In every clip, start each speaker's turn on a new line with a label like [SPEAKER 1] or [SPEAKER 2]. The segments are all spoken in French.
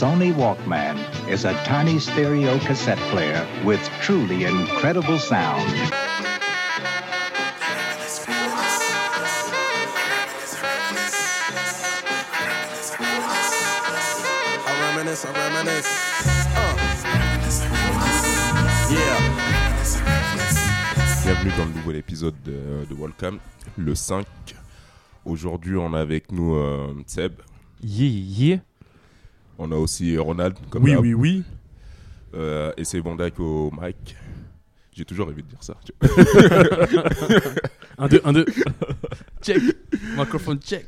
[SPEAKER 1] Sony Walkman is a tiny stereo cassette player with truly incredible sound.
[SPEAKER 2] I reminisce, I reminisce. Uh. Yeah.
[SPEAKER 3] Bienvenue dans le nouvel épisode de, de Welcome, le 5. Aujourd'hui, on a avec nous euh, Seb,
[SPEAKER 4] Yeah, yeah.
[SPEAKER 3] on a aussi Ronald, comme
[SPEAKER 4] Oui,
[SPEAKER 3] d'hab.
[SPEAKER 4] oui, oui.
[SPEAKER 3] Euh, et c'est Vandak au mic. J'ai toujours rêvé de dire ça. tu vois.
[SPEAKER 4] Un, deux, un, deux. check. Microphone, check.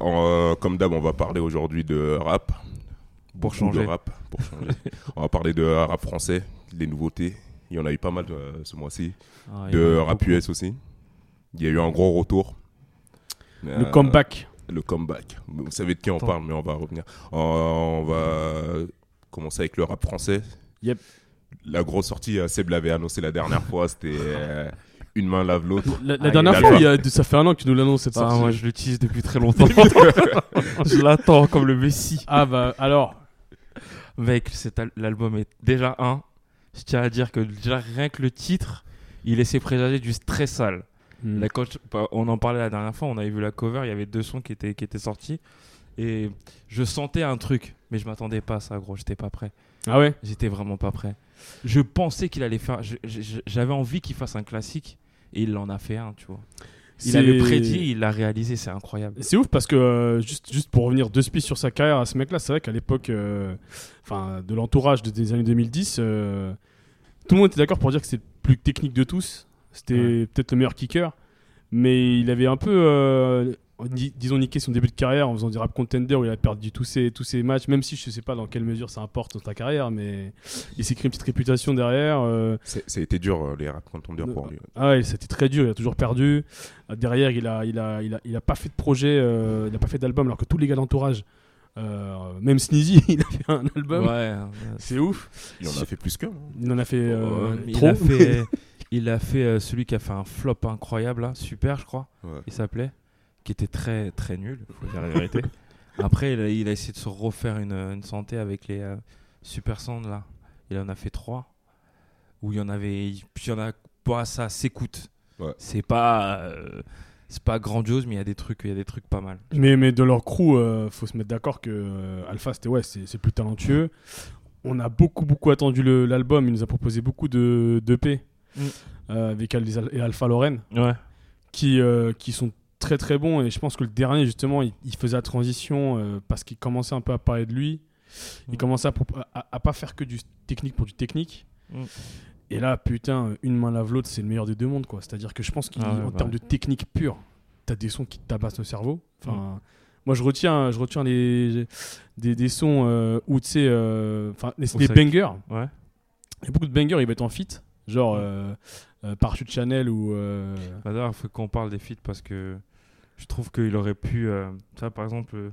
[SPEAKER 3] En, euh, comme d'hab, on va parler aujourd'hui de rap.
[SPEAKER 4] Pour
[SPEAKER 3] Beaucoup de
[SPEAKER 4] changer.
[SPEAKER 3] rap, pour changer. on va parler de rap français, les nouveautés. Il y en a eu pas mal euh, ce mois-ci.
[SPEAKER 4] Ah, il y
[SPEAKER 3] De
[SPEAKER 4] en a
[SPEAKER 3] rap
[SPEAKER 4] beaucoup.
[SPEAKER 3] US aussi. Il y a eu un gros retour.
[SPEAKER 4] Le
[SPEAKER 3] Euh,
[SPEAKER 4] comeback.
[SPEAKER 3] Le comeback. Vous savez de qui on
[SPEAKER 4] Attends.
[SPEAKER 3] parle, mais on va revenir. Euh, On va commencer avec le rap français.
[SPEAKER 4] Yep.
[SPEAKER 3] La grosse sortie, euh, Seb l'avait annoncé la dernière fois, c'était euh, Une main lave l'autre.
[SPEAKER 4] La, la
[SPEAKER 5] Ah,
[SPEAKER 4] dernière
[SPEAKER 3] il
[SPEAKER 4] fois,
[SPEAKER 3] a-
[SPEAKER 4] il y a- ça fait un an que tu nous l'annonces cette
[SPEAKER 5] Ah,
[SPEAKER 4] sortie.
[SPEAKER 5] moi je l'utilise depuis très longtemps. je l'attends comme le Messi.
[SPEAKER 4] Ah bah alors,
[SPEAKER 5] Mec, cet al- l'album est déjà un. Je tiens à dire que déjà rien que le titre, il laissait présager du stress sale. La coach- bah, on en parlait la dernière fois, on avait vu la cover, il y avait deux sons qui étaient, qui étaient sortis. Et je sentais un truc, mais je m'attendais pas à ça, gros, j'étais pas prêt.
[SPEAKER 4] ah ouais.
[SPEAKER 5] J'étais vraiment pas prêt. Je pensais qu'il allait faire. je- je- je- J'avais envie qu'il fasse un classique, et il en a fait un, tu vois. Il
[SPEAKER 4] C'est-
[SPEAKER 5] avait prédit, il l'a réalisé, c'est incroyable.
[SPEAKER 4] C'est ouf parce que euh, juste juste pour revenir deux spies sur sa carrière à ce mec-là, c'est vrai qu'à l'époque, euh, enfin de l'entourage de- des années 2010, euh, tout le monde était d'accord pour dire que c'était le plus technique de tous. C'était
[SPEAKER 5] Ouais.
[SPEAKER 4] peut-être le meilleur kicker, mais il avait un peu, euh, di- disons niqué son début de carrière en faisant du rap contender où il a perdu tous ses tous ses matchs. Même si je sais pas dans quelle mesure ça importe dans ta carrière, mais il s'est créé une petite réputation derrière. euh,
[SPEAKER 3] C'est- Ça a été dur, euh, les rap contenders pour lui.
[SPEAKER 4] ah ouais, c'était très dur, il a toujours perdu. Euh, Derrière, il a, il a, il a, il a pas fait de projet, euh, il a pas fait d'album, alors que tous les gars d'entourage, euh, même Sneezy, il a fait un album.
[SPEAKER 5] Ouais, hein,
[SPEAKER 4] C'est ouf.
[SPEAKER 3] Il en a fait plus qu'un. hein.
[SPEAKER 4] Il en a fait euh,
[SPEAKER 5] Euh, mais
[SPEAKER 4] trop.
[SPEAKER 5] Il a fait, il a fait euh, celui qui a fait un flop incroyable, là, super, je crois.
[SPEAKER 3] Ouais.
[SPEAKER 5] Il s'appelait, qui était très très nul, faut dire la vérité. Après, il a, il a essayé de se refaire une, une santé avec les euh, super Sand, là. Il en a fait trois, où il y en avait, il- puis il y en a pas ça s'écoute.
[SPEAKER 3] Ouais.
[SPEAKER 5] C'est pas, euh, c'est pas grandiose, mais il y a des trucs, il y a des trucs pas mal.
[SPEAKER 4] Mais, mais de leur crew, euh, faut se mettre d'accord que euh, Alpha, c'était ouais, c'est c'est plus talentueux. On a beaucoup, beaucoup attendu le- l'album. Il nous a proposé beaucoup de, de P
[SPEAKER 5] Mm.
[SPEAKER 4] euh, avec Al- et Alpha Lorraine.
[SPEAKER 5] Ouais.
[SPEAKER 4] qui, euh, qui sont très très bons. Et je pense que le dernier, justement, il, il faisait la transition euh, parce qu'il commençait un peu à parler de lui. Il
[SPEAKER 5] Mm.
[SPEAKER 4] commençait à, prop- à- à pas faire que du technique pour du technique.
[SPEAKER 5] Mm.
[SPEAKER 4] Et là, putain, une main lave l'autre, c'est le meilleur des deux mondes. quoi. C'est-à-dire que je pense qu'en
[SPEAKER 5] Ah ouais, Mm. bah
[SPEAKER 4] termes de technique pure, t'as des sons qui te tabassent le cerveau. Enfin, Moi, je retiens, je retiens les, des, des sons euh, où, tu sais, euh, enfin, les,
[SPEAKER 5] Au
[SPEAKER 4] les
[SPEAKER 5] sec.
[SPEAKER 4] bangers.
[SPEAKER 5] Ouais. Mm.
[SPEAKER 4] Il y a beaucoup de bangers, ils vont être en fit. Genre,
[SPEAKER 5] Ouais.
[SPEAKER 4] euh, euh, Parachute Chanel ou. euh,
[SPEAKER 5] Bah D'ailleurs, il faut qu'on parle des feats parce que je trouve qu'il aurait pu. euh, tu vois, par exemple, euh,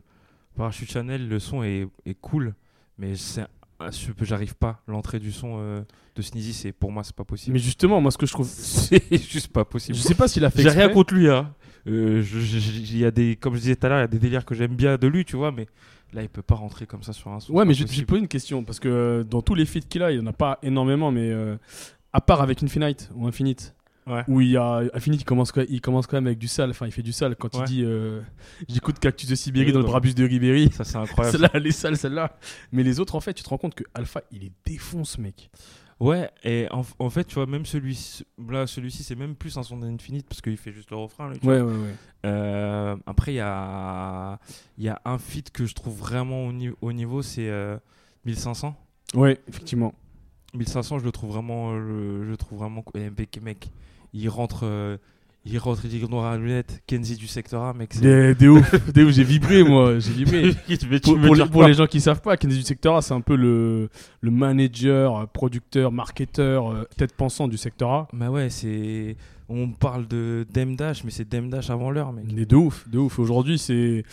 [SPEAKER 5] Parachute Chanel, le son est, est cool, mais c'est un- je peux- j'arrive pas. L'entrée du son euh, de Sneezy, c'est pour moi, c'est pas possible.
[SPEAKER 4] Mais justement, moi, ce que je trouve
[SPEAKER 5] C'est juste pas possible.
[SPEAKER 4] Je sais pas s'il a fait
[SPEAKER 5] J'ai rien
[SPEAKER 4] exprès.
[SPEAKER 5] contre lui, hein. Euh, je- je- je- il y a des, comme je disais tout à l'heure, il y a des délires que j'aime bien de lui, tu vois, mais là, il peut pas rentrer comme ça sur un son.
[SPEAKER 4] Ouais,
[SPEAKER 5] c'est pas
[SPEAKER 4] mais je je vais te
[SPEAKER 5] possible.
[SPEAKER 4] poser une question parce que euh, dans tous les feats qu'il a, il y en a pas énormément, mais euh, à part avec Infinite ou Infinite,
[SPEAKER 5] Ouais.
[SPEAKER 4] où il y a Infinite, il commence, quoi- il commence quand même avec du sale. Enfin, il fait du sale quand
[SPEAKER 5] Ouais.
[SPEAKER 4] il dit euh, j'écoute Cactus de Sibérie
[SPEAKER 5] Oui,
[SPEAKER 4] dans le
[SPEAKER 5] bah.
[SPEAKER 4] Brabus de Ribéry.
[SPEAKER 5] Ça, c'est incroyable.
[SPEAKER 4] Celle-là, elle est sale, celle-là. Mais les autres, en fait, tu te rends compte que Alpha, il est défonce, mec.
[SPEAKER 5] Ouais, et en, en fait, tu vois, même celui-ci, là, celui-ci, c'est même plus un son d'Infinite parce qu'il fait juste le refrain, lui, tu
[SPEAKER 4] Ouais, ouais, ouais.
[SPEAKER 5] Euh, après, il y a, il y a un feat que je trouve vraiment au, ni- au niveau, c'est euh, 1500.
[SPEAKER 4] Ouais, effectivement.
[SPEAKER 5] 1500, je le trouve vraiment. euh, le- je le trouve vraiment. cool. Et mec, mec, il rentre. euh, il rentre, il dit noir à lunettes, Kenzie du secteur A, mec. c'est-
[SPEAKER 4] Des, des ouf, des ouf, j'ai vibré, moi, j'ai vibré.
[SPEAKER 5] Tu me- tu
[SPEAKER 4] pour,
[SPEAKER 5] me
[SPEAKER 4] pour
[SPEAKER 5] dis
[SPEAKER 4] les, pour
[SPEAKER 5] quoi
[SPEAKER 4] les gens qui savent pas, Kennedy du secteur A, c'est un peu le, le manager, euh, producteur, marketeur, euh, tête pensant du secteur A.
[SPEAKER 5] Bah ouais, c'est. On parle de Demdash, mais c'est Demdash avant l'heure, mec.
[SPEAKER 4] Mais de ouf, de ouf. Aujourd'hui, c'est.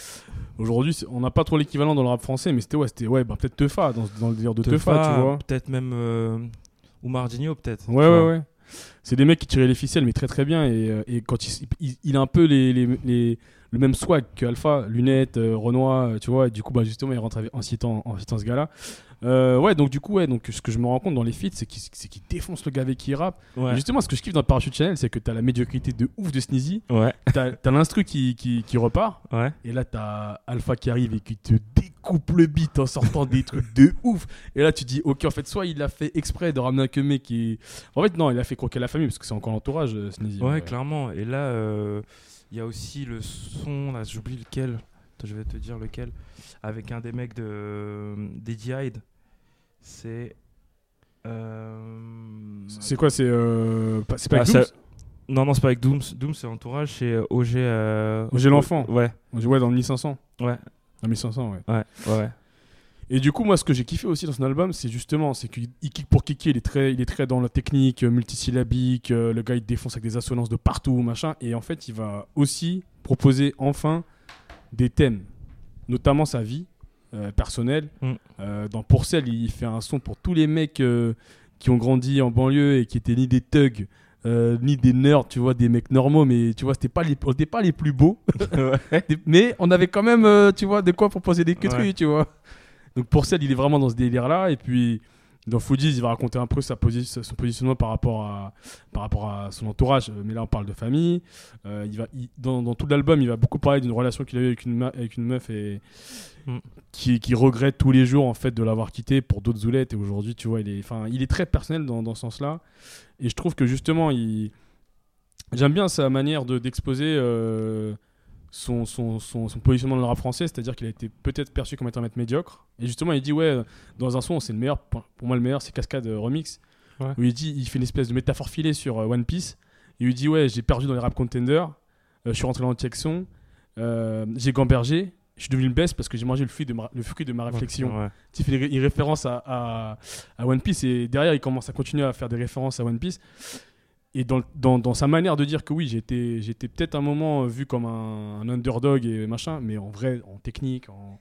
[SPEAKER 4] Aujourd'hui, c'est- on n'a pas trop l'équivalent dans le rap français, mais c'était ouais, c'était ouais, bah, peut-être Teufa, dans, dans le délire de Teufa, tu vois.
[SPEAKER 5] Peut-être même. euh, ou Mardigno, peut-être. tu
[SPEAKER 4] Ouais, ouais,
[SPEAKER 5] vois.
[SPEAKER 4] ouais. C'est des mecs qui tiraient les ficelles, mais très très bien. Et, euh, et quand il, s- il- il a un peu les, les- les- le même swag que Alpha, lunettes, euh, Renoir, euh, tu vois. Et du coup, bah, justement, il rentre avec- en, citant, en citant ce gars-là. Euh, ouais, donc du coup, ouais, donc, ce que je me rends compte dans les feats, c'est qu'il c'est qu'il défonce le gars avec qui il rappe.
[SPEAKER 5] Ouais.
[SPEAKER 4] Justement, ce que je kiffe dans Parachute Channel, c'est que t'as la médiocrité de ouf de Sneezy,
[SPEAKER 5] Ouais.
[SPEAKER 4] t'as t'as l'instru qui, qui, qui repart,
[SPEAKER 5] Ouais.
[SPEAKER 4] et là, t'as Alpha qui arrive et qui te découpe le beat en sortant des trucs de ouf. Et là, tu dis, ok, en fait, soit il l'a fait exprès de ramener un que mec qui. En fait, non, il a fait croquer la famille parce que c'est encore l'entourage, euh, Sneezy.
[SPEAKER 5] Ouais, clairement. Et là, euh, il y a aussi le son, là, j'oublie lequel. Attends, je vais te dire lequel. Avec un des mecs de euh, Diddy Hyde. C'est. euh,
[SPEAKER 4] C'est quoi C'est euh, pas, c'est pas
[SPEAKER 5] Ah,
[SPEAKER 4] avec Dooms
[SPEAKER 5] ça- Non, non, c'est pas avec Dooms. Dooms, c'est entourage, c'est euh, OG. euh,
[SPEAKER 4] OG l'enfant.
[SPEAKER 5] Ouais,
[SPEAKER 4] On dit, Ouais, dans le 1500.
[SPEAKER 5] ouais,
[SPEAKER 4] Dans le 1500, ouais.
[SPEAKER 5] ouais, ouais.
[SPEAKER 4] Et du coup, moi, ce que j'ai kiffé aussi dans son album, c'est justement, c'est qu'il il kick pour kicker, il est très, il est très dans la technique euh, multisyllabique. euh, le gars, il défonce avec des assonances de partout, machin. Et en fait, il va aussi proposer enfin des thèmes, notamment sa vie euh, personnelle.
[SPEAKER 5] Mm.
[SPEAKER 4] Euh, dans Pourcel, il fait un son pour tous les mecs euh, qui ont grandi en banlieue et qui étaient ni des thugs. euh, ni des nerds, tu vois, des mecs normaux, mais tu vois, c'était pas les, on était pas les plus beaux, Des- mais on avait quand même, euh, tu vois, de quoi proposer des queues
[SPEAKER 5] Ouais.
[SPEAKER 4] tu vois. Donc pour celle, il est vraiment dans ce délire-là. Et puis dans Foodies, il va raconter un peu sa posi- son positionnement par rapport, à, par rapport à son entourage. Euh, Mais là, on parle de famille. Euh, il va, il- dans, dans tout l'album, il va beaucoup parler d'une relation qu'il a eue avec une, ma- avec une meuf et
[SPEAKER 5] Mm.
[SPEAKER 4] qui, qui regrette tous les jours en fait de l'avoir quitté pour d'autres zoulettes. Et aujourd'hui, tu vois, il est, enfin, il est très personnel dans, dans ce sens-là. Et je trouve que justement, il j'aime bien sa manière de- d'exposer. euh, son, son, son, son positionnement dans le rap français, c'est-à-dire qu'il a été peut-être perçu comme étant un mec médiocre. Et justement, il dit, ouais, dans un son, c'est le meilleur, pour pour moi le meilleur, c'est Cascade euh, Remix,
[SPEAKER 5] Ouais.
[SPEAKER 4] où il, dit, il fait une espèce de métaphore filée sur euh, One Piece, et il dit, ouais, j'ai perdu dans les rap contenders, euh, je suis rentré dans l'anti-action, euh, j'ai gambergé, je suis devenu une baisse parce que j'ai mangé le fruit de ma, le fruit de ma réflexion.
[SPEAKER 5] Ouais.
[SPEAKER 4] Il fait une référence à, à, à One Piece et derrière il commence à continuer à faire des références à One Piece. Et dans, dans, dans sa manière de dire que oui, j'étais j'étais peut-être un moment euh, vu comme un, un underdog et machin, mais en vrai, en technique, en...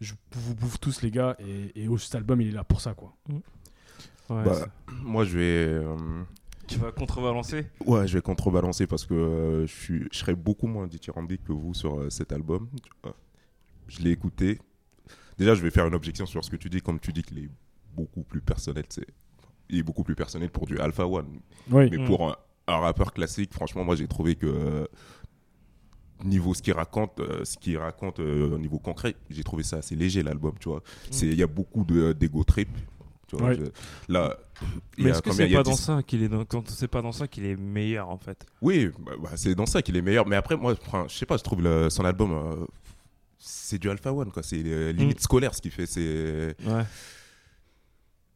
[SPEAKER 4] je vous bouffe tous les gars et, et oh, cet album il est là pour ça quoi.
[SPEAKER 5] Ouais,
[SPEAKER 3] Bah,
[SPEAKER 5] ça-
[SPEAKER 3] Moi, je vais. euh,
[SPEAKER 5] Tu vas contrebalancer
[SPEAKER 3] Ouais, je vais contrebalancer parce que euh, je, suis, je serais beaucoup moins dithyrambique que vous sur euh, cet album. Euh, Je l'ai écouté. Déjà, je vais faire une objection sur ce que tu dis, comme tu dis qu'il est beaucoup plus personnel. C'est, il est beaucoup plus personnel pour du Alpha One.
[SPEAKER 4] Oui,
[SPEAKER 3] Mais
[SPEAKER 5] Mm.
[SPEAKER 3] pour un, un rappeur classique, franchement, moi, j'ai trouvé que euh, niveau ce qu'il raconte, euh, ce qu'il raconte euh, au niveau concret, j'ai trouvé ça assez léger l'album. Tu vois,
[SPEAKER 5] Hmm.
[SPEAKER 3] c'est il y a beaucoup de euh, d'ego trip. Tu vois,
[SPEAKER 4] Ouais.
[SPEAKER 3] je- là, il y
[SPEAKER 5] Mais
[SPEAKER 3] a
[SPEAKER 5] est-ce que
[SPEAKER 3] combien
[SPEAKER 5] c'est
[SPEAKER 3] Il y a
[SPEAKER 5] pas
[SPEAKER 3] 10
[SPEAKER 5] dans ça qu'il est dans- quand c'est pas dans ça qu'il est meilleur en fait
[SPEAKER 3] oui, bah, bah, c'est dans ça qu'il est meilleur. Mais après, moi, enfin, je sais pas, je trouve le- son album, euh, c'est du Alpha One, quoi. C'est euh, limite
[SPEAKER 5] Hmm.
[SPEAKER 3] scolaire ce qu'il fait. C'est
[SPEAKER 5] Ouais.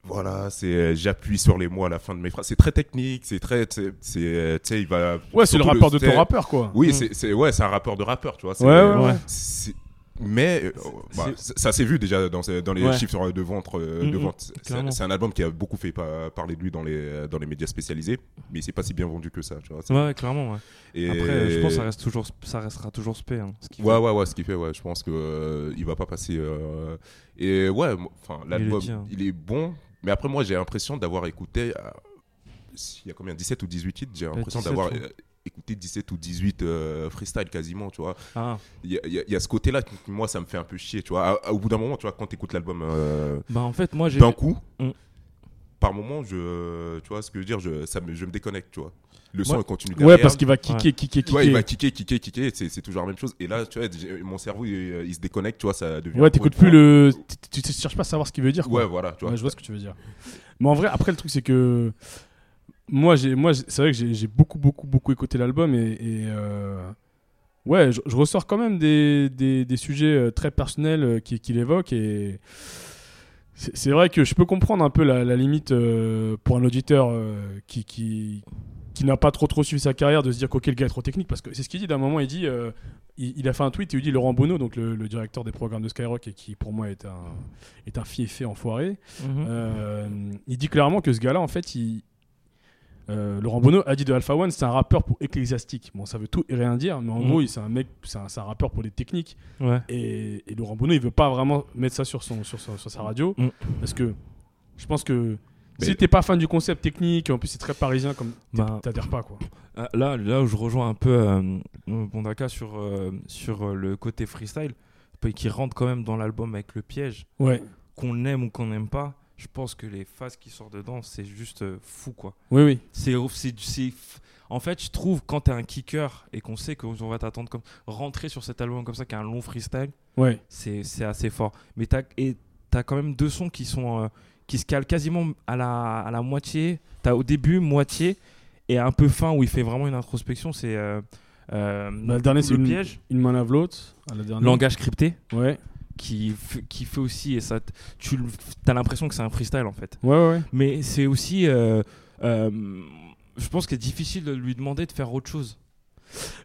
[SPEAKER 3] voilà, c'est euh, j'appuie sur les mots à la fin de mes phrases. C'est très technique, c'est très, c'est, c'est, euh, tu sais, il va.
[SPEAKER 4] ouais c'est le
[SPEAKER 3] surtout
[SPEAKER 4] rapport de
[SPEAKER 3] c'est-
[SPEAKER 4] ton rappeur quoi.
[SPEAKER 3] Oui,
[SPEAKER 5] Mm.
[SPEAKER 3] c'est, c'est- ouais, c'est un rapport de rappeur, tu vois. c'est-
[SPEAKER 4] Ouais, ouais, ouais.
[SPEAKER 3] c'est- mais euh, bah, ça- ça s'est vu déjà dans, ces- dans les
[SPEAKER 5] Ouais.
[SPEAKER 3] chiffres de vente. euh,
[SPEAKER 5] Mm,
[SPEAKER 3] de
[SPEAKER 5] mm,
[SPEAKER 3] vente. C'est-
[SPEAKER 5] clairement.
[SPEAKER 3] C'est, un album qui a beaucoup fait pa- parler de lui dans les, dans les médias spécialisés, mais il s'est pas si bien vendu que ça, tu vois.
[SPEAKER 5] Ouais, ouais, clairement. ouais.
[SPEAKER 3] Et-
[SPEAKER 5] Après, euh, je pense que ça, reste toujours, ça restera toujours spé. hein, ce qu'il
[SPEAKER 3] Ouais,
[SPEAKER 5] fait.
[SPEAKER 3] ouais, ouais, ce qu'il fait, ouais, je pense que euh, il va pas passer. euh, et ouais, moi, enfin, l'album,
[SPEAKER 5] dit, hein.
[SPEAKER 3] il, est bon, mais après, moi, j'ai l'impression d'avoir écouté. euh, il y a combien 17 ou 18 titres J'ai l'impression
[SPEAKER 5] 17,
[SPEAKER 3] d'avoir
[SPEAKER 5] ouais.
[SPEAKER 3] euh, écouté 17 ou 18 euh, freestyle quasiment, tu vois.
[SPEAKER 5] Ah,
[SPEAKER 3] Il y a, il y a- il y a ce côté-là qui, moi, ça me fait un peu chier, tu vois. À- à- au bout d'un moment, tu vois, quand t'écoutes l'album euh,
[SPEAKER 5] bah en fait, moi j'ai.
[SPEAKER 3] d'un coup,
[SPEAKER 5] Mm.
[SPEAKER 3] par moment, je, tu vois ce que je veux dire, je, ça me, je me déconnecte, tu vois. Le son
[SPEAKER 5] Ouais.
[SPEAKER 3] il continue
[SPEAKER 4] Ouais,
[SPEAKER 3] derrière.
[SPEAKER 4] parce qu'il va kicker, kicker, kicker.
[SPEAKER 3] Ouais, il va kicker, kicker, kicker, c'est c'est toujours la même chose. Et là, tu vois, j'ai- mon cerveau, il, il se déconnecte, tu vois, ça devient.
[SPEAKER 4] Ouais, t'écoutes plus le. Tu, tu- tu cherches pas à savoir ce qu'il veut dire quoi.
[SPEAKER 3] Ouais, voilà, tu vois.
[SPEAKER 4] Ouais, je vois ce que tu veux dire. Mais en vrai, après, le truc, c'est que. Moi, j'ai, moi j'ai- c'est vrai que j'ai, j'ai beaucoup, beaucoup, beaucoup écouté l'album et. et, euh, Ouais, je, je ressors quand même des, des, des sujets euh, très personnels euh, qui- qu'il évoque et. C'est, c'est vrai que je peux comprendre un peu la, la limite euh, pour un auditeur euh, qui, qui, qui n'a pas trop, trop suivi sa carrière de se dire qu'auquel le gars est trop technique parce que c'est ce qu'il dit d'un moment, il dit. euh, il, il a fait un tweet et il dit Laurent Bonneau, donc le, le directeur des programmes de Skyrock et qui pour moi est un, est un fiefé enfoiré,
[SPEAKER 5] Mhm.
[SPEAKER 4] euh, il dit clairement que ce gars-là, en fait, il... euh, Laurent Bono a dit de Alpha One, c'est un rappeur pour ecclésiastique. Bon, ça veut tout et rien dire, mais en
[SPEAKER 5] Mhm.
[SPEAKER 4] gros, il- c'est un mec, c'est un, c'est un rappeur pour les techniques.
[SPEAKER 5] Ouais.
[SPEAKER 4] Et, et Laurent Bono, il veut pas vraiment mettre ça sur, son, sur, son- sur sa radio,
[SPEAKER 5] Mhm.
[SPEAKER 4] parce que je pense que
[SPEAKER 3] Mais-
[SPEAKER 4] Si t'es pas fan du concept technique, en plus c'est très parisien, comme t'es-
[SPEAKER 5] Bah,
[SPEAKER 4] t'adhères pas quoi.
[SPEAKER 5] Ah, Là, là où je rejoins un peu euh, Bondaka sur, euh, sur euh, le côté freestyle, puis qui rentre quand même dans l'album avec le piège,
[SPEAKER 4] Ouais.
[SPEAKER 5] qu'on aime ou qu'on n'aime pas, je pense que les phases qui sortent dedans, c'est juste euh, fou quoi.
[SPEAKER 4] Oui, oui.
[SPEAKER 5] C'est, c'est, c'est- en fait, je trouve quand t'es un kicker et qu'on sait qu'on va t'attendre comme rentrer sur cet album comme ça, qui est un long freestyle,
[SPEAKER 4] Ouais.
[SPEAKER 5] c'est, c'est assez fort. Mais t'as, et t'as quand même deux sons qui sont euh, qui se calent quasiment à la, à la moitié. T'as au début moitié et un peu fin où il fait vraiment une introspection. C'est euh, euh,
[SPEAKER 4] le dernier, c'est
[SPEAKER 5] le
[SPEAKER 4] une-
[SPEAKER 5] piège,
[SPEAKER 4] Une main lave l'autre. à la dernière.
[SPEAKER 5] langage crypté
[SPEAKER 4] Ouais.
[SPEAKER 5] qui f- qui fait aussi et ça t- tu le- t'as l'impression que c'est un freestyle en fait.
[SPEAKER 4] Ouais, ouais, ouais.
[SPEAKER 5] Mais c'est aussi euh, euh, je pense qu'il est difficile de lui demander de faire autre chose.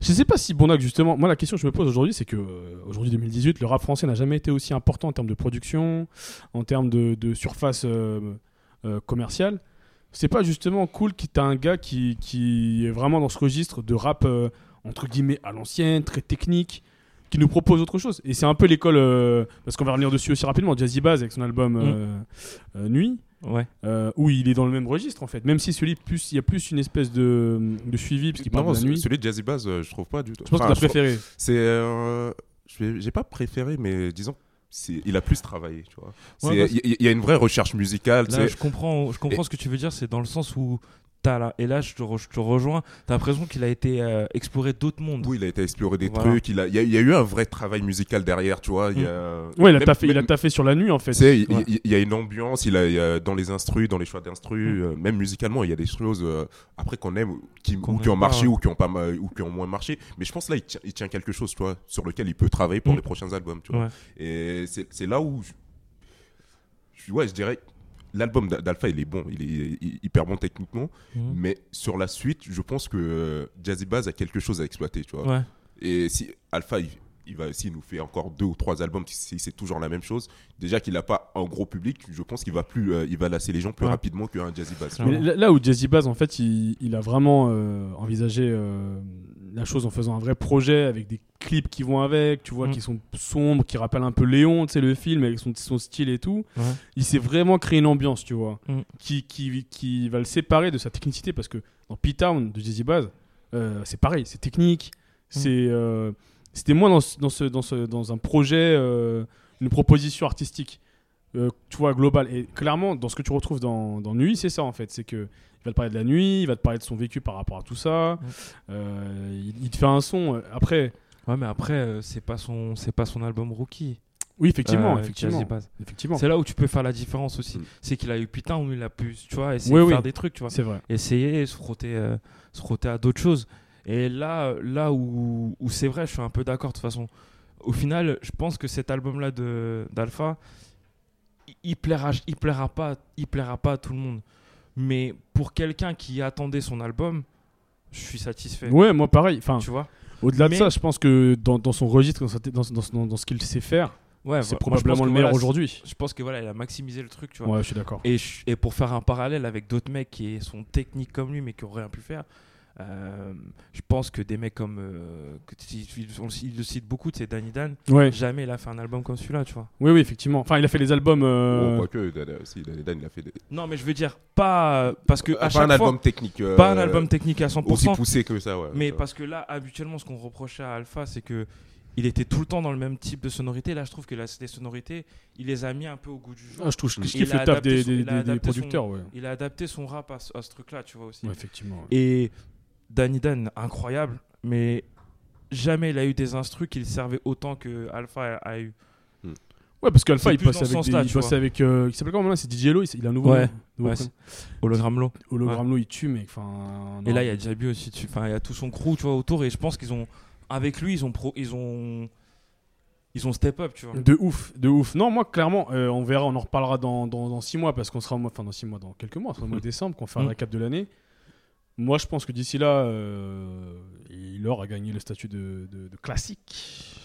[SPEAKER 4] Je sais pas si Bondac, justement, moi la question que je me pose aujourd'hui, c'est que euh, aujourd'hui 2018, le rap français n'a jamais été aussi important en termes de production, en termes de, de surface euh, euh, commerciale. C'est pas justement cool que t'as un gars qui, qui est vraiment dans ce registre de rap euh, entre guillemets à l'ancienne, très technique, qui nous propose autre chose. Et c'est un peu l'école, euh, parce qu'on va revenir dessus aussi rapidement, Jazzy Bass avec son album euh, euh, Nuit.
[SPEAKER 5] Ouais.
[SPEAKER 4] euh, où il est dans le même registre en fait, même si celui plus il y a plus une espèce de, de suivi parce qu'il parle
[SPEAKER 3] Non,
[SPEAKER 4] de la
[SPEAKER 3] ce-
[SPEAKER 4] nuit.
[SPEAKER 3] celui de Jazzy Bass, euh, je trouve pas du tout.
[SPEAKER 4] Je pense
[SPEAKER 3] Enfin,
[SPEAKER 4] que t'as préféré.
[SPEAKER 3] trouve- C'est. euh, je vais- J'ai pas préféré, mais disons, c'est- il a plus travaillé, tu vois. C'est- Il
[SPEAKER 5] Ouais, parce-
[SPEAKER 3] y, il y a une vraie recherche musicale. tu
[SPEAKER 5] Là,
[SPEAKER 3] sais.
[SPEAKER 5] je comprends, je comprends ce que tu veux dire, c'est dans le sens où t'as là, et là je te, re- je te rejoins, t'as l'impression qu'il a été euh, exploré d'autres mondes.
[SPEAKER 3] Oui, il a été exploré des
[SPEAKER 5] Voilà.
[SPEAKER 3] trucs. Il a, il y a, il y a eu un vrai travail musical derrière, tu vois. Il y a...
[SPEAKER 5] Mm.
[SPEAKER 4] Ouais, il a,
[SPEAKER 3] Même-
[SPEAKER 4] taffé, il a
[SPEAKER 3] même-
[SPEAKER 4] taffé sur la nuit en fait.
[SPEAKER 3] Tu sais, il-
[SPEAKER 5] Ouais.
[SPEAKER 3] il il y a une ambiance, il a, il y a- dans les instrus, dans les choix d'instrus,
[SPEAKER 5] Mm.
[SPEAKER 3] euh, même musicalement, il y a des choses euh, après qu'on aime, qui,
[SPEAKER 5] Qu'on
[SPEAKER 3] ou qui ont
[SPEAKER 5] aime pas,
[SPEAKER 3] marché
[SPEAKER 5] ouais.
[SPEAKER 3] ou qui ont pas ma- ou qui ont moins marché. Mais je pense là, il tient, il tient quelque chose, tu vois, sur lequel il peut travailler pour
[SPEAKER 5] Mm.
[SPEAKER 3] les prochains albums, tu vois.
[SPEAKER 5] Ouais.
[SPEAKER 3] Et c'est c'est là où, je, je- ouais, je dirais, l'album d'A- d'Alpha, il est bon, il est, il est hyper bon techniquement,
[SPEAKER 5] Mhm.
[SPEAKER 3] mais sur la suite, je pense que euh, Jazzy Bass a quelque chose à exploiter, tu vois.
[SPEAKER 5] Ouais.
[SPEAKER 3] Et si Alpha, il, il va s'il nous fait encore deux ou trois albums, si c'est toujours la même chose, déjà qu'il n'a pas un gros public, je pense qu'il va plus, euh, il va lasser les gens plus
[SPEAKER 5] Ouais.
[SPEAKER 3] rapidement qu'un Jazzy Bass.
[SPEAKER 5] Ouais.
[SPEAKER 4] Mais là, là où Jazzy Bass en fait, il, il a vraiment euh, envisagé euh, la chose en faisant un vrai projet avec des clips qui vont avec, tu vois,
[SPEAKER 5] Mm.
[SPEAKER 4] qui sont sombres, qui rappellent un peu Léon, tu sais, le film avec son, son style et tout.
[SPEAKER 5] Ouais.
[SPEAKER 4] Il s'est vraiment créé une ambiance, tu vois,
[SPEAKER 5] Mm.
[SPEAKER 4] qui, qui, qui va le séparer de sa technicité parce que dans P-Town de Jazzy Bass, euh, c'est pareil, c'est
[SPEAKER 5] Mm.
[SPEAKER 4] technique, c'est. euh, c'était moins dans, ce- dans, ce, dans, ce, dans un projet, euh, une proposition artistique, euh, tu vois, globale. Et clairement, dans ce que tu retrouves dans, dans Nuit, c'est ça en fait. C'est que il va te parler de la nuit, il va te parler de son vécu par rapport à tout ça. Euh, il, il te fait un son. euh, Après,
[SPEAKER 5] Ouais, mais après, euh, c'est pas son, c'est pas son album rookie.
[SPEAKER 4] oui, effectivement,
[SPEAKER 5] euh,
[SPEAKER 4] effectivement,
[SPEAKER 5] Jazzy Bass.
[SPEAKER 4] effectivement. Mmh.
[SPEAKER 5] C'est là où tu peux faire la différence aussi.
[SPEAKER 3] Mm.
[SPEAKER 5] C'est qu'il a eu putain où il a pu, tu vois, essayer
[SPEAKER 4] Oui,
[SPEAKER 5] de
[SPEAKER 4] oui.
[SPEAKER 5] faire des trucs, tu vois.
[SPEAKER 4] C'est vrai.
[SPEAKER 5] Essayer, se frotter, euh, se frotter à d'autres choses. Et là, là où, où c'est vrai, je suis un peu d'accord de toute façon. Au final, je pense que cet album-là de d'Alpha, il- il plaira, il plaira pas, il plaira pas à tout le monde. Mais pour quelqu'un qui attendait son album, je suis satisfait.
[SPEAKER 4] Ouais, moi pareil. Enfin,
[SPEAKER 5] Tu vois.
[SPEAKER 4] au-delà de
[SPEAKER 5] mais-
[SPEAKER 4] ça, je pense que dans, dans son registre, dans, sa- dans, dans- dans ce qu'il sait faire,
[SPEAKER 5] Ouais,
[SPEAKER 4] c'est
[SPEAKER 5] Ah, moi, je pense
[SPEAKER 4] probablement
[SPEAKER 5] que
[SPEAKER 4] le meilleur
[SPEAKER 5] voilà,
[SPEAKER 4] aujourd'hui.
[SPEAKER 5] Je pense que voilà, il a maximisé le truc, tu vois.
[SPEAKER 4] Ouais, je suis d'accord.
[SPEAKER 5] Et, je- et pour faire un parallèle avec d'autres mecs qui sont techniques comme lui, mais qui auraient rien pu faire, euh, je pense que des mecs comme. euh, que tu- tu- on le- il le cite beaucoup, c'est Danny Dan.
[SPEAKER 4] Ouais.
[SPEAKER 5] Jamais il a fait un album comme celui-là, tu vois.
[SPEAKER 4] Oui, oui, effectivement. Enfin, il a fait les albums.
[SPEAKER 3] Oh,
[SPEAKER 4] euh,
[SPEAKER 5] bah,
[SPEAKER 3] quoique, Dan- aussi, Dan- Dan, il a fait des-
[SPEAKER 5] Non, mais je veux dire, pas. euh, Parce que à
[SPEAKER 3] pas
[SPEAKER 5] chaque
[SPEAKER 3] un
[SPEAKER 5] fois.
[SPEAKER 3] album technique. euh,
[SPEAKER 5] Pas un album technique à
[SPEAKER 3] aussi
[SPEAKER 5] 100%.
[SPEAKER 3] poussé euh, que ça, ouais.
[SPEAKER 5] Mais
[SPEAKER 3] Ça.
[SPEAKER 5] parce que là, habituellement, ce qu'on reprochait à Alpha, c'est que. Il était tout le temps dans le même type de sonorité. Là, je trouve que la- les sonorités, il les a mis un peu au goût du jour.
[SPEAKER 4] ah, je, touche, je
[SPEAKER 5] Il
[SPEAKER 4] kiffe
[SPEAKER 5] a
[SPEAKER 4] le taf
[SPEAKER 5] adapté
[SPEAKER 4] des,
[SPEAKER 5] son-
[SPEAKER 4] des-
[SPEAKER 5] il a
[SPEAKER 4] des- des
[SPEAKER 5] adapté son-
[SPEAKER 4] producteurs, ouais.
[SPEAKER 5] Il a adapté son rap à, ce- à ce truc-là, tu vois aussi.
[SPEAKER 4] Ouais, effectivement. ouais.
[SPEAKER 5] Et Danny Dan, incroyable, mais jamais il a eu des instrus qui le servaient autant que Alpha a, a eu.
[SPEAKER 4] Ouais, parce qu'Alpha,
[SPEAKER 5] C'est
[SPEAKER 4] il
[SPEAKER 5] plus dans
[SPEAKER 4] passe
[SPEAKER 5] ce
[SPEAKER 4] avec. des-
[SPEAKER 5] sens-là,
[SPEAKER 4] il
[SPEAKER 5] tu
[SPEAKER 4] bosse
[SPEAKER 5] vois.
[SPEAKER 4] avec. euh, il s'appelle comment maintenant C'est DJ Lo, il, il a un nouveau
[SPEAKER 5] Ouais.
[SPEAKER 4] nom. Nouveau
[SPEAKER 5] Ouais,
[SPEAKER 4] prénom.
[SPEAKER 5] Hologram Low.
[SPEAKER 4] Hologram Lo, il tue, mais enfin.
[SPEAKER 5] Et là, il y a Jabu aussi, tu- enfin, il y a tout son crew, tu vois, autour, et je pense qu'ils ont, avec lui, ils ont, pro, ils ont, ils ont step up, tu vois.
[SPEAKER 4] De ouf, de ouf. Non, moi, clairement, euh, on verra, on en reparlera dans, dans, dans six mois, parce qu'on sera au mois, enfin dans six mois, dans quelques mois, on sera au mois de décembre, qu'on fait un
[SPEAKER 5] Mm.
[SPEAKER 4] récap de l'année. Moi, je pense que d'ici là, euh, il aura gagné le statut de, de- de classique.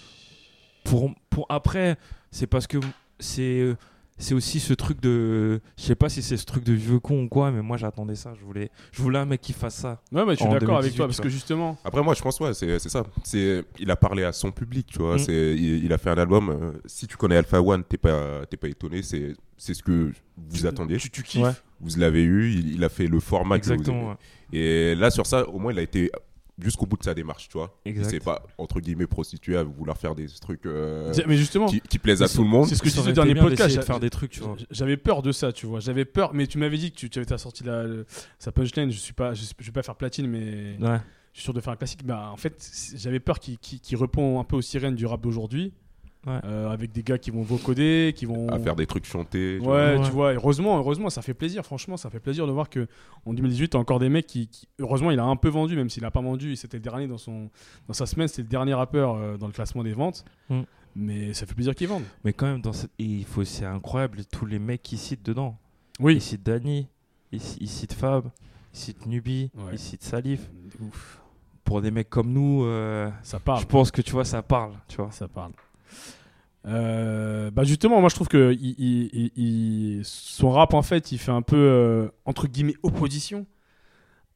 [SPEAKER 5] Pour, pour après, c'est parce que c'est, c'est aussi ce truc de, je sais pas si c'est ce truc de vieux con ou quoi, mais moi j'attendais ça, je voulais, je voulais un mec qui fasse ça.
[SPEAKER 4] Ouais, mais je suis
[SPEAKER 5] En
[SPEAKER 4] d'accord avec
[SPEAKER 5] 2018,
[SPEAKER 4] toi, parce
[SPEAKER 5] tu
[SPEAKER 4] que
[SPEAKER 5] vois.
[SPEAKER 4] justement,
[SPEAKER 3] Après, moi, je pense, ouais, c'est c'est ça. C'est- Il a parlé à son public, tu vois.
[SPEAKER 5] Mm.
[SPEAKER 3] C'est- Il, il a fait un album. euh, si tu connais Alpha One, t'es pas, t'es pas étonné. C'est c'est ce que vous attendiez.
[SPEAKER 4] tu, tu kiffes.
[SPEAKER 5] Ouais.
[SPEAKER 3] vous l'avez eu, il, il a fait le format que vous-
[SPEAKER 5] Exactement. ouais.
[SPEAKER 3] Et là, sur ça, au moins, il a été jusqu'au bout de sa démarche, tu vois. Il
[SPEAKER 5] Exact.
[SPEAKER 3] s'est pas, entre guillemets, prostitué à vouloir faire des trucs euh,
[SPEAKER 4] Tiens, Mais justement,
[SPEAKER 3] qui, qui plaisent à
[SPEAKER 4] Mais
[SPEAKER 3] tout le monde.
[SPEAKER 4] c'est ce que je
[SPEAKER 5] Ça
[SPEAKER 4] disais
[SPEAKER 5] aurait
[SPEAKER 4] au dernier
[SPEAKER 5] été bien d'essayer
[SPEAKER 4] podcast.
[SPEAKER 5] de faire des trucs, tu vois.
[SPEAKER 4] J'avais peur de ça, tu vois. J'avais peur, mais tu m'avais dit que tu, tu avais t'as sorti la, le- sa punchline. Je suis pas, je, suis- je vais pas faire platine, mais
[SPEAKER 5] Ouais.
[SPEAKER 4] je suis sûr de faire un classique. Bah, en fait, c'est- j'avais peur qu'il qu'il- qu'il répond un peu aux sirènes du rap d'aujourd'hui,
[SPEAKER 5] Ouais.
[SPEAKER 4] Euh, avec des gars qui vont vocoder, qui vont
[SPEAKER 3] À faire des trucs chantés. tu vois.
[SPEAKER 4] Ouais,
[SPEAKER 5] vois.
[SPEAKER 4] tu vois, et heureusement, heureusement, ça fait plaisir, franchement, ça fait plaisir de voir que en 2018, t'as encore des mecs qui, qui- heureusement, il a un peu vendu, même s'il a pas vendu, c'était le dernier dans son, dans sa semaine, c'était le dernier rappeur euh, dans le classement des ventes,
[SPEAKER 5] Mm.
[SPEAKER 4] mais ça fait plaisir qu'ils vendent.
[SPEAKER 5] Mais quand même, dans cette... il faut... c'est incroyable tous les mecs qui citent dedans.
[SPEAKER 4] Oui.
[SPEAKER 5] Il cite Dany, il, ci- il cite Fab, il cite Nubi,
[SPEAKER 4] Ouais.
[SPEAKER 5] il cite Salif. Pour des mecs comme nous, euh,
[SPEAKER 4] Ça parle,
[SPEAKER 5] je pense que tu vois, ça parle, tu vois.
[SPEAKER 4] ça parle. Euh, bah justement, moi je trouve que il- il- il- il- son rap en fait, il fait un peu euh, entre guillemets opposition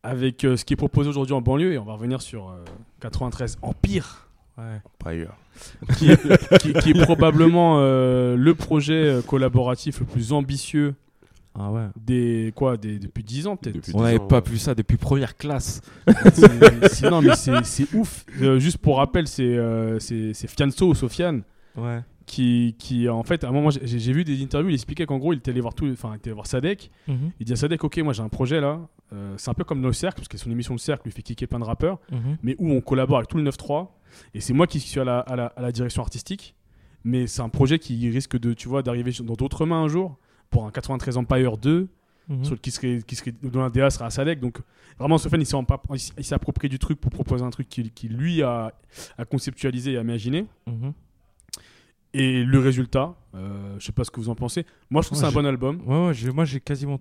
[SPEAKER 4] avec euh, ce qui est proposé aujourd'hui en banlieue et on va revenir sur euh, 93 Empire.
[SPEAKER 5] Ouais.
[SPEAKER 4] qui est, qui- qui est probablement euh, le projet euh, collaboratif le plus ambitieux
[SPEAKER 5] Ah ouais.
[SPEAKER 4] des quoi des, depuis 10 ans peut-être.
[SPEAKER 3] Depuis
[SPEAKER 5] On
[SPEAKER 3] dix
[SPEAKER 5] n'avait
[SPEAKER 3] ans,
[SPEAKER 5] pas
[SPEAKER 3] ouais.
[SPEAKER 5] vu ça depuis première classe.
[SPEAKER 4] C'est- c'est- Non mais c'est c'est ouf. Euh, juste pour rappel, c'est euh, c'est c'est Fianso ou Sofiane
[SPEAKER 5] Ouais.
[SPEAKER 4] qui qui en fait à un moment j'ai- j'ai vu des interviews, il expliquait qu'en gros il était allé voir tout, enfin il était allé voir Sadek. Il dit à Sadek, ok moi j'ai un projet là. Euh, c'est un peu comme le cercle parce que son émission de cercle lui fait kicker plein de rappeurs. mais où on collabore avec tout le 9-3. Et c'est moi qui suis à la, à la- à la direction artistique. Mais c'est un projet qui risque de, tu vois, d'arriver dans d'autres mains un jour pour un 93 Empire 2,
[SPEAKER 5] Mmh.
[SPEAKER 4] sur le- qui serait, qui serait, dont la DA sera à Sadek. Donc vraiment, Sofiane, il s'est empa- il s'est- il s'est approprié du truc pour proposer un truc qu'il qui, lui a, a conceptualisé et a imaginé. Et le résultat, euh, je sais pas ce que vous en pensez. Moi, je trouve
[SPEAKER 5] Ouais,
[SPEAKER 4] que c'est
[SPEAKER 5] j'ai-
[SPEAKER 4] un bon album.
[SPEAKER 5] Ouais, ouais, j'ai- moi j'ai quasiment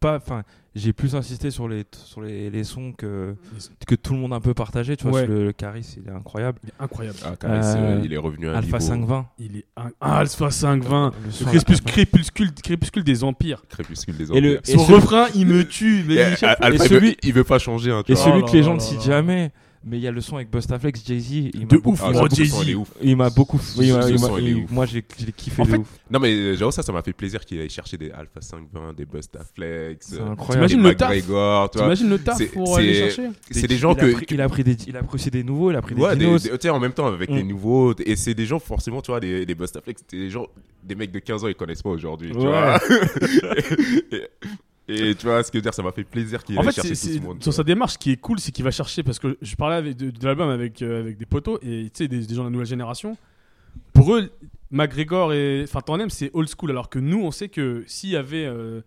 [SPEAKER 5] pas. Enfin, j'ai plus insisté sur les, sur les, les sons que, que tout le monde a un peu partagé. Tu vois,
[SPEAKER 4] Ouais.
[SPEAKER 5] sur le, le Caris, il est incroyable.
[SPEAKER 4] Il est incroyable.
[SPEAKER 3] Ah, quand même, c'est-
[SPEAKER 5] Euh,
[SPEAKER 3] il est revenu à un
[SPEAKER 5] Alpha
[SPEAKER 3] niveau
[SPEAKER 5] 520.
[SPEAKER 4] Il est un, ah, Alpha 520.
[SPEAKER 5] Le son
[SPEAKER 4] Le
[SPEAKER 5] à la-
[SPEAKER 4] crépus- crépuscule, crépuscule des empires.
[SPEAKER 3] crépuscule des
[SPEAKER 5] Et le-
[SPEAKER 3] enfers.
[SPEAKER 5] et
[SPEAKER 4] Son
[SPEAKER 5] ce-
[SPEAKER 4] refrain, il me tue. mais
[SPEAKER 3] Et,
[SPEAKER 4] il-
[SPEAKER 3] Al- Alpha,
[SPEAKER 5] et
[SPEAKER 3] il veut-
[SPEAKER 5] celui-
[SPEAKER 3] il veut pas changer, hein, tu
[SPEAKER 5] Et
[SPEAKER 3] vois.
[SPEAKER 4] Oh
[SPEAKER 5] celui
[SPEAKER 4] là
[SPEAKER 5] que les
[SPEAKER 4] là
[SPEAKER 5] gens ne
[SPEAKER 4] là
[SPEAKER 5] citent
[SPEAKER 4] là.
[SPEAKER 5] jamais, mais il y a le son avec Bustaflex, Jay-Z. il m'a
[SPEAKER 4] De
[SPEAKER 5] beaucoup-
[SPEAKER 4] ouf,
[SPEAKER 3] Ah,
[SPEAKER 4] gros
[SPEAKER 3] j'avoue que le son,
[SPEAKER 4] Jay-Z.
[SPEAKER 3] il est ouf.
[SPEAKER 5] Il m'a beaucoup.
[SPEAKER 3] Ce-
[SPEAKER 5] il m'a-
[SPEAKER 3] ce
[SPEAKER 5] il m'a-
[SPEAKER 3] son, il est
[SPEAKER 5] il-
[SPEAKER 3] ouf.
[SPEAKER 5] moi, j'ai je l'ai kiffé
[SPEAKER 4] En
[SPEAKER 5] de
[SPEAKER 4] fait,
[SPEAKER 5] ouf.
[SPEAKER 3] Non, mais euh, j'avoue, ça, ça m'a fait plaisir qu'il aille chercher des Alpha 520, des Bustaflex,
[SPEAKER 5] C'est
[SPEAKER 3] euh,
[SPEAKER 5] incroyable.
[SPEAKER 3] des
[SPEAKER 4] T'imagines le taf
[SPEAKER 3] McGregor, tu vois.
[SPEAKER 4] T'imagines le taf
[SPEAKER 3] c'est-
[SPEAKER 4] pour aller
[SPEAKER 3] c'est-
[SPEAKER 4] chercher
[SPEAKER 3] C'est des gens
[SPEAKER 5] il a
[SPEAKER 3] que,
[SPEAKER 5] pris- il a pris des, il a pris aussi des nouveaux, il a pris des
[SPEAKER 3] Ouais, des-
[SPEAKER 5] dinos.
[SPEAKER 3] des- tu sais, en même temps, avec
[SPEAKER 5] Mm.
[SPEAKER 3] les nouveaux, et c'est des gens, forcément, tu vois, les, les Bustaflex, c'est des gens, des mecs de 15 ans, ils connaissent pas aujourd'hui, tu
[SPEAKER 5] Ouais.
[SPEAKER 3] vois. et, et tu vois, ce que je veux dire, ça m'a fait plaisir qu'il
[SPEAKER 4] En
[SPEAKER 3] aille
[SPEAKER 4] fait,
[SPEAKER 3] chercher
[SPEAKER 4] c'est-
[SPEAKER 3] tout ce
[SPEAKER 4] c'est-
[SPEAKER 3] monde. euh. tu
[SPEAKER 4] sur sa
[SPEAKER 3] vois.
[SPEAKER 4] démarche, ce qui est cool, c'est qu'il va chercher, parce que je parlais avec- de, de l'album avec, euh, avec des potos, et tu sais, des, des gens de la nouvelle génération. Pour eux, McGregor et enfin, Tanem, c'est old school, alors que nous, on sait que s'il y avait euh,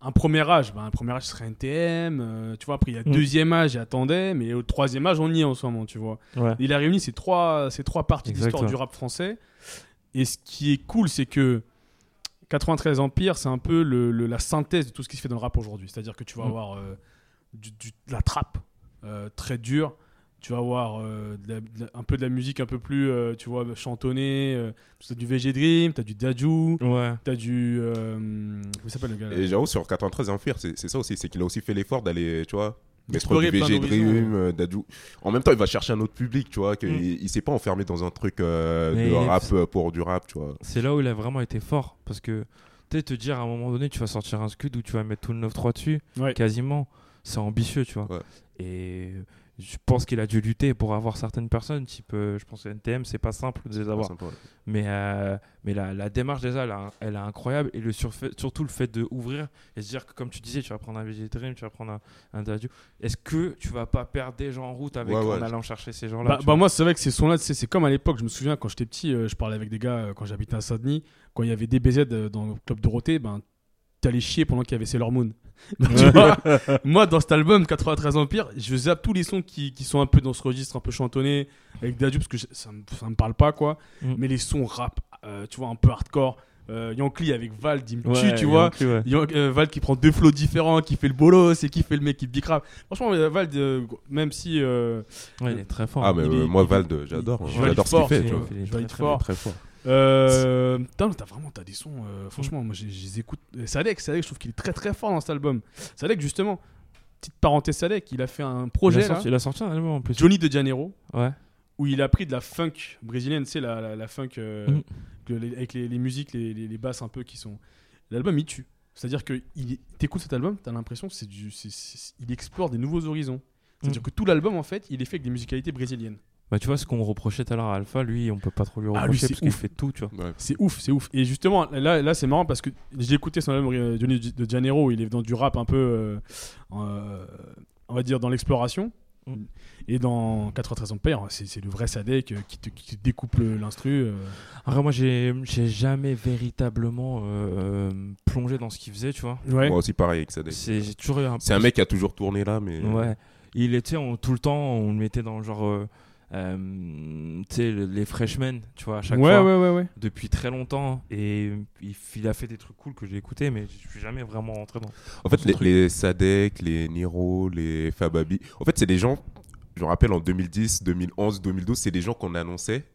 [SPEAKER 4] un premier âge, ben, un premier âge ce serait NTM, euh, tu vois, après il y a
[SPEAKER 5] Mm.
[SPEAKER 4] deuxième âge, il attendait, mais au troisième âge, on y est en ce moment, tu vois.
[SPEAKER 5] Ouais.
[SPEAKER 4] Il a réuni ces trois, ces trois parties
[SPEAKER 5] Exact,
[SPEAKER 4] d'histoire
[SPEAKER 5] ouais.
[SPEAKER 4] du rap français. Et ce qui est cool, c'est que 93 Empire, c'est un peu le- le- la synthèse de tout ce qui se fait dans le rap aujourd'hui. C'est-à-dire que tu vas
[SPEAKER 5] Mm.
[SPEAKER 4] avoir euh, du- du- de la trappe euh, très dure, tu vas avoir euh, de la- de la- un peu de la musique un peu plus, euh, tu vois, chantonnée. Euh, tu as du VG Dream, tu as du Dajou,
[SPEAKER 5] Ouais.
[SPEAKER 4] tu as du... euh, comment il s'appelle le gars là
[SPEAKER 3] Et j'avoue, sur 93 Empire, c'est c'est ça aussi, c'est qu'il a aussi fait l'effort d'aller, tu vois, mettre
[SPEAKER 4] D'explorer
[SPEAKER 3] du
[SPEAKER 4] plein
[SPEAKER 3] VG
[SPEAKER 4] d'horizons.
[SPEAKER 3] Dream, euh, d'Adjou. En même temps, il va chercher un autre public, tu vois, qu'il
[SPEAKER 5] Mm.
[SPEAKER 3] il s'est pas enfermé dans un truc euh,
[SPEAKER 5] Mais
[SPEAKER 3] de
[SPEAKER 5] il est-
[SPEAKER 3] rap euh, pour du rap, tu vois.
[SPEAKER 5] C'est là où il a vraiment été fort. Parce que, tu sais, te dire à un moment donné, tu vas sortir un scud où tu vas mettre tout le 9-3 dessus,
[SPEAKER 4] Ouais.
[SPEAKER 5] quasiment, c'est ambitieux, tu vois.
[SPEAKER 3] Ouais.
[SPEAKER 5] Et je pense qu'il a dû lutter pour avoir certaines personnes, type, euh, je pense que NTM, c'est pas simple de les avoir.
[SPEAKER 3] Sympa.
[SPEAKER 5] Mais, euh, mais la, la démarche déjà, elle, a- elle est incroyable. Et le surfait- surtout le fait de ouvrir et se dire que, comme tu disais, tu vas prendre un végétarien, tu vas prendre un, un Dadju. Est-ce que tu vas pas perdre des gens en route avec,
[SPEAKER 3] Ouais, ouais.
[SPEAKER 5] en allant chercher ces gens-là
[SPEAKER 4] Bah,
[SPEAKER 5] tu
[SPEAKER 4] bah
[SPEAKER 5] vois
[SPEAKER 4] moi, c'est vrai que ces sons-là, tu sais, c'est comme à l'époque. Je me souviens quand j'étais petit, euh, je parlais avec des gars euh, quand j'habitais à Saint-Denis. Quand il y avait DBZ euh, dans le club Dorothée, ben t'allais chier pendant qu'il y avait Sailor Moon. Bah, tu vois, moi, dans cet album 93 Empire, je zappe tous les sons qui, qui sont un peu dans ce registre, un peu chantonné avec Dadu parce que je- ça, me, ça me parle pas quoi.
[SPEAKER 5] Mm.
[SPEAKER 4] Mais les sons rap, euh, tu vois, un peu hardcore. Euh, Yankee avec Val, il me tue,
[SPEAKER 5] Ouais,
[SPEAKER 4] tu vois.
[SPEAKER 5] Yankee, ouais.
[SPEAKER 4] Yank- euh, Vald qui prend deux flots différents, qui fait le bolos et qui fait le mec qui bicrave. Franchement, euh, Vald, euh, même si euh,
[SPEAKER 5] Ouais, il est très fort.
[SPEAKER 3] Ah, mais
[SPEAKER 4] il est-
[SPEAKER 3] euh, moi,
[SPEAKER 4] il-
[SPEAKER 3] Valde, j'adore. hein.
[SPEAKER 4] il- il-
[SPEAKER 3] J'adore ce
[SPEAKER 4] il-
[SPEAKER 3] qu'il fait,
[SPEAKER 4] il-
[SPEAKER 3] tu vois.
[SPEAKER 5] il est
[SPEAKER 4] je
[SPEAKER 5] très,
[SPEAKER 4] valide
[SPEAKER 5] très
[SPEAKER 4] fort.
[SPEAKER 3] Très fort.
[SPEAKER 4] Euh, putain, t'as vraiment t'as des sons. euh, franchement, moi, j'ai- je les écoute. Euh, Sadek, Sadek, je trouve qu'il est très très fort dans cet album. Sadek, justement, petite parenthèse, Sadek, il a fait un projet
[SPEAKER 5] il, a
[SPEAKER 4] là,
[SPEAKER 5] sorti, il a sorti un album en plus.
[SPEAKER 4] Johnny de Janeiro,
[SPEAKER 5] Ouais.
[SPEAKER 4] où il a pris de la funk brésilienne, c'est la, la, la funk euh,
[SPEAKER 5] Mm.
[SPEAKER 4] que les- avec les, les musiques, les, les- les basses un peu qui sont. L'album, il tue. C'est-à-dire que il- t'écoutes cet album, t'as l'impression que c'est du, c'est- c'est- il explore des nouveaux horizons. C'est-à-dire
[SPEAKER 5] Mhm.
[SPEAKER 4] que tout l'album, en fait, il est fait avec des musicalités brésiliennes.
[SPEAKER 5] Bah, tu vois, ce qu'on reprochait tout à l'heure à Alpha, lui, on peut pas trop lui
[SPEAKER 4] Ah, lui,
[SPEAKER 5] reprocher
[SPEAKER 4] c'est
[SPEAKER 5] parce qu'il
[SPEAKER 4] ouf.
[SPEAKER 5] fait tout, tu vois.
[SPEAKER 3] Ouais.
[SPEAKER 4] C'est ouf, c'est ouf. Et justement, là, là c'est marrant parce que j'ai écouté son album euh, Johnny de Janeiro, où il est dans du rap un peu, euh, euh, on va dire, dans l'exploration.
[SPEAKER 5] Mm.
[SPEAKER 4] Et dans 93 Ampères, c'est c'est le vrai Sadek euh, qui te, qui te découpe le- l'instru. euh.
[SPEAKER 5] Après, moi, j'ai j'ai jamais véritablement euh, euh, plongé dans ce qu'il faisait, tu vois.
[SPEAKER 4] Ouais.
[SPEAKER 3] Moi aussi, pareil avec Sadek.
[SPEAKER 5] C'est- J'ai toujours eu un
[SPEAKER 3] C'est un mec qui a toujours tourné là, mais.
[SPEAKER 5] Ouais. Il était on- tout le temps, on le mettait dans le genre. euh, euh, tu sais, le- les freshmen, tu vois, à chaque
[SPEAKER 4] ouais,
[SPEAKER 5] fois.
[SPEAKER 4] ouais, ouais, ouais.
[SPEAKER 5] Depuis très longtemps. Et il, il a fait des trucs cool que j'ai écoutés, mais je suis jamais vraiment rentré dans.
[SPEAKER 3] En fait,
[SPEAKER 5] Son
[SPEAKER 3] les,
[SPEAKER 5] truc.
[SPEAKER 3] les Sadek, les Niro, les Fababi, en fait, c'est des gens, je me rappelle en 2010, 2011, 2012, c'est des gens qu'on annonçait.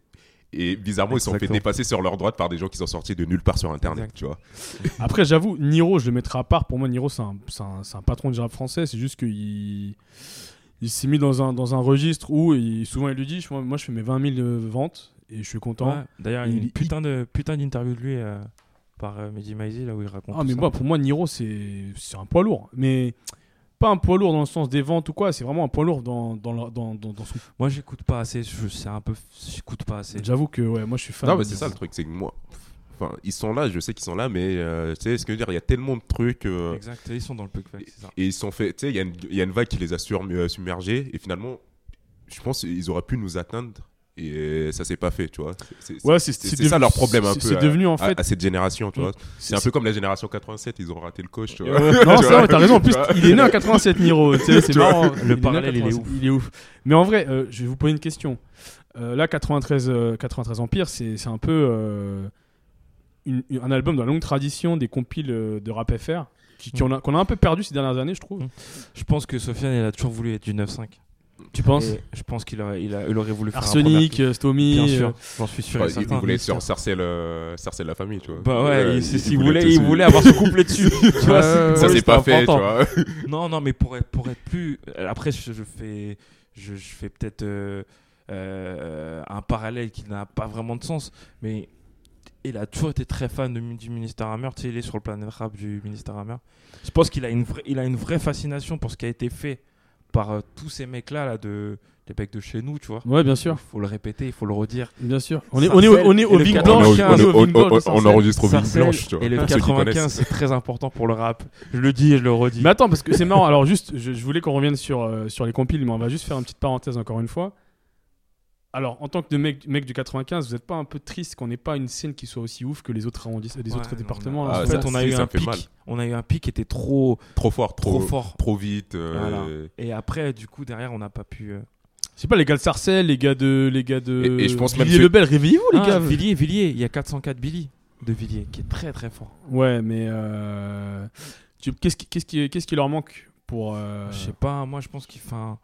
[SPEAKER 3] Et bizarrement, ils se sont fait
[SPEAKER 5] Exactement.
[SPEAKER 3] dépasser sur leur droite par des gens qui sont sortis de nulle part sur Internet,
[SPEAKER 5] Exact.
[SPEAKER 3] tu vois.
[SPEAKER 4] Après, j'avoue, Niro, je le mettrai à part. Pour moi, Niro, c'est un, c'est un- c'est un patron du rap français. C'est juste qu'il il s'est mis dans un, dans un registre où il- souvent il lui dit je- Moi, je fais mes 20 000 ventes et je suis content.
[SPEAKER 5] Ouais. D'ailleurs,
[SPEAKER 4] il
[SPEAKER 5] il y a
[SPEAKER 4] est-
[SPEAKER 5] une putain de- putain d'interview de lui euh, par euh, Mehdi Maizi, là où il raconte.
[SPEAKER 4] Ah,
[SPEAKER 5] tout
[SPEAKER 4] mais
[SPEAKER 5] ça.
[SPEAKER 4] moi, pour moi, Niro, c'est c'est un poids lourd. Mais pas un poids lourd dans le sens des ventes ou quoi. C'est vraiment un poids lourd dans, dans, la- dans, dans, dans son.
[SPEAKER 5] Moi, j'écoute pas assez. Je sais un peu. J'écoute pas assez.
[SPEAKER 4] J'avoue que ouais, moi, je suis fan.
[SPEAKER 3] non, mais
[SPEAKER 4] de
[SPEAKER 3] c'est
[SPEAKER 4] Niro.
[SPEAKER 3] ça le truc, c'est que moi. Enfin, ils sont là, je sais qu'ils sont là, mais euh, tu sais ce que je veux dire, il y a tellement de trucs. euh,
[SPEAKER 5] Exact. Ils sont dans le Pugfax, c'est ça.
[SPEAKER 3] et ils se sont fait. Tu sais, il y a une- il y, a une vague qui les a surm- euh, submergés, et finalement, je pense qu'ils auraient pu nous atteindre, et ça s'est pas fait, tu vois. C'est- c'est-
[SPEAKER 4] Ouais, c'est
[SPEAKER 3] c'est-
[SPEAKER 4] c'est
[SPEAKER 3] c'est ça
[SPEAKER 4] devenu-
[SPEAKER 3] leur problème un
[SPEAKER 4] c'est-
[SPEAKER 3] peu.
[SPEAKER 4] C'est
[SPEAKER 3] à-
[SPEAKER 4] devenu en
[SPEAKER 3] à-
[SPEAKER 4] fait.
[SPEAKER 3] à, cette génération, tu
[SPEAKER 4] Mm.
[SPEAKER 3] vois. C'est un peu comme la génération 87, ils ont raté le coche, tu vois.
[SPEAKER 4] Euh, non,
[SPEAKER 3] Tu
[SPEAKER 4] c'est
[SPEAKER 3] vois,
[SPEAKER 4] vrai, t'as raison. En plus,
[SPEAKER 3] tu vois.
[SPEAKER 4] il est né en 87, Niro. tu sais, C'est
[SPEAKER 3] Tu vois,
[SPEAKER 4] marrant.
[SPEAKER 5] le
[SPEAKER 4] Il est né en
[SPEAKER 5] parallèle, il est
[SPEAKER 4] 87, Il est ouf. Mais en vrai, euh, je vais vous poser une question. Euh, là, 93, euh, 93 Empire, c'est c'est un peu euh, une- une- un album dans la longue tradition des compiles euh, de rap FR qui-
[SPEAKER 3] Mm.
[SPEAKER 4] qui on a- qu'on a un peu perdu ces dernières années, je trouve.
[SPEAKER 5] Je pense que Sofiane, il a toujours voulu être du 9-5.
[SPEAKER 4] Tu
[SPEAKER 3] Euh,
[SPEAKER 4] penses
[SPEAKER 5] Et Je pense qu'il aurait, il a- il aurait voulu faire un
[SPEAKER 4] Arsenic, euh, Stomy.
[SPEAKER 5] Bien
[SPEAKER 4] euh,
[SPEAKER 5] sûr, j'en suis sûr.
[SPEAKER 3] Enfin,
[SPEAKER 5] et
[SPEAKER 3] il- il
[SPEAKER 5] certain.
[SPEAKER 3] voulait sur Sarcelle, euh, Sarcelle la famille, tu vois.
[SPEAKER 5] Bah ouais,
[SPEAKER 3] Euh,
[SPEAKER 5] il, c'est-
[SPEAKER 3] il
[SPEAKER 5] il voulait,
[SPEAKER 3] tout
[SPEAKER 5] il
[SPEAKER 3] de
[SPEAKER 5] voulait
[SPEAKER 3] suite.
[SPEAKER 5] avoir son couplet dessus. tu vois, c'est-
[SPEAKER 3] Ça s'est
[SPEAKER 5] oui, c'est
[SPEAKER 3] pas fait, tu
[SPEAKER 5] important.
[SPEAKER 3] vois.
[SPEAKER 5] Non, non, mais pour être, pour être plus. euh, Après, je, je fais, je, je fais peut-être euh, euh, un parallèle qui n'a pas vraiment de sens, mais il a toujours été très fan de, du ministère Hammer. Tu sais, il est sur le planète rap du ministère Hammer. Je pense qu'il a une vraie, il a une vraie fascination pour ce qui a été fait par euh, tous ces mecs-là, là, de, les mecs de chez nous, tu vois.
[SPEAKER 4] Ouais, bien sûr,
[SPEAKER 5] Il faut le répéter, il faut le redire.
[SPEAKER 4] bien sûr. On est, on est, au- on est au
[SPEAKER 5] Sarcelles et
[SPEAKER 4] Big
[SPEAKER 5] hein,
[SPEAKER 3] On,
[SPEAKER 5] le Non,
[SPEAKER 4] Blanche.
[SPEAKER 5] je suis un
[SPEAKER 3] on-
[SPEAKER 5] peu
[SPEAKER 3] on-
[SPEAKER 4] Big Blanche
[SPEAKER 3] on-
[SPEAKER 4] de
[SPEAKER 3] on
[SPEAKER 4] Sarcelles.
[SPEAKER 3] enregistre au Ville
[SPEAKER 5] Sarcelles
[SPEAKER 3] Blanche, tu vois.
[SPEAKER 5] et le
[SPEAKER 3] pour ceux qui
[SPEAKER 5] 95,
[SPEAKER 3] connaissent.
[SPEAKER 5] c'est très important pour le rap. Je le dis et je le redis.
[SPEAKER 4] Mais attends, parce que c'est marrant. Alors, juste, je, je voulais qu'on revienne sur, euh, sur les compiles, mais on va juste faire une petite parenthèse encore une fois. Alors, en tant que de mec, mec du 95, vous n'êtes pas un peu triste qu'on n'ait pas une scène qui soit aussi ouf que les autres arrondissements, les
[SPEAKER 5] Ouais,
[SPEAKER 4] autres
[SPEAKER 5] non,
[SPEAKER 4] départements
[SPEAKER 5] mais-
[SPEAKER 4] là,
[SPEAKER 3] Ah,
[SPEAKER 4] en
[SPEAKER 5] en
[SPEAKER 4] fait
[SPEAKER 5] fait, on a
[SPEAKER 3] si,
[SPEAKER 5] eu
[SPEAKER 3] ça
[SPEAKER 5] un
[SPEAKER 3] me fait
[SPEAKER 5] pic.
[SPEAKER 3] mal.
[SPEAKER 5] On a eu un pic qui était trop,
[SPEAKER 3] Trop fort,
[SPEAKER 5] trop
[SPEAKER 3] trop,
[SPEAKER 5] fort.
[SPEAKER 3] trop vite. euh,
[SPEAKER 5] Voilà. Et après, du coup, derrière, on n'a pas pu. euh,
[SPEAKER 4] Je sais pas, les gars de Sarcelles, les gars de. Les gars de
[SPEAKER 3] Et- et je pense même
[SPEAKER 4] Villiers
[SPEAKER 3] que-
[SPEAKER 4] Lebel,
[SPEAKER 3] Oh,
[SPEAKER 4] réveillez-vous, les
[SPEAKER 5] Ah,
[SPEAKER 4] gars
[SPEAKER 5] Villiers, Villiers, il y a 404 Billy de Villiers qui est très très fort.
[SPEAKER 4] Ouais, mais. euh, tu- Qu'est-ce qui, qu'est-ce qui, qu'est-ce qui leur manque pour. euh,
[SPEAKER 5] Je sais pas, moi je pense qu'il. Enfin.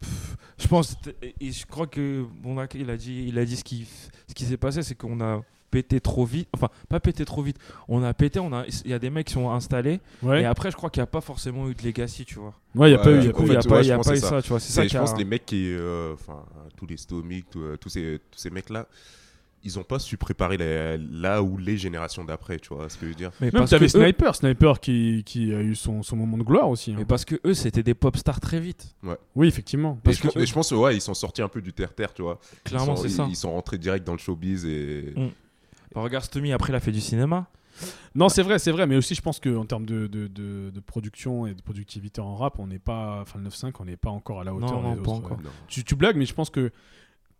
[SPEAKER 5] pff, Je pense. Et je crois que. Bon, là, il a dit, il a dit ce qui, ce qui s'est passé, c'est qu'on a pété trop vite. Enfin, pas pété trop vite. On a pété, on a, il y a des mecs qui sont installés.
[SPEAKER 4] Ouais,
[SPEAKER 5] Et
[SPEAKER 4] il
[SPEAKER 5] après, je crois qu'il n'y a pas forcément eu de legacy, tu vois.
[SPEAKER 4] ouais, y a pas
[SPEAKER 3] Ouais,
[SPEAKER 4] eu. y a
[SPEAKER 3] du
[SPEAKER 4] pas
[SPEAKER 3] coup,
[SPEAKER 4] eu.
[SPEAKER 5] il n'y a
[SPEAKER 3] ouais,
[SPEAKER 5] pas,
[SPEAKER 3] je
[SPEAKER 5] il y a
[SPEAKER 3] pense
[SPEAKER 5] pas
[SPEAKER 3] que
[SPEAKER 5] eu
[SPEAKER 3] c'est
[SPEAKER 5] ça, tu vois. C'est ça
[SPEAKER 3] C'est-
[SPEAKER 5] qui
[SPEAKER 3] je
[SPEAKER 5] a-
[SPEAKER 3] pense les mecs qui, euh, enfin, tous les stomiques, tous, euh, tous ces, tous ces mecs-là, ils ont pas su préparer les- là ou les générations d'après, tu vois ce que je veux dire.
[SPEAKER 5] Mais
[SPEAKER 4] Même
[SPEAKER 5] parce
[SPEAKER 4] t'avais
[SPEAKER 5] que eux-
[SPEAKER 4] Sniper, Sniper qui, qui a eu son, son moment de gloire aussi. hein.
[SPEAKER 5] Mais parce que eux, c'était des pop stars très vite.
[SPEAKER 4] Oui, effectivement.
[SPEAKER 5] Parce
[SPEAKER 3] Mais je
[SPEAKER 5] que
[SPEAKER 3] pense-
[SPEAKER 5] eux-
[SPEAKER 3] mais je pense, ouais, ils sont sortis un peu du terre-terre, tu vois. Ils
[SPEAKER 5] Clairement,
[SPEAKER 3] sont-
[SPEAKER 5] c'est
[SPEAKER 3] ils-
[SPEAKER 5] ça.
[SPEAKER 3] Ils sont rentrés direct dans le showbiz et.
[SPEAKER 5] Mm. Bah, regarde, Stomy, après, il a fait du cinéma.
[SPEAKER 4] Non, c'est vrai, c'est vrai, mais aussi je pense qu'en termes de, de, de, de production et de productivité en rap, on n'est pas, enfin le 9-5, on n'est pas encore à la hauteur
[SPEAKER 5] Non, non,
[SPEAKER 4] des
[SPEAKER 5] pas
[SPEAKER 4] autres.
[SPEAKER 5] encore.
[SPEAKER 3] Non.
[SPEAKER 4] Tu, tu blagues, mais je pense que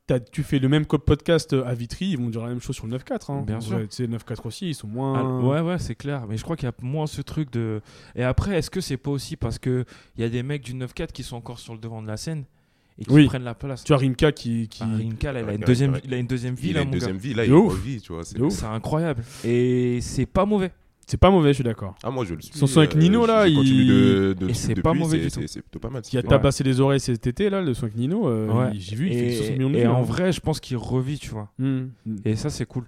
[SPEAKER 4] t'as- tu fais le même co- podcast euh, à Vitry, ils vont dire la même chose sur le 9-4. Hein.
[SPEAKER 5] Bien
[SPEAKER 4] En
[SPEAKER 5] sûr.
[SPEAKER 4] vrai, Tu sais, le 9-4 aussi, ils sont
[SPEAKER 5] Ah,
[SPEAKER 4] moins.
[SPEAKER 5] ouais, ouais, c'est clair. Mais je crois qu'il y a moins ce truc de. Et après, est-ce que c'est pas aussi parce que il y a des mecs du 9-4 qui sont encore sur le devant de la scène et qui
[SPEAKER 4] Oui.
[SPEAKER 5] prennent la place
[SPEAKER 4] Tu as Rimka qui. qui...
[SPEAKER 5] Bah, Rinka, là, il, a
[SPEAKER 3] Ouais,
[SPEAKER 5] une
[SPEAKER 3] ouais,
[SPEAKER 5] deuxième...
[SPEAKER 3] ouais.
[SPEAKER 5] il a une deuxième vie,
[SPEAKER 3] Il
[SPEAKER 5] là,
[SPEAKER 3] a une
[SPEAKER 5] mon
[SPEAKER 3] deuxième vie, là,
[SPEAKER 4] De
[SPEAKER 3] il
[SPEAKER 4] ouf.
[SPEAKER 3] revit, tu vois. c'est-
[SPEAKER 4] De ouf.
[SPEAKER 5] gars. C'est incroyable. Et c'est pas mauvais.
[SPEAKER 4] C'est pas mauvais, je suis d'accord.
[SPEAKER 3] Ah, moi, je le suis.
[SPEAKER 4] Son son avec Nino,
[SPEAKER 3] je-
[SPEAKER 4] là,
[SPEAKER 3] je continue
[SPEAKER 4] il-
[SPEAKER 3] de- de-
[SPEAKER 5] Et c'est
[SPEAKER 3] depuis,
[SPEAKER 5] pas mauvais du
[SPEAKER 3] c'est-
[SPEAKER 5] tout.
[SPEAKER 3] C'est plutôt pas mal. ce
[SPEAKER 4] Qui a
[SPEAKER 3] qu'il fait.
[SPEAKER 4] tabassé les oreilles cet été, là, le soin avec Nino. euh,
[SPEAKER 5] Ouais.
[SPEAKER 4] il- J'ai vu, il fait
[SPEAKER 5] et
[SPEAKER 4] 60 millions de
[SPEAKER 5] et
[SPEAKER 4] vues,
[SPEAKER 5] en
[SPEAKER 4] hein.
[SPEAKER 5] vrai, je pense qu'il revit, tu vois.
[SPEAKER 4] Mm.
[SPEAKER 5] Et ça, c'est cool.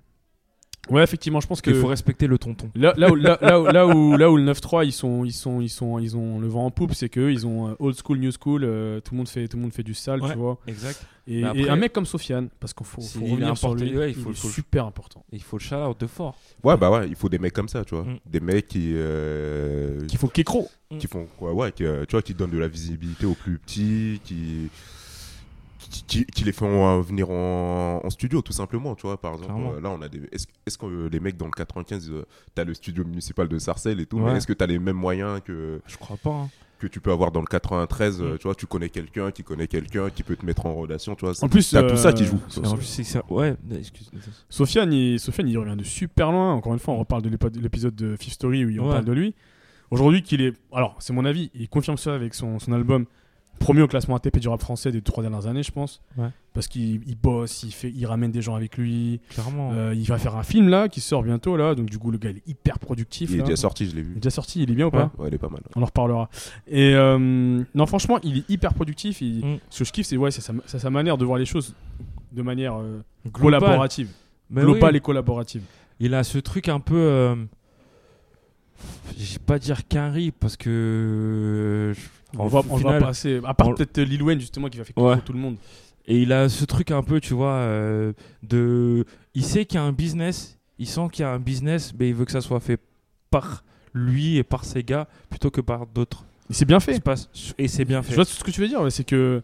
[SPEAKER 4] Ouais, effectivement, je pense que
[SPEAKER 5] Il faut respecter le tonton.
[SPEAKER 4] Là, là où, là, là où, là où, là où le 9-3, ils, sont, ils, sont, ils, sont, ils ont le vent en poupe, c'est qu'eux, ils ont euh, old school, new school, euh, tout, le monde fait, tout le monde fait du sale,
[SPEAKER 5] Ouais.
[SPEAKER 4] tu vois.
[SPEAKER 5] Exact.
[SPEAKER 4] Et,
[SPEAKER 5] Mais après-
[SPEAKER 4] et un mec comme Sofiane, parce qu'il faut,
[SPEAKER 5] C'est-
[SPEAKER 4] faut
[SPEAKER 5] il est
[SPEAKER 4] revenir sur
[SPEAKER 5] important,
[SPEAKER 4] lui,
[SPEAKER 5] ouais,
[SPEAKER 4] il,
[SPEAKER 5] il faut-
[SPEAKER 4] est
[SPEAKER 5] faut-
[SPEAKER 4] super important.
[SPEAKER 5] Il faut le shout-out de fort.
[SPEAKER 3] Ouais, bah ouais, il faut des mecs comme ça, tu vois.
[SPEAKER 5] Mm.
[SPEAKER 3] Des mecs qui, euh,
[SPEAKER 4] Qu'il faut qu'écro.
[SPEAKER 3] qui font quoi, ouais, qui, euh, tu vois, qui donnent de la visibilité aux plus petits, qui, qui, qui- qui les font euh, venir en, en studio, tout simplement, tu vois. Par exemple,
[SPEAKER 5] Clairement.
[SPEAKER 3] euh, là, on a des. Est-ce est-ce que euh, les mecs dans le 95, euh, t'as le studio municipal de Sarcelles et tout,
[SPEAKER 5] Ouais.
[SPEAKER 3] mais est-ce que t'as les mêmes moyens que,
[SPEAKER 5] Je crois pas. hein.
[SPEAKER 3] que tu peux avoir dans le 93 euh,
[SPEAKER 5] Mm.
[SPEAKER 3] Tu vois, tu connais quelqu'un qui connaît quelqu'un qui peut te mettre en relation, tu vois. c'est-
[SPEAKER 4] En plus, euh,
[SPEAKER 3] T'as tout ça qui joue.
[SPEAKER 5] Et en plus, euh, c'est que ça. Ouais, excuse
[SPEAKER 4] Sofiane, il, Sofiane, il revient de super loin. Encore une fois, on reparle de l'épo- de l'épisode de Fifth Story où il en
[SPEAKER 5] Ouais.
[SPEAKER 4] parle de lui. Aujourd'hui, qu'il est. Alors, c'est mon avis, il confirme ça avec son, son album premier au classement ATP du rap français des trois dernières années, je pense.
[SPEAKER 5] Ouais.
[SPEAKER 4] Parce qu'il il bosse, il, fait, il ramène des gens avec lui.
[SPEAKER 5] Clairement.
[SPEAKER 4] Euh, il va faire un film là qui sort bientôt là, donc du coup le gars il est hyper productif.
[SPEAKER 5] hein.
[SPEAKER 3] Il est
[SPEAKER 4] là.
[SPEAKER 3] déjà sorti, je l'ai vu.
[SPEAKER 4] Il est déjà sorti, il est bien ou pas
[SPEAKER 3] Ouais, il est pas mal.
[SPEAKER 4] On en reparlera. Et euh, non franchement il est hyper productif. il-
[SPEAKER 5] Mm.
[SPEAKER 4] Ce que je kiffe c'est ouais c'est sa, c'est sa manière de voir les choses de manière euh,
[SPEAKER 5] Global.
[SPEAKER 4] collaborative,
[SPEAKER 5] Mais
[SPEAKER 4] globale
[SPEAKER 5] oui,
[SPEAKER 4] et collaborative.
[SPEAKER 5] Il a ce truc un peu. euh, Je vais pas dire qu'un riz parce que. euh,
[SPEAKER 4] On va,
[SPEAKER 5] au
[SPEAKER 4] on va
[SPEAKER 5] final-
[SPEAKER 4] passer. À part
[SPEAKER 5] on-
[SPEAKER 4] peut-être Lil Wayne justement qui va faire
[SPEAKER 5] Ouais.
[SPEAKER 4] kiffer tout le monde.
[SPEAKER 5] Et il a ce truc un peu, tu vois, euh, de. Il sait qu'il y a un business, il sent qu'il y a un business, mais il veut que ça soit fait par lui et par ses gars plutôt que par d'autres.
[SPEAKER 4] Et c'est bien
[SPEAKER 5] Ça se
[SPEAKER 4] fait.
[SPEAKER 5] passe- Et c'est bien
[SPEAKER 4] Je
[SPEAKER 5] fait.
[SPEAKER 4] vois ce que tu veux dire, ouais, c'est que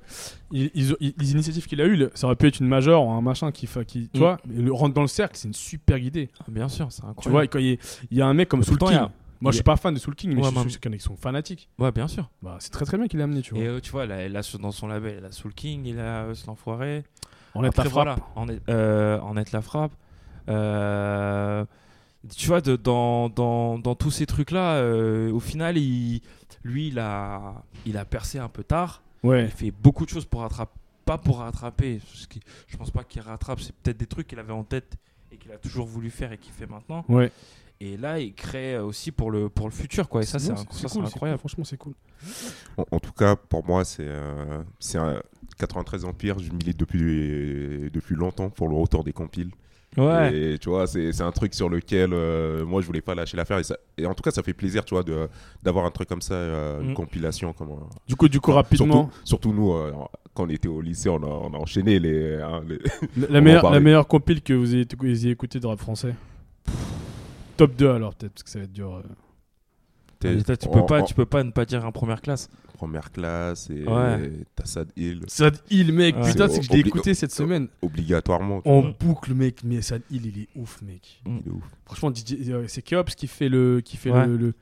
[SPEAKER 4] il- ils- ils- les initiatives qu'il a eues, le- ça aurait pu être une majeure ou un machin qui, fa- qui tu
[SPEAKER 5] Mm.
[SPEAKER 4] vois, le rentre dans le cercle, c'est une super idée.
[SPEAKER 5] Ah, Bien sûr, c'est
[SPEAKER 4] Tu vois,
[SPEAKER 5] incroyable.
[SPEAKER 4] quand il y, il y a un mec comme Soul
[SPEAKER 5] pourtant, il y a-
[SPEAKER 4] King. Moi, je suis pas fan de Soul King, mais
[SPEAKER 5] Ouais,
[SPEAKER 4] je suis
[SPEAKER 5] moi-
[SPEAKER 4] sûr qu'il y en a qui sont fanatiques.
[SPEAKER 5] ouais, bien sûr.
[SPEAKER 4] Bah, c'est très très bien qu'il l'ait amené, tu vois.
[SPEAKER 5] Et euh, tu vois, là, là, sur- dans son label, il a Soul King, il a euh, cet enfoiré.
[SPEAKER 4] on est
[SPEAKER 5] Après, voilà, en, est, euh, en être la frappe. Euh, tu vois, de- dans, dans, dans tous ces trucs-là, euh, au final, il, lui, il a, il a percé un peu tard.
[SPEAKER 4] Ouais.
[SPEAKER 5] Il fait beaucoup de choses pour rattraper. Pas pour rattraper. ce qui- je pense pas qu'il rattrape. C'est peut-être des trucs qu'il avait en tête et qu'il a toujours voulu faire et qu'il fait maintenant.
[SPEAKER 4] Ouais.
[SPEAKER 5] Et là, il crée aussi pour le, pour le futur. Quoi. Et ça, c'est
[SPEAKER 4] bon,
[SPEAKER 5] inc- ça, c'est
[SPEAKER 4] cool,
[SPEAKER 5] incroyable.
[SPEAKER 4] cool, Franchement, c'est cool.
[SPEAKER 3] En, en tout cas, pour moi, c'est euh, c'est un 93 Empire. Je milite depuis, depuis longtemps pour le retour des compiles.
[SPEAKER 5] Ouais.
[SPEAKER 3] Et tu vois, c'est c'est un truc sur lequel euh, moi, je voulais pas lâcher l'affaire. Et, ça- et en tout cas, ça fait plaisir, tu vois, de- d'avoir un truc comme ça, euh, une
[SPEAKER 5] Mm.
[SPEAKER 3] compilation. Comme, euh,
[SPEAKER 4] Du coup, du coup rapidement,
[SPEAKER 3] surtout, surtout nous, euh, quand on était au lycée, on a, on a enchaîné les. hein, les-
[SPEAKER 4] la,
[SPEAKER 3] va
[SPEAKER 4] la
[SPEAKER 3] en
[SPEAKER 4] meilleure,
[SPEAKER 3] parler.
[SPEAKER 4] la meilleure compile que vous ayez, que vous ayez écouté de rap français Top 2 alors, peut-être, parce que ça va être dur. euh.
[SPEAKER 5] Et toi, tu,
[SPEAKER 3] en-
[SPEAKER 5] peux pas,
[SPEAKER 3] en
[SPEAKER 5] tu peux pas ne pas dire en première classe.
[SPEAKER 3] Première classe et
[SPEAKER 5] Ouais.
[SPEAKER 3] Tassad Hill,
[SPEAKER 4] Sad Hill, mec,
[SPEAKER 5] Ouais.
[SPEAKER 4] putain,
[SPEAKER 3] C'est
[SPEAKER 4] c'est que je l'ai
[SPEAKER 3] obli-
[SPEAKER 4] écouté cette semaine.
[SPEAKER 3] obligatoirement. tu
[SPEAKER 4] En
[SPEAKER 5] Mm.
[SPEAKER 4] boucle, mec, mais Sad Hill, il est ouf, mec.
[SPEAKER 3] vois, il est ouf.
[SPEAKER 4] Mm. Franchement, DJ, euh, c'est Keops qui fait le. Qui fait
[SPEAKER 5] Ouais.
[SPEAKER 4] le, le-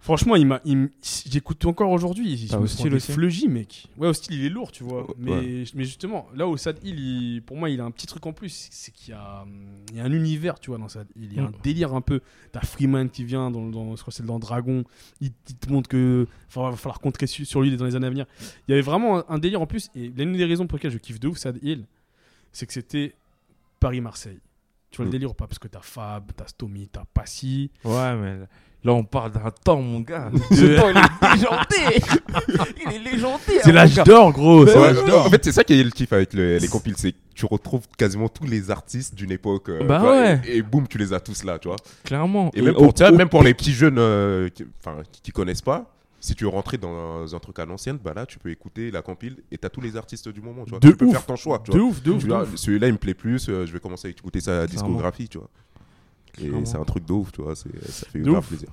[SPEAKER 4] Franchement, il m'a, il m- j'écoute encore aujourd'hui.
[SPEAKER 5] Ah,
[SPEAKER 4] Je me
[SPEAKER 5] au
[SPEAKER 4] prends
[SPEAKER 5] style
[SPEAKER 4] des
[SPEAKER 5] aussi.
[SPEAKER 4] fleugis, mec. Ouais, au style, il est lourd, tu vois.
[SPEAKER 3] Ouais.
[SPEAKER 4] Mais, mais justement, là au Sad Hill, il- pour moi, il a un petit truc en plus. C'est qu'il y a, hum, il y a un univers, tu vois, dans Sad Hill. Il y a
[SPEAKER 5] Mm.
[SPEAKER 4] un délire un peu. T'as Freeman qui vient, dans, dans, je crois que c'est dans Dragon. Il, il te montre que. Enfin, va falloir contrer su- sur lui dans les années à venir. Il y avait vraiment un, un délire en plus. Et l'une des raisons pour lesquelles je kiffe de ouf Sad Hill, c'est que c'était Paris-Marseille. Tu vois
[SPEAKER 3] Mm.
[SPEAKER 4] le délire ou pas Parce que t'as Fab, t'as Stomy, t'as Passy.
[SPEAKER 5] Ouais, mais là, on parle d'un temps, mon gars.
[SPEAKER 4] Ce temps,
[SPEAKER 5] il est hein, légendé.
[SPEAKER 4] C'est l'âge d'or, gros.
[SPEAKER 3] Ouais,
[SPEAKER 4] C'est l'âge
[SPEAKER 3] ouais, en
[SPEAKER 4] d'or.
[SPEAKER 3] fait, c'est ça qui est le kiff avec le- les compiles, c'est que tu retrouves quasiment tous les artistes d'une époque. euh,
[SPEAKER 5] Bah
[SPEAKER 3] tu vois,
[SPEAKER 5] ouais.
[SPEAKER 3] Et, et boum, tu les as tous là, tu vois.
[SPEAKER 5] Clairement.
[SPEAKER 3] Et, même,
[SPEAKER 5] au-
[SPEAKER 3] pour, tu vois,
[SPEAKER 5] au-
[SPEAKER 3] même pour les petits jeunes euh, qui, enfin, qui- qui connaissent pas, si tu veux rentrer dans un truc à l'ancienne, bah là, tu peux écouter la compile et t'as tous les artistes du moment, tu vois.
[SPEAKER 4] De
[SPEAKER 3] tu peux
[SPEAKER 4] ouf.
[SPEAKER 3] faire ton choix, tu
[SPEAKER 4] De
[SPEAKER 3] vois.
[SPEAKER 4] ouf, de
[SPEAKER 3] Tu
[SPEAKER 4] ouf. de
[SPEAKER 3] vois,
[SPEAKER 4] ouf.
[SPEAKER 3] Celui-là, il me plaît plus, euh, je vais commencer à écouter sa discographie, tu vois.
[SPEAKER 5] Clairement.
[SPEAKER 3] Et c'est un truc de ouf, tu vois, c'est- ça fait
[SPEAKER 4] De
[SPEAKER 3] grave
[SPEAKER 4] ouf.
[SPEAKER 3] plaisir.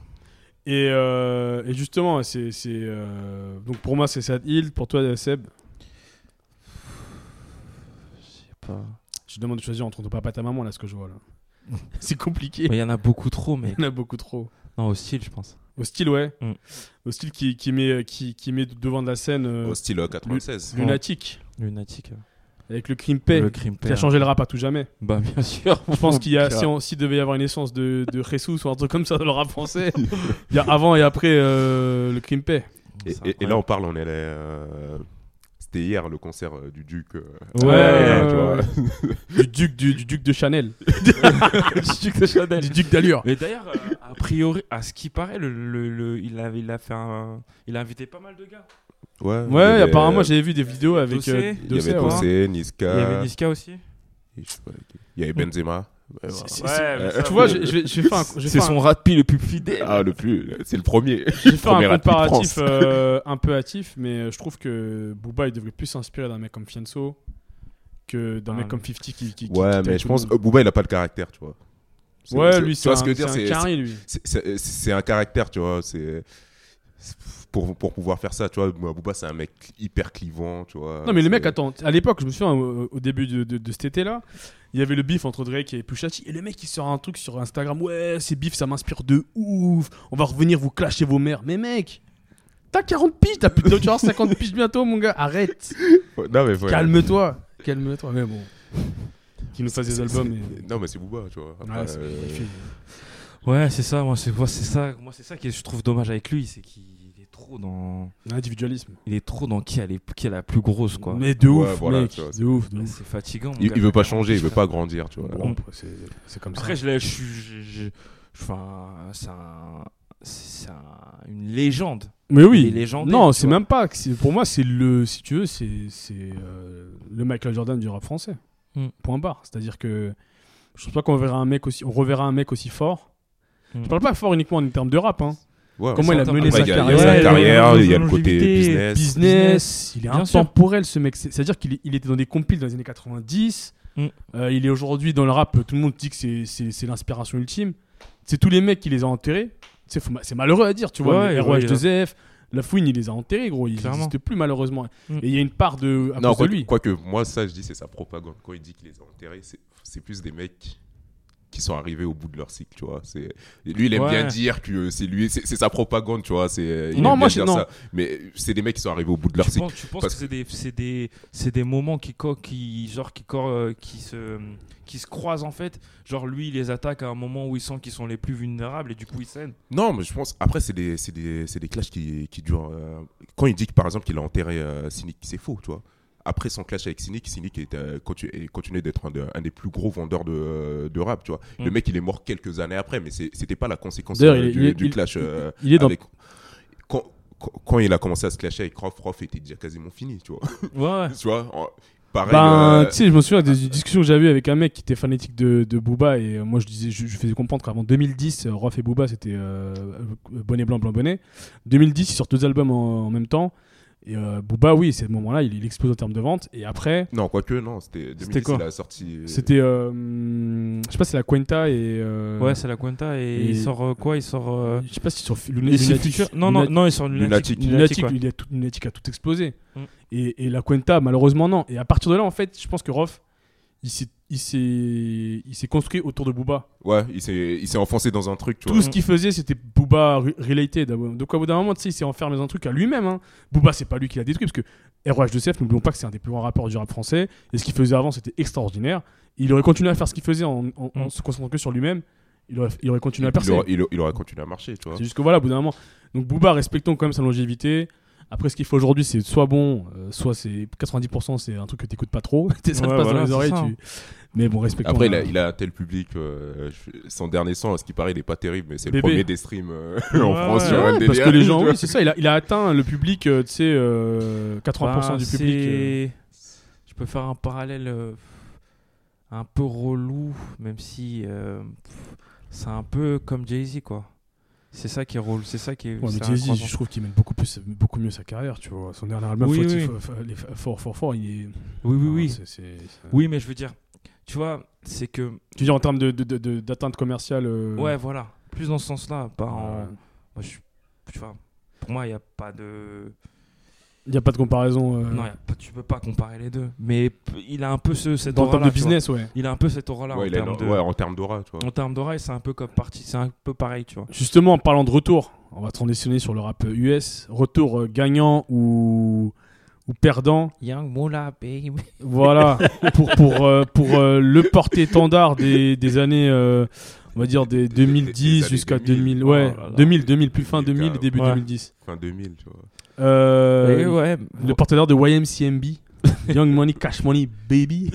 [SPEAKER 4] Et, euh, et justement, c'est. c'est, euh, donc pour moi, c'est Sad Hill. Pour toi, Seb, je te demande de choisir entre ton papa et ta maman, là, ce que je vois là. c'est compliqué.
[SPEAKER 5] Mais il y en a beaucoup trop, mais.
[SPEAKER 4] Il y en a beaucoup trop.
[SPEAKER 5] Non, au style, je pense.
[SPEAKER 4] Au style, ouais.
[SPEAKER 5] Mm.
[SPEAKER 4] Au style qui, qui, met, qui, qui met devant de la scène euh,
[SPEAKER 3] Au style euh, 96.
[SPEAKER 4] Lunatic,
[SPEAKER 5] Lunatique. euh,
[SPEAKER 4] avec le Crimpé,
[SPEAKER 5] le crime
[SPEAKER 4] qui a changé le rap à tout jamais.
[SPEAKER 5] Bah, bien sûr.
[SPEAKER 4] Je pense qu'il y a,
[SPEAKER 5] Car-
[SPEAKER 4] si on- s'il devait y avoir une essence de, de Jesus ou un truc comme ça dans le rap français, il y a avant et après euh, le crime paix.
[SPEAKER 3] Et,
[SPEAKER 5] C'est
[SPEAKER 3] et- et là, on parle, on est. euh, C'était hier le concert euh, du Duc. euh,
[SPEAKER 5] Ouais,
[SPEAKER 3] euh, tu vois.
[SPEAKER 4] ouais, Du duc, du, du duc de Chanel.
[SPEAKER 5] incroyable. Du duc de Chanel.
[SPEAKER 4] Du duc d'allure.
[SPEAKER 5] Mais d'ailleurs, euh, a priori, à ce qui paraît, le, le- le- il, a, il a fait un- il a invité pas mal de gars.
[SPEAKER 3] Ouais, il y
[SPEAKER 4] Ouais,
[SPEAKER 3] avait- euh,
[SPEAKER 4] apparemment, j'avais vu des vidéos avec
[SPEAKER 5] Dossé.
[SPEAKER 4] euh,
[SPEAKER 5] Il y
[SPEAKER 3] Il y
[SPEAKER 4] Dossé,
[SPEAKER 3] avait
[SPEAKER 4] ouais.
[SPEAKER 3] Dossé, Niska.
[SPEAKER 5] Il y avait Niska aussi.
[SPEAKER 3] et je sais pas qui. Il y avait Benzema. Euh,
[SPEAKER 4] C'est-
[SPEAKER 6] voilà.
[SPEAKER 4] c'est- c'est-
[SPEAKER 5] Ouais, mais ça,
[SPEAKER 4] Tu vois,
[SPEAKER 5] vous-
[SPEAKER 4] je, je vais, je vais faire un, je vais
[SPEAKER 5] c'est
[SPEAKER 4] faire un-
[SPEAKER 5] son rat de pie le plus fidèle.
[SPEAKER 3] Ah, le plus, c'est le premier.
[SPEAKER 4] je vais faire un
[SPEAKER 3] premier rap de
[SPEAKER 4] comparatif
[SPEAKER 3] France.
[SPEAKER 4] euh, un peu hâtif, mais euh, je trouve que Booba il devrait plus s'inspirer d'un mec comme Fianso que d'un
[SPEAKER 5] Ah,
[SPEAKER 4] mec
[SPEAKER 5] mais-
[SPEAKER 4] comme 50 qui. qui- qui- qui
[SPEAKER 3] Ouais,
[SPEAKER 4] taille
[SPEAKER 3] mais
[SPEAKER 4] tout
[SPEAKER 3] je
[SPEAKER 4] le
[SPEAKER 3] pense
[SPEAKER 4] monde.
[SPEAKER 3] euh, Booba il a pas le caractère, tu vois. C'est-
[SPEAKER 4] Ouais,
[SPEAKER 3] c'est-
[SPEAKER 4] lui,
[SPEAKER 3] tu
[SPEAKER 4] c'est
[SPEAKER 3] vois
[SPEAKER 4] un,
[SPEAKER 3] ce que je veux dire,
[SPEAKER 4] c'est un
[SPEAKER 3] c'est-
[SPEAKER 4] carré, lui.
[SPEAKER 3] c'est- c'est c'est un caractère, tu vois. C'est c'est- pour, pour pouvoir faire ça, tu vois. moi, Booba, c'est un mec hyper clivant, tu vois.
[SPEAKER 4] Non, mais les
[SPEAKER 3] C'est-
[SPEAKER 4] mecs, attends, à l'époque, je me souviens, au, au début de, de- de cet été-là, il y avait le bif entre Drake et Pusha T, et le mec, il sort un truc sur Instagram, ouais, ces bifs, ça m'inspire de ouf, on va revenir vous clasher vos mères. Mais mec, t'as 40 piges, t'as plus de tu vas avoir 50 piges bientôt, mon gars, arrête,
[SPEAKER 3] Ouais, Non, mais ouais.
[SPEAKER 4] calme-toi, calme-toi, mais bon. Qui nous fasse des albums. et-
[SPEAKER 3] Non, mais c'est Booba, tu vois. Après,
[SPEAKER 4] Ouais, c'est-
[SPEAKER 3] euh,
[SPEAKER 4] il fait-
[SPEAKER 5] Ouais, c'est ça. Moi, c'est moi, c'est ça. Moi, c'est ça que je trouve dommage avec lui, c'est qu'il est trop dans,
[SPEAKER 4] L'individualisme.
[SPEAKER 5] il est trop dans qui a, les- qui a la plus grosse quoi.
[SPEAKER 4] Mais de
[SPEAKER 3] Ouais,
[SPEAKER 4] ouf,
[SPEAKER 3] voilà,
[SPEAKER 4] mec,
[SPEAKER 3] tu vois,
[SPEAKER 4] de ouf, de
[SPEAKER 5] Ouais,
[SPEAKER 4] ouf.
[SPEAKER 5] C'est fatigant. mon
[SPEAKER 3] il,
[SPEAKER 5] gars.
[SPEAKER 3] il veut pas changer, il veut pas grandir, tu vois.
[SPEAKER 4] Bon, après, c'est c'est comme ça.
[SPEAKER 5] Après, je l'ai- je suis- je- je- je- enfin, c'est un- c'est un- une légende.
[SPEAKER 4] Mais
[SPEAKER 5] Il
[SPEAKER 4] oui.
[SPEAKER 5] est légendaire,
[SPEAKER 4] non,
[SPEAKER 5] tu
[SPEAKER 4] c'est
[SPEAKER 5] vois.
[SPEAKER 4] même pas. que c'est- Pour moi, c'est le, si tu veux, c'est c'est euh, le Michael Jordan du rap français.
[SPEAKER 5] Mm.
[SPEAKER 4] Point barre. C'est-à-dire que je pense pas qu'on verra un mec aussi, on reverra un mec aussi fort.
[SPEAKER 5] Mm.
[SPEAKER 4] Je parle pas fort uniquement en termes de rap. Hein.
[SPEAKER 3] Ouais.
[SPEAKER 4] Comment il a
[SPEAKER 5] ça,
[SPEAKER 4] mené
[SPEAKER 3] Après,
[SPEAKER 4] sa
[SPEAKER 3] il y a- il
[SPEAKER 4] carrière,
[SPEAKER 3] y a
[SPEAKER 5] Ouais,
[SPEAKER 3] sa carrière,
[SPEAKER 5] ouais,
[SPEAKER 3] il y a le
[SPEAKER 5] la
[SPEAKER 3] côté
[SPEAKER 5] longévité,
[SPEAKER 3] business.
[SPEAKER 4] business, il est
[SPEAKER 5] Bien sûr.
[SPEAKER 4] intemporel ce mec. C'est- C'est-à-dire qu'il est- il était dans des compiles dans les années 90.
[SPEAKER 5] Mm.
[SPEAKER 4] Euh, il est aujourd'hui dans le rap. Tout le monde dit que c'est- c'est c'est l'inspiration ultime. C'est tous les mecs qui les a enterrés. C'est faut ma- c'est malheureux à dire, tu vois.
[SPEAKER 5] Ouais,
[SPEAKER 4] mais
[SPEAKER 5] ouais,
[SPEAKER 4] ROH2F, La Fouine, il les a enterrés, gros. Ils
[SPEAKER 5] Clairement.
[SPEAKER 4] n'existent plus, malheureusement.
[SPEAKER 5] Mm.
[SPEAKER 4] Et il y a une part de. À
[SPEAKER 3] Non,
[SPEAKER 4] cause
[SPEAKER 3] quoi,
[SPEAKER 4] de lui.
[SPEAKER 3] quoique, moi, ça, je dis, c'est sa propagande. Quand il dit qu'il les a enterrés, c'est- c'est plus des mecs qui sont arrivés au bout de leur cycle, tu vois. C'est- Lui, il aime
[SPEAKER 5] Ouais.
[SPEAKER 3] bien dire que euh, c'est lui, c'est c'est sa propagande, tu vois. c'est- Il
[SPEAKER 4] Non,
[SPEAKER 3] aime
[SPEAKER 4] moi,
[SPEAKER 3] bien
[SPEAKER 4] je-
[SPEAKER 3] dire
[SPEAKER 4] non.
[SPEAKER 3] ça. Mais c'est des mecs qui sont arrivés au bout de leur
[SPEAKER 5] tu
[SPEAKER 3] cycle.
[SPEAKER 5] penses, tu penses
[SPEAKER 3] parce-
[SPEAKER 5] que c'est des, c'est des, c'est des moments qui, co- qui, genre, qui, co- euh, qui, se, qui se croisent en fait. Genre lui, il les attaque à un moment où il sent qu'ils sont les plus vulnérables et du coup il s'aide.
[SPEAKER 3] Non, mais je pense, après, c'est des, c'est des, c'est des clashs qui, qui durent. euh, Quand il dit, que, par exemple, qu'il a enterré euh, Cynic, c'est faux, tu vois. Après son clash avec Cynic, Cynic est, euh, continu- est- continuait d'être un, de- un des plus gros vendeurs de, euh, de rap, tu vois. Le
[SPEAKER 5] Mm.
[SPEAKER 3] mec, il est mort quelques années après, mais c'est- c'était pas la conséquence
[SPEAKER 4] D'ailleurs,
[SPEAKER 3] euh,
[SPEAKER 4] il est- il
[SPEAKER 3] du,
[SPEAKER 4] est-
[SPEAKER 3] du
[SPEAKER 4] il-
[SPEAKER 3] clash. euh,
[SPEAKER 4] il est dans-
[SPEAKER 3] avec- Quand, quand, quand il a commencé à se clasher avec Croft, Croft était déjà quasiment fini, tu vois.
[SPEAKER 5] Ouais,
[SPEAKER 3] tu vois en- pareil.
[SPEAKER 4] Ben,
[SPEAKER 3] euh,
[SPEAKER 4] tu sais, je me souviens des discussions que j'avais eu avec un mec qui était fanatique de, de Booba et euh, moi je disais, je, je faisais comprendre qu'avant 2010, euh, Rof et Booba c'était euh, bonnet blanc, blanc, bonnet. 2010, ils sortent deux albums en, en même temps et euh, Booba, oui, c'est ce moment-là, il, il explose en termes de vente et après,
[SPEAKER 3] Non, quoique, non, c'était 2010,
[SPEAKER 4] quoi
[SPEAKER 3] il a sorti. euh,
[SPEAKER 4] c'était, euh, hum, je sais pas, c'est la Quenta et. euh,
[SPEAKER 5] ouais c'est la Quinta et,
[SPEAKER 4] Et-
[SPEAKER 5] il sort euh, quoi Il sort. euh,
[SPEAKER 4] je sais pas si sur
[SPEAKER 5] et c'est Future- Non, non, non, il sort
[SPEAKER 3] Lunatic.
[SPEAKER 5] Lunatic.
[SPEAKER 4] Lunatic,
[SPEAKER 5] ouais.
[SPEAKER 4] lui, il a tout, Lunatic a tout explosé.
[SPEAKER 5] Mm.
[SPEAKER 4] Et, et la Cuenta, malheureusement, non. Et à partir de là, en fait, je pense que Rof, il s'est- il s'est il s'est construit autour de Booba.
[SPEAKER 3] Ouais, il s'est il s'est enfoncé dans un truc, tu
[SPEAKER 4] Tout
[SPEAKER 3] vois.
[SPEAKER 4] ce qu'il faisait, c'était Booba re- related. Donc, au bout d'un moment, tu sais, il s'est enfermé dans un truc à lui-même. hein. Booba, c'est pas lui qui l'a détruit, parce que ROH2CF, n'oublions pas que c'est un des plus grands rappeurs du rap français. Et ce qu'il faisait avant, c'était extraordinaire. Il aurait continué à faire ce qu'il faisait en, en- en
[SPEAKER 5] Mm.
[SPEAKER 4] se concentrant que sur lui-même. Il aurait, il aurait continué à
[SPEAKER 3] il,
[SPEAKER 4] percer.
[SPEAKER 3] aurait, il aurait- il aurait continué à marcher, tu vois.
[SPEAKER 4] C'est juste que voilà, au bout d'un moment. Donc Booba, respectons quand même sa longévité. Après, ce qu'il faut aujourd'hui, c'est soit bon, euh, soit c'est 90%, c'est un truc que t'écoutes pas trop. ça te passe
[SPEAKER 5] Ouais,
[SPEAKER 4] dans
[SPEAKER 5] voilà,
[SPEAKER 4] les
[SPEAKER 5] c'est
[SPEAKER 4] oreilles.
[SPEAKER 5] ça.
[SPEAKER 4] tu- Mais bon, respectons. hein.
[SPEAKER 3] Après, il
[SPEAKER 4] la-
[SPEAKER 3] a, il a un tel public. euh, je- son dernier son, à ce qui paraît, il est pas terrible, mais c'est le
[SPEAKER 4] Bébé.
[SPEAKER 3] premier des streams euh, en
[SPEAKER 5] Ouais,
[SPEAKER 3] France
[SPEAKER 5] ouais,
[SPEAKER 3] sur
[SPEAKER 4] Ouais,
[SPEAKER 3] LDDR,
[SPEAKER 4] parce que les gens,
[SPEAKER 3] tu vois.
[SPEAKER 4] oui, c'est ça. Il a, il a atteint le public, euh, tu sais, euh, 80%
[SPEAKER 5] Bah,
[SPEAKER 4] du public. euh,
[SPEAKER 5] c'est- Je peux faire un parallèle euh, un peu relou, même si euh, pff, c'est un peu comme Jay-Z, quoi. C'est ça qui est relou, c'est ça qui est.
[SPEAKER 4] Ouais,
[SPEAKER 5] c'est
[SPEAKER 4] mais
[SPEAKER 5] un
[SPEAKER 4] Jay-Z,
[SPEAKER 5] croissant.
[SPEAKER 4] je trouve qu'il mène beaucoup, plus, beaucoup mieux sa carrière, tu vois. Son dernier album,
[SPEAKER 5] Oui,
[SPEAKER 4] Fort-
[SPEAKER 5] oui.
[SPEAKER 4] Fort- Fort- les Fort- Fort Fort Fort, il est.
[SPEAKER 5] Oui, oui,
[SPEAKER 4] enfin,
[SPEAKER 5] oui.
[SPEAKER 4] c'est- c'est- c'est-
[SPEAKER 5] Oui, mais je veux dire, tu vois, c'est que.
[SPEAKER 4] Tu dis en termes de- de- de- d'atteinte commerciale. euh,
[SPEAKER 5] Ouais, voilà. Plus dans ce sens-là. Pas en...
[SPEAKER 4] euh,
[SPEAKER 5] moi, je suis- Tu vois, pour moi, il n'y a pas de.
[SPEAKER 4] Il n'y a pas de comparaison. euh,
[SPEAKER 5] Non, y a pas- tu peux pas comparer les deux. Mais p- il a un peu ce, cette
[SPEAKER 4] dans le terme
[SPEAKER 5] aura-là,
[SPEAKER 4] de
[SPEAKER 5] tu vois.
[SPEAKER 4] business, ouais.
[SPEAKER 5] Il a un peu cette aura-là
[SPEAKER 3] Ouais,
[SPEAKER 5] en
[SPEAKER 3] il a-
[SPEAKER 5] termes de.
[SPEAKER 3] ouais, en termes d'aura, tu vois.
[SPEAKER 5] En termes d'aura, et c'est un peu comme parti, c'est un peu pareil, tu vois.
[SPEAKER 4] Justement, en parlant de retour, on va transitionner sur le rap US. Retour euh, gagnant ou, ou perdant.
[SPEAKER 5] Young Moula, baby.
[SPEAKER 4] Voilà, pour, pour, euh, pour euh, le porte-étendard des, des années, euh, on va dire des
[SPEAKER 3] Des
[SPEAKER 4] 2010
[SPEAKER 3] années
[SPEAKER 4] jusqu'à 2000.
[SPEAKER 3] 2000,
[SPEAKER 4] Ouais,
[SPEAKER 5] oh là là.
[SPEAKER 4] 2000, 2000, plus fin 2000,
[SPEAKER 3] 2000,
[SPEAKER 4] début
[SPEAKER 5] ouais.
[SPEAKER 4] 2010.
[SPEAKER 3] Fin 2000, tu vois.
[SPEAKER 4] Euh,
[SPEAKER 5] Et ouais,
[SPEAKER 4] Le porte-étendard de YMCMB. Young Money, Cash Money, Baby.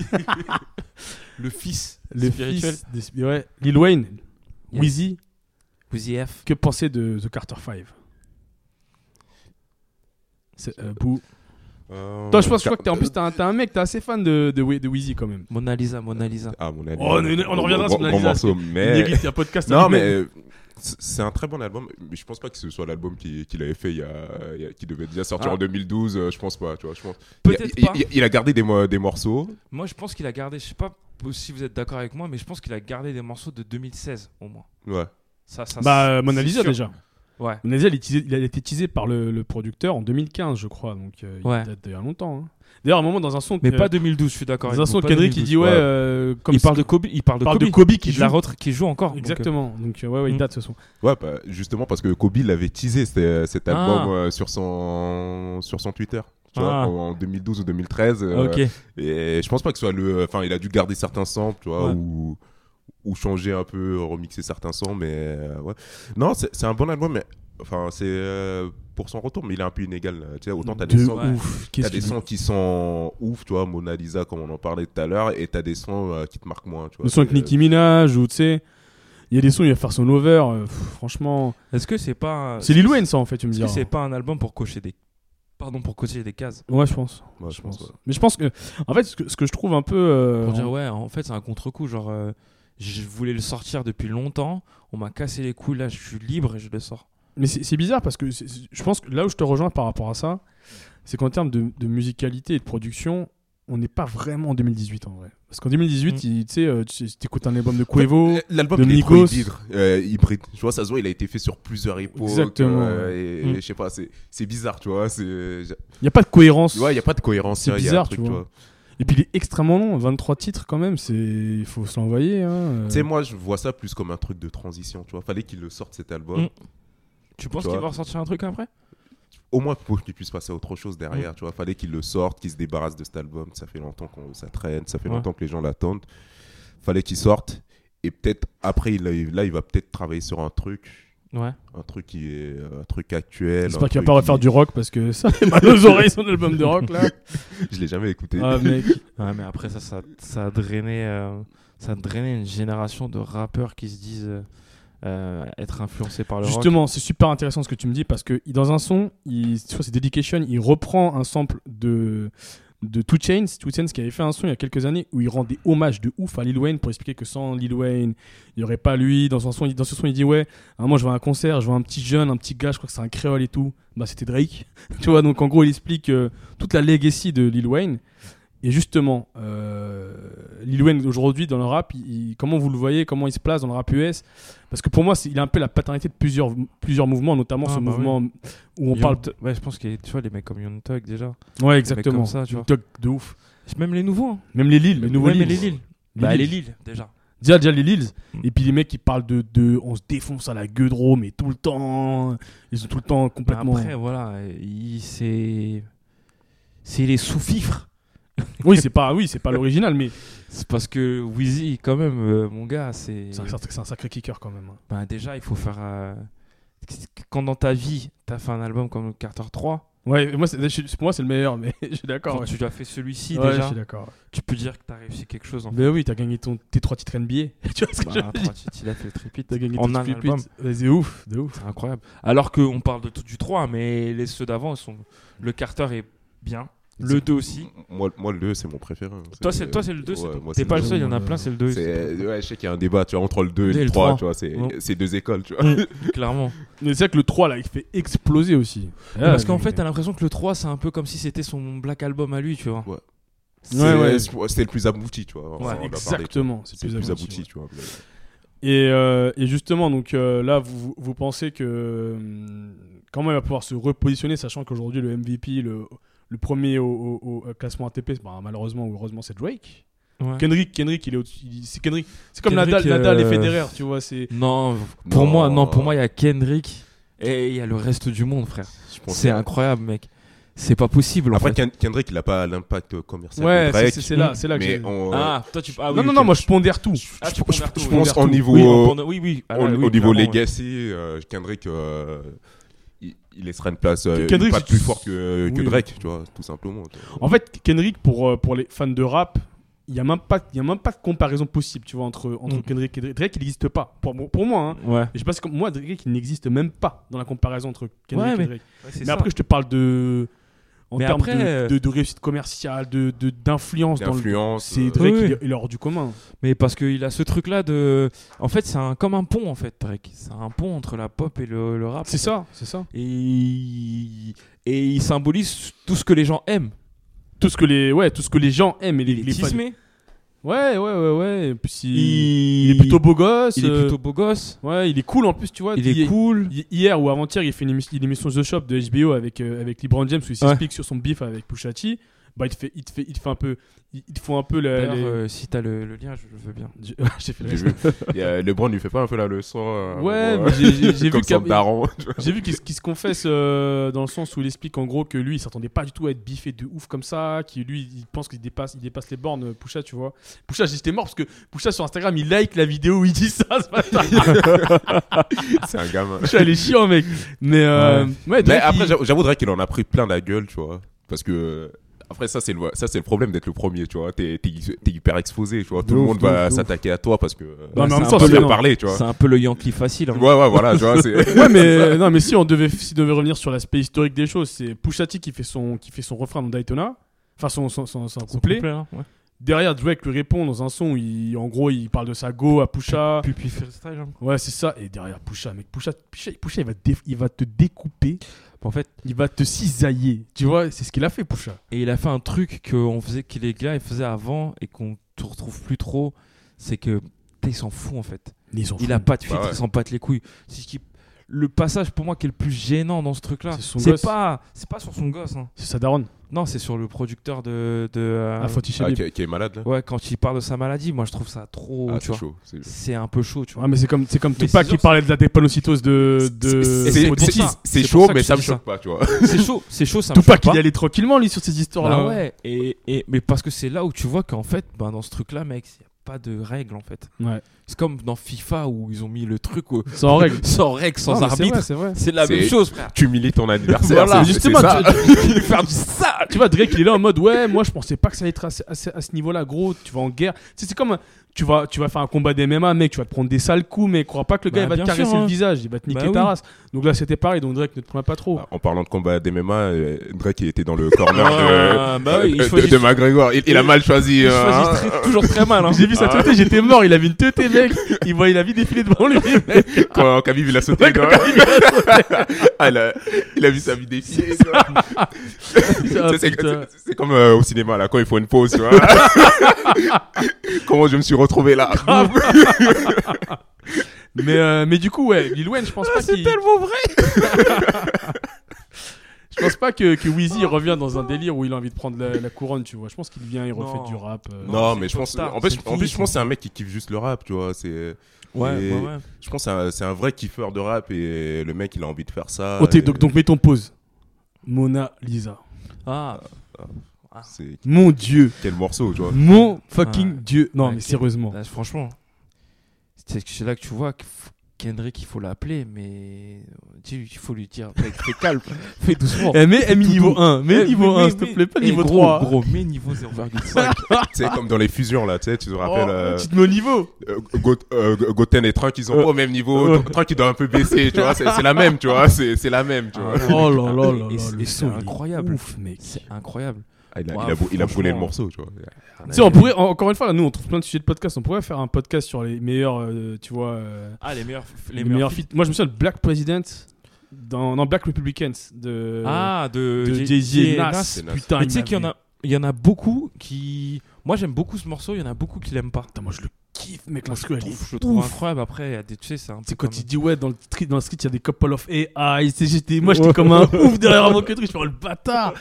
[SPEAKER 5] le fils
[SPEAKER 4] Le fils des- ouais, Lil Wayne,
[SPEAKER 5] Yes.
[SPEAKER 4] Wheezy.
[SPEAKER 5] Wheezy F.
[SPEAKER 4] Que penser de The Carter 5 C'est euh, Boo.
[SPEAKER 3] Euh,
[SPEAKER 4] Toi, je pense je
[SPEAKER 3] car-
[SPEAKER 4] crois que t'es en plus, t'es un, t'es un mec, t'es assez fan de, de, Wi- de Wheezy quand même.
[SPEAKER 5] Mona Lisa, Mona Lisa.
[SPEAKER 3] Ah, mon
[SPEAKER 4] Oh, on est- on en reviendra
[SPEAKER 3] Bon-
[SPEAKER 4] sur Mona
[SPEAKER 3] bon
[SPEAKER 4] Lisa,
[SPEAKER 3] morceau, mais.
[SPEAKER 4] Il y a un podcast à
[SPEAKER 3] Non,
[SPEAKER 4] lui,
[SPEAKER 3] mais euh, c- c'est un très bon album. Mais je pense pas que ce soit l'album qui- qu'il avait fait, il y a, il y a- qui devait déjà sortir
[SPEAKER 5] Ah.
[SPEAKER 3] en 2012. euh, je pense pas, tu vois. Je pense.
[SPEAKER 5] Peut-être
[SPEAKER 3] il,
[SPEAKER 5] pas.
[SPEAKER 3] il- il a gardé des, mo- des morceaux.
[SPEAKER 5] Moi, je pense qu'il a gardé, je sais pas si vous êtes d'accord avec moi, mais je pense qu'il a gardé des morceaux de 2016 au moins.
[SPEAKER 3] Ouais.
[SPEAKER 5] Ça, ça,
[SPEAKER 4] Bah,
[SPEAKER 5] c'est-
[SPEAKER 4] euh, Mona
[SPEAKER 5] c'est
[SPEAKER 4] Lisa
[SPEAKER 5] sûr.
[SPEAKER 4] déjà.
[SPEAKER 5] Ouais.
[SPEAKER 4] Mona Lisa, il, est teasé- il a été teasé par le, le producteur en 2015, je crois. Donc, euh, il
[SPEAKER 5] Ouais.
[SPEAKER 4] date d'il y a longtemps. hein. D'ailleurs, à un moment, dans un son.
[SPEAKER 5] Mais
[SPEAKER 4] euh,
[SPEAKER 5] pas 2012, je suis d'accord.
[SPEAKER 4] Dans
[SPEAKER 5] avec vous,
[SPEAKER 4] un son,
[SPEAKER 5] pas
[SPEAKER 4] Kendrick, il dit
[SPEAKER 5] 2012.
[SPEAKER 4] ouais,
[SPEAKER 3] Ouais.
[SPEAKER 4] euh, comme
[SPEAKER 5] il
[SPEAKER 4] si-
[SPEAKER 5] parle de Kobe, il parle de
[SPEAKER 4] parle
[SPEAKER 5] Kobe,
[SPEAKER 4] de Kobe qui
[SPEAKER 5] de la
[SPEAKER 4] joue.
[SPEAKER 5] retra- qui joue encore. donc,
[SPEAKER 4] Exactement. Donc, euh, ouais, ouais, il
[SPEAKER 5] Mm.
[SPEAKER 4] date ce son.
[SPEAKER 3] Ouais, bah, justement parce que Kobe l'avait teasé c'était- cet
[SPEAKER 5] Ah.
[SPEAKER 3] album euh, sur, son, sur son Twitter. Tu vois,
[SPEAKER 5] Ah.
[SPEAKER 3] en en 2012 ou 2013.
[SPEAKER 5] euh,
[SPEAKER 3] euh,
[SPEAKER 5] ok.
[SPEAKER 3] Et je pense pas que ce soit le. Enfin, il a dû garder certains samples, tu vois,
[SPEAKER 5] Ouais.
[SPEAKER 3] ou, ou changer un peu, remixer certains sons, mais euh, ouais. Non, c'est c'est un bon album, mais. Enfin, c'est euh, pour son retour, mais il est un peu inégal. euh, Tu sais, autant t'as des
[SPEAKER 4] De
[SPEAKER 3] sons.
[SPEAKER 4] ouf.
[SPEAKER 3] T'as
[SPEAKER 4] Qu'est-ce
[SPEAKER 3] des
[SPEAKER 4] qu'il dit
[SPEAKER 3] sons qui sont ouf, tu vois, Mona Lisa, comme on en parlait tout à l'heure, et t'as des sons euh, qui te marquent moins, tu vois. euh,
[SPEAKER 4] Le son avec
[SPEAKER 3] C'est-
[SPEAKER 4] Nicki Minaj ou tu sais. Il y a des sons, il va faire son over. euh, pff, franchement.
[SPEAKER 5] Est-ce que Ah, c'est pas. un-
[SPEAKER 4] C'est Lil Wayne, ça, en fait, tu me
[SPEAKER 5] Est-ce que
[SPEAKER 4] diras.
[SPEAKER 5] c'est pas un album pour cocher des. Pardon, pour cocher des cases.
[SPEAKER 4] Ouais, je pense.
[SPEAKER 3] Ouais,
[SPEAKER 4] je pense.
[SPEAKER 3] ouais.
[SPEAKER 4] Mais je pense que. En fait, ce que, ce que je trouve un peu. euh,
[SPEAKER 5] Pour dire,
[SPEAKER 4] en-
[SPEAKER 5] ouais, en fait, c'est un contre-coup. Genre, euh, je voulais le sortir depuis longtemps. On m'a cassé les couilles. Là, je suis libre et je le sors.
[SPEAKER 4] Mais c'est c'est bizarre parce que c'est- c'est- je pense que là où je te rejoins par rapport à ça, c'est qu'en termes de, de musicalité et de production, on n'est pas vraiment en 2018 en vrai. Parce qu'en 2018, il- tu sais, euh, tu sais, t'écoutes un album de Cuevo.
[SPEAKER 3] Euh, L'album,
[SPEAKER 4] de
[SPEAKER 3] il est trop
[SPEAKER 4] Migos.
[SPEAKER 3] hybride. Euh, hybride. Tu vois, ça se voit, il a été fait sur plusieurs époques.
[SPEAKER 4] Exactement,
[SPEAKER 3] euh, et
[SPEAKER 5] Mm.
[SPEAKER 3] je sais pas, c'est c'est bizarre, tu vois. c'est-
[SPEAKER 4] Il n'y a pas de cohérence.
[SPEAKER 3] Ouais, il n'y a pas de cohérence.
[SPEAKER 4] C'est
[SPEAKER 3] hein, y a un
[SPEAKER 4] bizarre,
[SPEAKER 3] truc,
[SPEAKER 4] tu vois. Et puis il est extrêmement long, 23 titres quand même, c'est il faut se l'envoyer. hein, euh.
[SPEAKER 3] Tu sais, moi, je vois ça plus comme un truc de transition, tu vois. Fallait qu'il le sorte cet album.
[SPEAKER 5] Mm. Tu penses
[SPEAKER 3] Tu
[SPEAKER 5] qu'il
[SPEAKER 3] vois.
[SPEAKER 5] va ressortir un truc après
[SPEAKER 3] Au moins pour qu'il puisse passer à autre chose
[SPEAKER 4] Mm.
[SPEAKER 3] derrière, tu vois. Fallait qu'il le sorte, qu'il se débarrasse de cet album. Ça fait longtemps qu'on ça traîne, ça fait
[SPEAKER 5] Ouais.
[SPEAKER 3] longtemps que les gens l'attendent. Fallait qu'il sorte. Et peut-être après, il a- là, il va peut-être travailler sur un truc,
[SPEAKER 5] Ouais.
[SPEAKER 3] un truc qui est un truc actuel. un
[SPEAKER 4] J'espère qu'il
[SPEAKER 3] truc
[SPEAKER 4] va pas
[SPEAKER 3] qui-
[SPEAKER 4] refaire du rock parce que ça fait mal aux oreilles son album de rock là.
[SPEAKER 3] Je l'ai jamais écouté.
[SPEAKER 4] Ah mec,
[SPEAKER 5] Ouais, mais après, ça, ça, ça a drainé. euh, ça a drainé une génération de rappeurs qui se disent euh, euh, être influencés par le rock.
[SPEAKER 4] Justement, c'est super intéressant ce que tu me dis parce que dans un son, il, je crois que c'est Dedication, il reprend un sample de de Two Chains, Two Chains qui avait fait un son il y a quelques années où il rend des hommages de ouf à Lil Wayne pour expliquer que sans Lil Wayne, il n'y aurait pas lui. Dans son son, il- dans ce son, il dit ouais, à un moment je vois un concert, je vois un petit jeune, un petit gars, je crois que c'est un créole et tout. Bah c'était Drake, tu vois. Donc en gros, il explique euh, toute la legacy de Lil Wayne. Et justement, euh, Lil Wayne aujourd'hui dans le rap, il- il- comment vous le voyez, comment il se place dans le rap US Parce que pour moi, c'est- il a un peu la paternité de plusieurs, plusieurs mouvements, notamment
[SPEAKER 5] Ah,
[SPEAKER 4] ce
[SPEAKER 5] bah
[SPEAKER 4] mouvement où on
[SPEAKER 5] Young-
[SPEAKER 4] parle.
[SPEAKER 5] Ouais, je pense que tu vois, les mecs comme Young Thug déjà.
[SPEAKER 4] Ouais,
[SPEAKER 5] Les
[SPEAKER 4] exactement.
[SPEAKER 5] mecs comme ça, tu vois.
[SPEAKER 4] Doc de ouf.
[SPEAKER 5] Même les nouveaux. hein.
[SPEAKER 4] Même les Lilles, les nouveaux
[SPEAKER 5] Ouais, mais
[SPEAKER 4] Lilles.
[SPEAKER 5] les Lilles.
[SPEAKER 4] Les
[SPEAKER 5] Bah,
[SPEAKER 4] Lilles.
[SPEAKER 5] les Lilles, déjà.
[SPEAKER 4] Déjà, déjà les Lilles.
[SPEAKER 5] Mm.
[SPEAKER 4] Et puis les mecs qui parlent de, de. On se défonce à la gueule de Rome, mais tout le temps. Ils sont tout le temps
[SPEAKER 5] Mais
[SPEAKER 4] complètement.
[SPEAKER 5] Bah, après, voilà, euh, il- c'est. C'est les sous-fifres.
[SPEAKER 4] Oui, c'est pas, oui, c'est pas l'original, mais
[SPEAKER 5] C'est parce que Wheezy, quand même, euh, mon gars, c'est.
[SPEAKER 4] c'est un, sacré- c'est un sacré kicker quand même. hein.
[SPEAKER 5] Bah, déjà, il faut faire. euh, Quand dans ta vie, t'as fait un album comme Carter 3,
[SPEAKER 4] Ouais, moi, c'est- je- pour moi, c'est le meilleur, mais je suis
[SPEAKER 5] quand
[SPEAKER 4] d'accord. ouais.
[SPEAKER 5] tu as fait celui-ci
[SPEAKER 4] Ouais, je
[SPEAKER 5] déjà,
[SPEAKER 4] suis d'accord.
[SPEAKER 5] tu peux dire que t'as réussi quelque chose. En fait.
[SPEAKER 4] Ben oui, t'as gagné ton, tes trois titres NBA. tu vois ce
[SPEAKER 5] Bah,
[SPEAKER 4] que je veux dire
[SPEAKER 5] après, tu- il a fait le tripit
[SPEAKER 4] T'as gagné
[SPEAKER 5] en
[SPEAKER 4] ton
[SPEAKER 5] un
[SPEAKER 4] tripit.
[SPEAKER 5] album.
[SPEAKER 4] Ouais, C'est ouf, de ouf.
[SPEAKER 5] C'est incroyable. Alors qu'on parle de tout du 3, mais les ceux d'avant, ils sont... le Carter est bien. Le 2 aussi.
[SPEAKER 3] Moi, moi, le 2, c'est mon préféré. hein.
[SPEAKER 5] Toi, c'est toi, c'est le 2. c'est
[SPEAKER 3] Ouais,
[SPEAKER 5] toi.
[SPEAKER 3] moi,
[SPEAKER 5] T'es
[SPEAKER 3] c'est
[SPEAKER 5] pas le
[SPEAKER 3] le
[SPEAKER 5] seul, il y en a
[SPEAKER 4] deux.
[SPEAKER 5] plein, c'est le 2.
[SPEAKER 3] C'est- euh, ouais, je sais qu'il y a un débat tu vois, entre le 2 et
[SPEAKER 5] Et
[SPEAKER 3] le
[SPEAKER 5] le
[SPEAKER 3] 3,
[SPEAKER 5] trois.
[SPEAKER 3] tu vois, c'est
[SPEAKER 5] Mm.
[SPEAKER 3] c'est deux écoles, tu vois.
[SPEAKER 5] Clairement.
[SPEAKER 4] Mais c'est vrai que le 3, là, il fait exploser aussi.
[SPEAKER 5] Parce qu'en fait, t'as l'impression que le 3, c'est un peu comme si c'était son Black Album à lui, tu vois.
[SPEAKER 3] C'est
[SPEAKER 4] ouais.
[SPEAKER 3] c'est le plus abouti, tu vois. on en a parlé, tu vois.
[SPEAKER 4] exactement.
[SPEAKER 3] C'est le plus abouti, tu vois.
[SPEAKER 4] Et, euh, et justement, donc euh, là, vous, vous pensez que euh, comment il va pouvoir se repositionner, sachant qu'aujourd'hui, le MVP, le, le premier au, au- au classement ATP, bah, malheureusement ou heureusement, c'est Drake.
[SPEAKER 5] Ouais.
[SPEAKER 4] Kendrick, Kendrick, il est au-dessus- il- C'est Kendrick. C'est comme
[SPEAKER 5] Kendrick,
[SPEAKER 4] Nadal, Nadal et
[SPEAKER 5] euh,
[SPEAKER 4] Federer, tu vois. C'est
[SPEAKER 5] Non, pour
[SPEAKER 3] Non.
[SPEAKER 5] moi, non, pour moi, il y a Kendrick et il y a le reste du monde, frère.
[SPEAKER 3] Je pense
[SPEAKER 5] C'est
[SPEAKER 3] que-
[SPEAKER 5] incroyable, mec. C'est pas possible. en
[SPEAKER 3] Après,
[SPEAKER 5] fait.
[SPEAKER 3] Ken- Kendrick, il n'a pas l'impact commercial.
[SPEAKER 4] ouais,
[SPEAKER 3] de
[SPEAKER 4] c'est-
[SPEAKER 3] Drake,
[SPEAKER 4] c'est c'est là, c'est là que.
[SPEAKER 3] mais
[SPEAKER 4] j'ai-
[SPEAKER 3] on-
[SPEAKER 5] Ah, toi, tu. Ah, oui,
[SPEAKER 4] non, non,
[SPEAKER 5] ok.
[SPEAKER 4] non, moi je pondère tout.
[SPEAKER 5] Ah,
[SPEAKER 3] je-
[SPEAKER 5] tu
[SPEAKER 3] je-
[SPEAKER 5] pondères
[SPEAKER 3] je
[SPEAKER 5] tout,
[SPEAKER 3] pense
[SPEAKER 5] pondères
[SPEAKER 3] au
[SPEAKER 5] tout.
[SPEAKER 3] niveau-
[SPEAKER 5] Oui, on pondère- oui, oui. Ah,
[SPEAKER 3] au,
[SPEAKER 5] oui,
[SPEAKER 3] au niveau
[SPEAKER 5] clairement, ouais.
[SPEAKER 3] legacy, euh, Kendrick, euh, il, il laissera une place euh,
[SPEAKER 4] Kendrick,
[SPEAKER 3] une patte
[SPEAKER 4] si tu-
[SPEAKER 3] plus forte que, que
[SPEAKER 4] Oui.
[SPEAKER 3] Drake, tu vois, tout simplement. tu vois.
[SPEAKER 4] En fait, Kendrick, pour, euh, pour les fans de rap, il n'y a, même pas- il y a même pas de comparaison possible, tu vois, entre, entre
[SPEAKER 5] Mm.
[SPEAKER 4] Kendrick et Drake. Drake, il n'existe pas, pour, moi- pour moi. Hein.
[SPEAKER 5] Ouais.
[SPEAKER 4] Et Je sais pas, si comme moi, Drake, il n'existe même pas dans la comparaison entre Kendrick
[SPEAKER 5] Ouais,
[SPEAKER 4] et
[SPEAKER 5] mais-
[SPEAKER 4] Drake.
[SPEAKER 5] Ouais,
[SPEAKER 4] Mais après, je te parle de... en
[SPEAKER 5] Mais
[SPEAKER 4] termes
[SPEAKER 5] après,
[SPEAKER 4] de,
[SPEAKER 5] euh,
[SPEAKER 4] de, de réussite commerciale, de, de- d'influence dans le.
[SPEAKER 3] L'influence.
[SPEAKER 4] C'est
[SPEAKER 3] euh,
[SPEAKER 4] Drake,
[SPEAKER 5] Oui, oui. Ah,
[SPEAKER 4] il est- il est hors du commun.
[SPEAKER 5] Mais parce qu'il a ce truc-là de. En fait, c'est un... comme un pont, en fait, Drake. C'est un pont entre la pop et le, le rap.
[SPEAKER 4] C'est ça, c'est ça.
[SPEAKER 5] Et il... et il symbolise tout ce que les gens aiment.
[SPEAKER 4] Tout ce que les, ouais, tout ce que les gens aiment et les,
[SPEAKER 5] Il est
[SPEAKER 4] les fans.
[SPEAKER 5] tismé.
[SPEAKER 4] Ouais, ouais, ouais, ouais. Et puis, il...
[SPEAKER 5] Il...
[SPEAKER 4] il est plutôt beau gosse.
[SPEAKER 5] il est
[SPEAKER 4] euh,
[SPEAKER 5] plutôt beau gosse.
[SPEAKER 4] Ouais, il est cool en plus, tu vois.
[SPEAKER 5] Il est cool.
[SPEAKER 4] Hi- Hier ou avant-hier, il fait une, émis- une émission The Shop de HBO avec, euh, avec LeBron James où il s'explique sur son beef avec Pusha T. Bah, il te fait, il te fait, il te fait un peu. Il il te faut un peu la.
[SPEAKER 5] D'ailleurs,
[SPEAKER 4] les-
[SPEAKER 5] euh, si t'as le, le lien, je le veux bien.
[SPEAKER 4] J'ai ouais, j'ai fait la-
[SPEAKER 3] J'ai vu. Il y a- Lebron lui fait pas un peu la leçon. euh,
[SPEAKER 4] Ouais,
[SPEAKER 3] bon,
[SPEAKER 4] mais j'ai- j'ai- j'ai vu
[SPEAKER 3] comme
[SPEAKER 4] qu'il y
[SPEAKER 3] ça,
[SPEAKER 4] avait-
[SPEAKER 3] daron.
[SPEAKER 4] J'ai vu qu'il se- qu'il se confesse euh, dans le sens où il explique en gros que lui, il s'attendait pas du tout à être biffé de ouf comme ça. Qui lui, il pense qu'il dépasse, il dépasse les bornes. euh, Pusha, tu vois. Pusha, j'étais mort parce que Pusha sur Instagram, il like la vidéo où il dit ça ce matin.
[SPEAKER 3] C'est un gamin.
[SPEAKER 4] Pusha, il est chiant, hein, mec. Mais euh, ouais,
[SPEAKER 3] Mais
[SPEAKER 4] Drake,
[SPEAKER 3] après,
[SPEAKER 4] il-
[SPEAKER 3] j'avoue- j'avoue, Drake, il en a pris plein la gueule, tu vois. Parce que. euh, Après, ça, c'est le, ça, c'est le problème d'être le premier, tu vois. T'es, t'es, t'es hyper exposé, tu vois. Tout
[SPEAKER 4] De
[SPEAKER 3] le
[SPEAKER 4] ouf,
[SPEAKER 3] monde
[SPEAKER 4] de ouf,
[SPEAKER 3] va
[SPEAKER 4] de ouf.
[SPEAKER 3] s'attaquer à toi parce que.
[SPEAKER 4] Non, mais en
[SPEAKER 5] c'est
[SPEAKER 4] même
[SPEAKER 5] un
[SPEAKER 4] temps,
[SPEAKER 5] peu le-
[SPEAKER 4] c'est
[SPEAKER 3] bien
[SPEAKER 4] non.
[SPEAKER 3] parler, tu vois.
[SPEAKER 5] C'est un peu le Yankee facile. hein.
[SPEAKER 3] Ouais, ouais, voilà, tu vois. C'est...
[SPEAKER 4] Ouais, mais non, mais si on devait, si on devait revenir sur l'aspect historique des choses, c'est Pushati qui fait son qui fait son refrain dans Daytona, enfin son son, son- son
[SPEAKER 5] Son
[SPEAKER 4] couplet.
[SPEAKER 5] couplet, hein, ouais.
[SPEAKER 4] Derrière Drake lui répond dans un son, où il, en gros il parle de sa go à Pusha.
[SPEAKER 5] Puis- puis freestyle, hein.
[SPEAKER 4] Ouais, c'est ça. Et derrière Pusha, mec, Pusha, Pusha, Pusha, il va te dé- il va te découper,
[SPEAKER 5] En fait,
[SPEAKER 4] il va te cisailler. Tu vois, c'est ce qu'il a fait Pusha.
[SPEAKER 5] Et il a fait un truc que, on faisait, que les gars ils faisaient avant et qu'on ne retrouve plus trop, c'est que putain, il s'en fout en fait.
[SPEAKER 4] Mais ils ont
[SPEAKER 5] Il a pas de filtre,
[SPEAKER 3] Bah ouais.
[SPEAKER 5] il s'en patte les couilles. C'est ce qui- Le passage pour moi qui est le plus gênant dans ce truc là,
[SPEAKER 4] C'est son
[SPEAKER 5] c'est
[SPEAKER 4] gosse.
[SPEAKER 5] pas, c'est pas sur son gosse. hein.
[SPEAKER 4] c'est sa daronne.
[SPEAKER 5] Non, c'est sur le producteur de. de euh,
[SPEAKER 4] Ah, faut y
[SPEAKER 3] Ah,
[SPEAKER 4] chialer.
[SPEAKER 3] qui, est- qui est malade, là.
[SPEAKER 5] ouais, quand il parle de sa maladie, moi je trouve ça trop.
[SPEAKER 3] Ah,
[SPEAKER 5] tu
[SPEAKER 3] c'est
[SPEAKER 5] vois.
[SPEAKER 3] chaud. c'est-
[SPEAKER 5] C'est un peu chaud, tu vois.
[SPEAKER 4] Ouais, mais c'est comme c'est comme
[SPEAKER 5] Mais
[SPEAKER 4] Tupac
[SPEAKER 5] c'est
[SPEAKER 4] qui
[SPEAKER 5] sûr,
[SPEAKER 4] parlait de la dépanocytose de de
[SPEAKER 5] c'est-
[SPEAKER 3] c'est-
[SPEAKER 5] pour
[SPEAKER 3] c'est-
[SPEAKER 5] ça.
[SPEAKER 3] c'est
[SPEAKER 5] C'est
[SPEAKER 3] chaud,
[SPEAKER 5] pour ça que
[SPEAKER 3] mais
[SPEAKER 5] je
[SPEAKER 3] ça
[SPEAKER 5] te
[SPEAKER 3] me
[SPEAKER 5] dis
[SPEAKER 3] choque
[SPEAKER 5] ça.
[SPEAKER 3] pas, tu vois.
[SPEAKER 5] C'est chaud, c'est chaud, ça me choque
[SPEAKER 4] Tupac
[SPEAKER 5] pas.
[SPEAKER 4] il y allait tranquillement lui sur ces histoires là.
[SPEAKER 5] Bah ouais. Et, et, mais parce que c'est là où tu vois qu'en fait, ben, dans ce truc là, mec, il n'y a pas de règles en fait.
[SPEAKER 4] Ouais.
[SPEAKER 5] C'est comme dans FIFA où ils ont mis le truc où-
[SPEAKER 4] Sans règle.
[SPEAKER 5] sans règle, sans
[SPEAKER 4] Non, mais c'est
[SPEAKER 5] arbitre.
[SPEAKER 4] vrai, c'est vrai.
[SPEAKER 5] C'est la
[SPEAKER 3] C'est-
[SPEAKER 5] même chose, frère.
[SPEAKER 3] Tu milites ton anniversaire.
[SPEAKER 5] Voilà,
[SPEAKER 3] c'est- c'est
[SPEAKER 4] justement,
[SPEAKER 3] ça.
[SPEAKER 5] Tu veux faire du ça.
[SPEAKER 4] tu vois, Drake, il est là en mode ouais, moi je pensais pas que ça allait être à ce, à ce- à ce niveau-là, gros. Tu vas en guerre. Tu sais, c'est comme tu vas, tu vas faire un combat d'MMA, mec, tu vas te prendre des sales coups, mais crois pas que le gars
[SPEAKER 5] Bah,
[SPEAKER 4] il va te
[SPEAKER 5] bien
[SPEAKER 4] caresser
[SPEAKER 5] sûr, hein.
[SPEAKER 4] le visage, il va te niquer
[SPEAKER 5] Bah
[SPEAKER 4] ta
[SPEAKER 5] oui.
[SPEAKER 4] race. Donc là, c'était pareil, donc Drake ne te plaint pas trop.
[SPEAKER 3] Ah, En parlant de combat d'MMA, euh, Drake il était dans le corner
[SPEAKER 5] Ah,
[SPEAKER 3] de,
[SPEAKER 5] bah oui, il
[SPEAKER 3] de-
[SPEAKER 5] choisit-
[SPEAKER 3] Euh, de McGregor. Il, il a mal choisi.
[SPEAKER 5] Il
[SPEAKER 3] euh, hein.
[SPEAKER 5] choisit très- toujours très mal. hein.
[SPEAKER 4] J'ai vu sa teuté, j'étais mort, il avait une teuté, mec. Il voyait la vie défiler devant lui. mec.
[SPEAKER 3] Quand Khabib il a sauté.
[SPEAKER 4] Ouais, quand
[SPEAKER 3] non Ah, il, a, il a vu sa vie défiler. tu vois.
[SPEAKER 5] Ah,
[SPEAKER 3] Tu sais,
[SPEAKER 4] Ah,
[SPEAKER 3] c'est-
[SPEAKER 4] putain.
[SPEAKER 3] c'est- C'est comme euh, au cinéma là, quand il faut une pause. Tu vois. Comment je me suis retrouvé là
[SPEAKER 4] mais, euh, mais du coup, ouais, Lil Wayne, je pense
[SPEAKER 5] Ah,
[SPEAKER 4] pas qu'il.
[SPEAKER 5] vrai.
[SPEAKER 4] Je pense pas que, que Weezy revient dans un délire où il a envie de prendre la, la couronne, tu vois. Je pense qu'il vient, il refait
[SPEAKER 5] Non.
[SPEAKER 4] du rap. euh.
[SPEAKER 3] Non,
[SPEAKER 5] Non,
[SPEAKER 3] mais
[SPEAKER 5] c'est
[SPEAKER 3] je pense.
[SPEAKER 5] Popstar,
[SPEAKER 3] En, fait,
[SPEAKER 5] c'est
[SPEAKER 3] je- en
[SPEAKER 5] fini,
[SPEAKER 3] plus, je pense que c'est un mec qui kiffe juste le rap. Tu vois, c'est.
[SPEAKER 5] Ouais,
[SPEAKER 3] Et
[SPEAKER 5] ouais, ouais.
[SPEAKER 3] Je pense que c'est un- c'est un vrai kiffeur de rap et le mec il a envie de faire ça.
[SPEAKER 4] Oh, t'es-
[SPEAKER 3] et
[SPEAKER 4] donc, donc mettons pause. Mona Lisa.
[SPEAKER 5] Ah,
[SPEAKER 3] c'est-
[SPEAKER 4] Mon dieu.
[SPEAKER 3] Quel morceau, tu vois.
[SPEAKER 4] Mon fucking
[SPEAKER 5] Ouais.
[SPEAKER 4] dieu. Non,
[SPEAKER 5] Ouais,
[SPEAKER 4] mais
[SPEAKER 5] ok.
[SPEAKER 4] sérieusement.
[SPEAKER 5] là, franchement, c'est c'est là que tu vois que f- Kendrick, il faut l'appeler, mais tu- il faut lui dire, mec, fais calme, fais doucement.
[SPEAKER 4] Eh, mais
[SPEAKER 5] Tout
[SPEAKER 4] mais niveau
[SPEAKER 5] doux.
[SPEAKER 4] 1, mais
[SPEAKER 5] Eh,
[SPEAKER 4] niveau
[SPEAKER 5] mais-
[SPEAKER 4] 1, s'il te
[SPEAKER 5] mais-
[SPEAKER 4] plaît, pas
[SPEAKER 5] eh,
[SPEAKER 4] niveau
[SPEAKER 5] gros,
[SPEAKER 4] 3.
[SPEAKER 5] Gros, mais niveau 0,5.
[SPEAKER 3] C'est comme dans les fusions là, tu sais, tu te
[SPEAKER 4] Oh,
[SPEAKER 3] rappelles. euh,
[SPEAKER 4] Tu te mets au niveau.
[SPEAKER 3] Euh, Go- euh, Go- Goten et Trunk, ils sont
[SPEAKER 4] Ouais.
[SPEAKER 3] pas au même niveau.
[SPEAKER 4] Ouais.
[SPEAKER 3] Tr- Trunk, il doit un peu baisser, tu vois. C'est c'est la même, tu vois. C'est c'est la même, tu vois.
[SPEAKER 4] Oh là là là
[SPEAKER 5] Ah, Et
[SPEAKER 4] là,
[SPEAKER 5] c'est-
[SPEAKER 4] le
[SPEAKER 5] et c'est
[SPEAKER 4] son il est
[SPEAKER 5] incroyable.
[SPEAKER 4] Ouf, mec.
[SPEAKER 5] C'est incroyable.
[SPEAKER 3] Ah, il, a,
[SPEAKER 5] Ouais,
[SPEAKER 3] il, a, bou- il a
[SPEAKER 5] franchement.
[SPEAKER 3] brûlé le morceau, tu vois.
[SPEAKER 4] Tu sais, on pourrait, en- encore une fois, là, nous on trouve plein de sujets de podcast. On pourrait faire un podcast sur les meilleurs, euh, tu vois, euh,
[SPEAKER 5] Ah, les meilleurs,
[SPEAKER 4] les, meilleurs feats. Moi je me souviens de Black President dans, dans Black Republicans de,
[SPEAKER 5] Ah, de,
[SPEAKER 4] de
[SPEAKER 5] Jay-
[SPEAKER 4] Jay-Z et Nas.
[SPEAKER 3] C'est Nas.
[SPEAKER 4] Putain,
[SPEAKER 5] Mais
[SPEAKER 4] il
[SPEAKER 5] tu sais qu'il y en
[SPEAKER 4] m'avait-
[SPEAKER 5] a, il y en a beaucoup qui. Moi, j'aime beaucoup ce morceau. Il y en a beaucoup qui l'aiment pas.
[SPEAKER 4] Putain, moi je le kiffe, mec.
[SPEAKER 5] Moi,
[SPEAKER 4] Parce
[SPEAKER 5] je,
[SPEAKER 4] que
[SPEAKER 5] le trouve, je le trouve incroyable. Après, il y a des, tu sais, c'est un peu.
[SPEAKER 4] C'est
[SPEAKER 5] comme-
[SPEAKER 4] quand il dit ouais dans le street dans le street il y a des couple of AI, c'est- j'étais moi j'étais comme un ouf derrière mon que truc, je fais, oh, le bâtard.